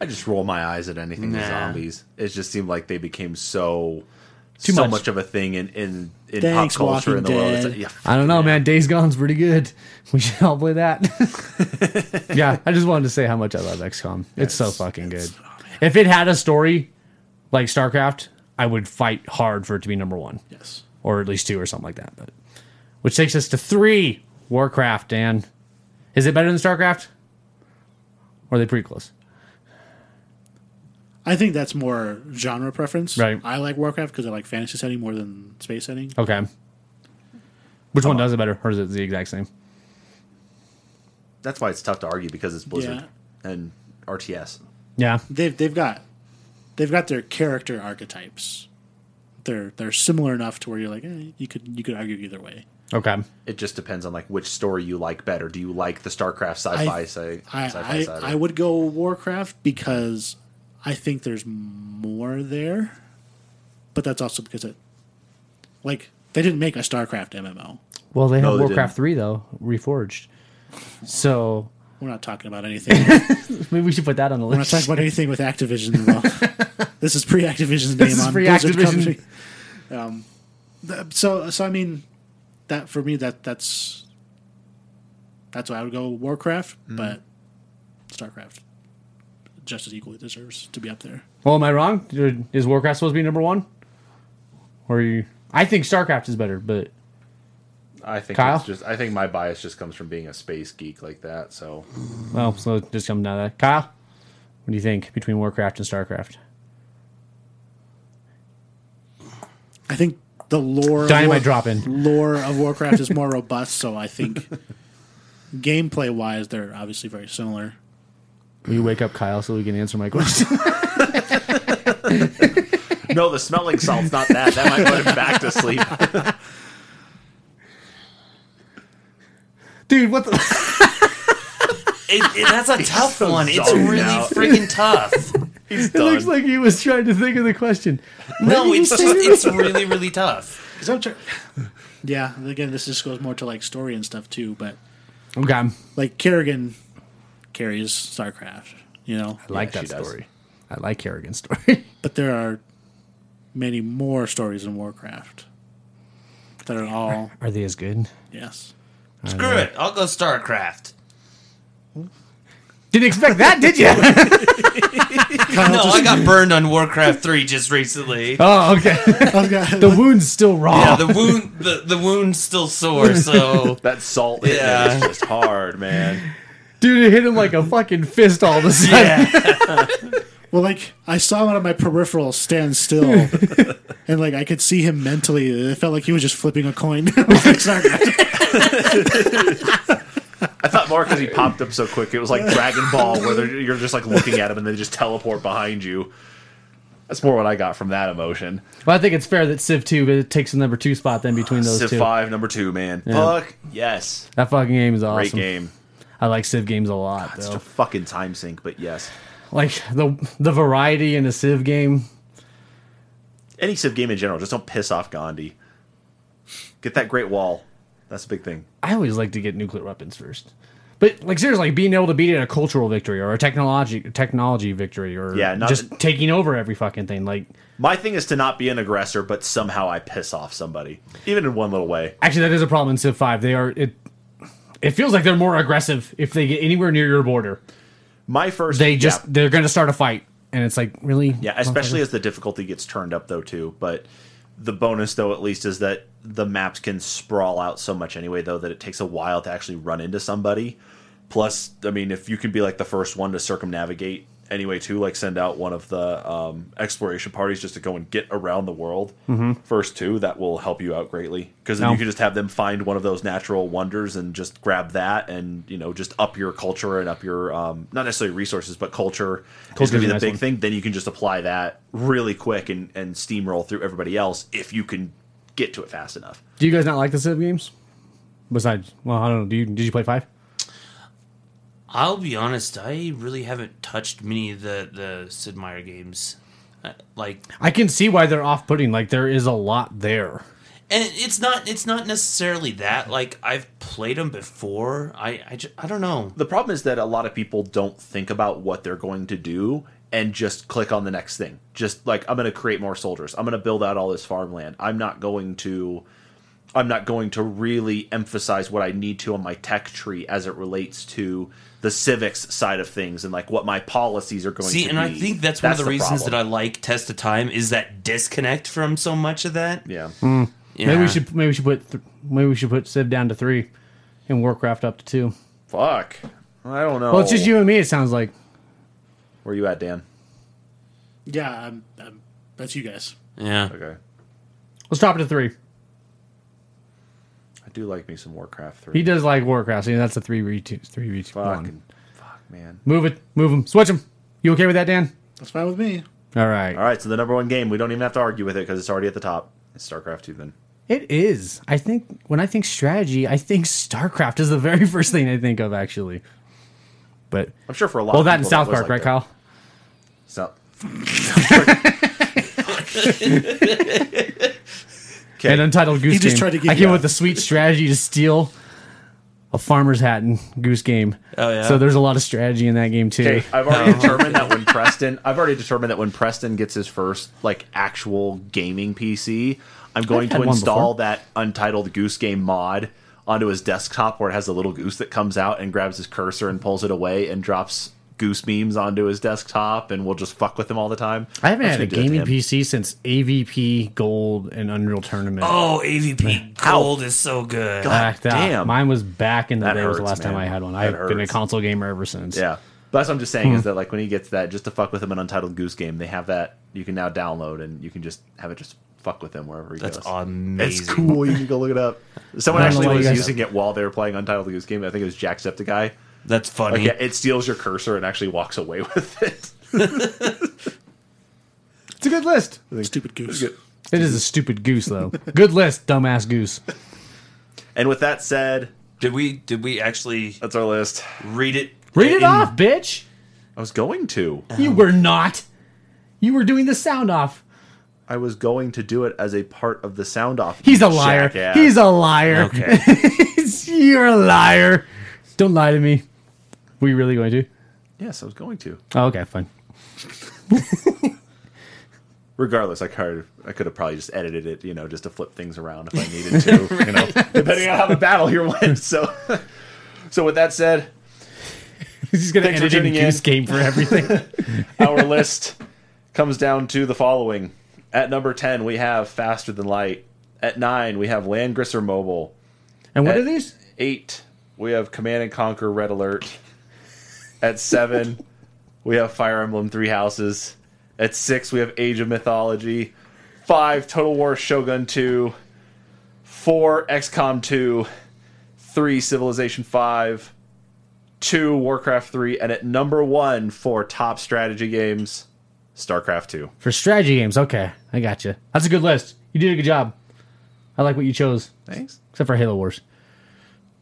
Speaker 1: I just roll my eyes at anything with
Speaker 2: Nah.
Speaker 1: zombies. It just seemed like they became so
Speaker 4: Too
Speaker 1: so
Speaker 4: much.
Speaker 1: much. of a thing in in, in
Speaker 3: Thanks,
Speaker 1: pop culture in the
Speaker 3: Walking
Speaker 1: world. It's
Speaker 3: Dead.
Speaker 1: like, yeah,
Speaker 4: I don't know, man. Days Gone's pretty good. We should all play that. yeah, I just wanted to say how much I love XCOM. It's so fucking good. if it had a story like StarCraft, I would fight hard for it to be number one,
Speaker 3: Yes.
Speaker 4: or at least two, or something like that. But which takes us to three. Warcraft, Dan, is it better than StarCraft? Or are they pretty close?
Speaker 3: I think that's more genre preference.
Speaker 4: Right.
Speaker 3: I like Warcraft because I like fantasy setting more than space setting.
Speaker 4: Okay. Which one does it better, or is it the exact same?
Speaker 1: that's why it's tough to argue because it's Blizzard
Speaker 3: Yeah.
Speaker 1: and RTS.
Speaker 4: Yeah,
Speaker 3: They've they've got they've got their character archetypes. They're they're similar enough to where you're like eh, you could you could argue either way.
Speaker 4: okay.
Speaker 1: It just depends on like which story you like better. Do you like the StarCraft sci-fi
Speaker 3: I-
Speaker 1: sci-
Speaker 3: I
Speaker 1: sci-fi
Speaker 3: I,
Speaker 1: side?
Speaker 3: I would go Warcraft because I think there's more there, but that's also because it like they didn't make a StarCraft MMO.
Speaker 4: Well, they have
Speaker 1: No, they
Speaker 4: Warcraft
Speaker 1: didn't.
Speaker 4: three though, reforged. So
Speaker 3: We're not talking about anything. We're
Speaker 4: maybe we should put that on the
Speaker 3: not
Speaker 4: list.
Speaker 3: talking about anything with Activision involved. this is pre Activision's name
Speaker 4: is
Speaker 3: on
Speaker 4: pre-Activision.
Speaker 3: Blizzard Company. Um, th- so so I mean that for me that that's that's why I would go Warcraft, but StarCraft just as equally deserves to be up there.
Speaker 4: well, am I wrong? Or Is Warcraft supposed to be number one? Or are you? I think StarCraft is better, but
Speaker 1: I think
Speaker 4: Kyle?
Speaker 1: it's just I think my bias just comes from being a space geek like that. So
Speaker 4: well, so it just comes down to that. Kyle, what do you think between Warcraft and StarCraft?
Speaker 3: I think the lore
Speaker 4: Dynamite
Speaker 3: of
Speaker 4: drop in.
Speaker 3: lore of Warcraft is more robust, so I think gameplay wise they're obviously very similar.
Speaker 4: Will you wake up Kyle so we can answer my question?
Speaker 1: No, the smelling salt's not that. That might put him back to sleep.
Speaker 4: Dude, what the?
Speaker 2: It, it- that's a tough
Speaker 1: so
Speaker 2: one. It's
Speaker 1: zoned
Speaker 2: really
Speaker 1: out.
Speaker 2: freaking tough.
Speaker 1: He's
Speaker 4: It
Speaker 1: done.
Speaker 4: looks like he was trying to think of the question.
Speaker 2: No, it's just, it's really really tough.
Speaker 3: Yeah, again, this just goes more to like story and stuff too, but
Speaker 4: Okay.
Speaker 3: like Kerrigan carries StarCraft, you know.
Speaker 4: I like that
Speaker 1: she does.
Speaker 4: story. I like Kerrigan's story.
Speaker 3: But there are many more stories in Warcraft that are all
Speaker 4: Are they as good?
Speaker 3: yes.
Speaker 2: Screw it. I'll go StarCraft.
Speaker 4: Didn't expect that, did you?
Speaker 2: No, I got burned on Warcraft three just recently.
Speaker 4: oh, okay.
Speaker 3: I've got
Speaker 4: the wound's still raw.
Speaker 2: Yeah, the wound the, the wound's still sore. So
Speaker 1: that salt hitting
Speaker 2: Yeah.
Speaker 1: it is just hard, man.
Speaker 4: Dude, it hit him like a fucking fist all of a sudden.
Speaker 2: yeah,
Speaker 3: well, like I saw one of my peripherals stand still, and like I could see him mentally. It felt like he was just flipping a coin. I was like, "StarCraft."
Speaker 1: I thought more because he popped up so quick. It was like Dragon Ball, where they're- you're just like looking at him and they just teleport behind you. That's more what I got from that emotion.
Speaker 4: Well, I think it's fair that Civ 2 it takes the number two spot then between those
Speaker 1: Civ
Speaker 4: two.
Speaker 1: Five, number two, man. Fuck yes,
Speaker 4: That fucking game is awesome.
Speaker 1: great game.
Speaker 4: I like Civ games a lot,
Speaker 1: It's
Speaker 4: though.
Speaker 1: a fucking time sink, but yes.
Speaker 4: Like the the variety in a Civ game.
Speaker 1: Any Civ game in general, just don't piss off Gandhi. Get that Great Wall. That's a big thing.
Speaker 4: I always like to get nuclear weapons first. But like seriously, being able to beat it in a cultural victory or a technology technology victory or
Speaker 1: Yeah, not-
Speaker 4: just taking over every fucking thing. Like
Speaker 1: My thing is to not be an aggressor, but somehow I piss off somebody, even in one little way.
Speaker 4: actually that is a problem in Civ 5. They are it it feels like they're more aggressive if they get anywhere near your border.
Speaker 1: My first,
Speaker 4: They just
Speaker 1: yeah,
Speaker 4: they're going to start a fight and it's like really
Speaker 1: yeah, especially as the difficulty gets turned up though too. But the bonus though, at least, is that the maps can sprawl out so much anyway though that it takes a while to actually run into somebody. Plus, I mean, if you can be like the first one to circumnavigate anyway too, like send out one of the um, exploration parties just to go and get around the world first too, that will help you out greatly because then
Speaker 4: Mm-hmm. No.
Speaker 1: you can just have them find one of those natural wonders and just grab that and you know just up your culture and up your um, not necessarily resources but culture is
Speaker 4: Culture's
Speaker 1: going to be
Speaker 4: a
Speaker 1: the
Speaker 4: nice
Speaker 1: big
Speaker 4: one.
Speaker 1: thing. Then you can just apply that really quick and and steamroll through everybody else if you can get to it fast enough.
Speaker 4: Do you guys not like the Civ games? Besides, well, I don't know. Do you did you play 5?
Speaker 2: I'll be honest. I really haven't touched many of the the Sid Meier games. Uh, Like,
Speaker 4: I can see why they're off-putting. Like there is a lot there.
Speaker 2: and it's not it's not necessarily that. Like, I've played them before. I I, ju- I don't know.
Speaker 1: The problem is that a lot of people don't think about what they're going to do and just click on the next thing. Just like I'm going to create more soldiers. I'm going to build out all this farmland. I'm not going to I'm not going to really emphasize what I need to on my tech tree as it relates to the civics side of things and like what my policies are going
Speaker 2: See,
Speaker 1: to
Speaker 2: and
Speaker 1: be.
Speaker 2: I think that's one of the, reasons that I like Test of Time is that disconnect from so much of that.
Speaker 1: Yeah.
Speaker 2: Yeah.
Speaker 4: Maybe we should maybe we should put th- maybe we should put Civ down to 3 and Warcraft up to 2.
Speaker 1: Fuck. I don't know.
Speaker 4: Well, it's just you and me it sounds like.
Speaker 1: Where you at, Dan?
Speaker 3: yeah, I'm, I'm, that's you guys.
Speaker 2: Yeah.
Speaker 1: Okay.
Speaker 4: Let's drop it to 3.
Speaker 1: I do like me some Warcraft 3.
Speaker 4: He does like Warcraft. See, that's a 3 v 2 3 v 2
Speaker 1: Fucking
Speaker 4: one.
Speaker 1: fuck, man.
Speaker 4: Move it. Move him. Switch him. You okay with that, Dan?
Speaker 3: That's fine with me.
Speaker 4: All right.
Speaker 1: All right, so the number one game, we don't even have to argue with it because it's already at the top. It's StarCraft 2 then.
Speaker 4: It is. I think when I think strategy, I think StarCraft is the very first thing I think of actually. But
Speaker 1: I'm sure for a lot
Speaker 4: well,
Speaker 1: of
Speaker 4: that in
Speaker 1: people
Speaker 4: South
Speaker 1: was
Speaker 4: Park, right,
Speaker 1: like
Speaker 4: Kyle?
Speaker 1: that. So, Okay.
Speaker 4: An untitled goose
Speaker 3: He just
Speaker 4: game.
Speaker 3: tried to give
Speaker 4: I
Speaker 3: you
Speaker 4: came
Speaker 3: a-
Speaker 4: up with the sweet strategy to steal a farmer's hat in Goose Game.
Speaker 2: Oh, yeah.
Speaker 4: So there's a lot of strategy in that game too.
Speaker 1: okay, I've already determined that when Preston, I've already determined that when Preston gets his first like actual gaming PC, I'm going
Speaker 4: had
Speaker 1: to
Speaker 4: one
Speaker 1: install
Speaker 4: before.
Speaker 1: that Untitled Goose Game mod onto his desktop where it has a little goose that comes out and grabs his cursor and pulls it away and drops goose memes onto his desktop and we'll just fuck with him all the time.
Speaker 4: I haven't
Speaker 1: I'm
Speaker 4: had a
Speaker 1: just gonna do that to
Speaker 4: gaming
Speaker 1: him.
Speaker 4: PC since AVP Gold and Unreal Tournament.
Speaker 2: Oh, AVP Gold is so good.
Speaker 4: Back that-
Speaker 1: damn.
Speaker 4: Mine was back in the
Speaker 1: That
Speaker 4: day. was the
Speaker 1: hurts,
Speaker 4: last time
Speaker 1: man.
Speaker 4: I had one.
Speaker 1: That
Speaker 4: I've been a
Speaker 1: hurts.
Speaker 4: console gamer ever since.
Speaker 1: Yeah. But that's what I'm just saying is
Speaker 4: Hmm.
Speaker 1: that like when he gets that, just to fuck with him an Untitled Goose Game, they have that you can now download and you can just have it just fuck with him wherever he
Speaker 2: That's
Speaker 1: goes.
Speaker 2: amazing.
Speaker 1: It's cool. You can go look it up. Someone
Speaker 4: I don't know
Speaker 1: actually
Speaker 4: why you
Speaker 1: was
Speaker 4: guys-
Speaker 1: using it while they were playing Untitled Goose Game. I think it was Jacksepticeye.
Speaker 2: That's funny.
Speaker 1: Yeah, it steals your cursor and actually walks away with it.
Speaker 4: It's a good list.
Speaker 3: Stupid goose.
Speaker 4: It is a stupid goose though. good list, dumbass goose.
Speaker 1: And with that said,
Speaker 2: Did we did we actually
Speaker 1: that's our list.
Speaker 2: read it?
Speaker 4: Read it
Speaker 2: in-
Speaker 4: off, bitch.
Speaker 1: I was going to.
Speaker 4: You were not. You were doing the sound off.
Speaker 1: I was going to do it as a part of the sound off.
Speaker 4: He's a liar.
Speaker 1: Jackass.
Speaker 4: He's a liar.
Speaker 2: Okay.
Speaker 4: You're a liar. Don't lie to me. We really going to?
Speaker 1: Yes, I was going to.
Speaker 4: Oh, okay, fine.
Speaker 1: Regardless, I could I could have probably just edited it, you know, just to flip things around if I needed to, you know, depending on how the battle here went. So, so with that said,
Speaker 4: He's gonna
Speaker 1: Thanks for
Speaker 4: edit in
Speaker 1: tuning in.
Speaker 4: goose game for everything.
Speaker 1: our list comes down to the following. At number 10, we have Faster Than Light. At 9, we have Landgrisser Mobile.
Speaker 4: and what
Speaker 1: At
Speaker 4: are these?
Speaker 1: 8, we have Command and Conquer Red Alert. At 7, we have Fire Emblem Three Houses. At 6, we have Age of Mythology. 5, Total War Shogun 2. 4, XCOM 2. 3, Civilization 5. 2, Warcraft 3. And at number 1 for top strategy games, StarCraft 2.
Speaker 4: For strategy games. Okay, I got you. That's a good list. You did a good job. I like what you chose,
Speaker 1: Thanks.
Speaker 4: except for Halo Wars.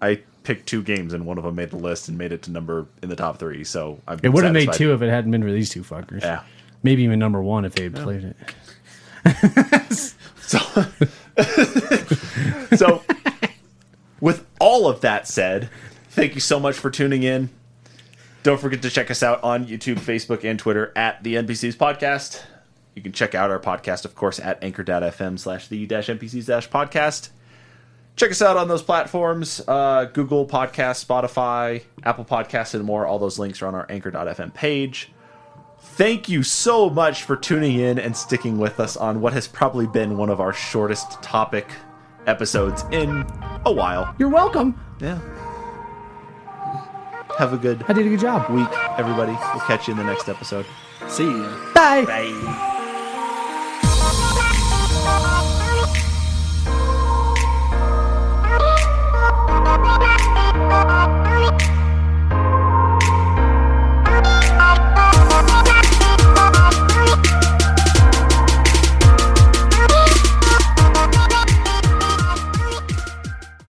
Speaker 1: I picked two games and one of them made the list and made it to number in the top three. So I'm
Speaker 4: It would have made
Speaker 1: satisfied.
Speaker 4: two if it hadn't been for these two fuckers.
Speaker 1: Yeah.
Speaker 4: Maybe even number one if they had played it.
Speaker 1: So with all of that said, thank you so much for tuning in. Don't forget to check us out on YouTube, Facebook, and Twitter at the NPCs Podcast. You can check out our podcast, of course, at anchor.fm slash the dash NPCs dash podcast. Check us out on those platforms uh, Google Podcasts, Spotify, Apple Podcasts, and more. All those links are on our anchor.fm page. Thank you so much for tuning in and sticking with us on what has probably been one of our shortest topic episodes in a while.
Speaker 4: You're welcome.
Speaker 1: Yeah. Have a good
Speaker 4: I did a good job.
Speaker 1: week, everybody. We'll catch you in the next episode.
Speaker 3: See ya.
Speaker 4: Bye.
Speaker 5: Bye.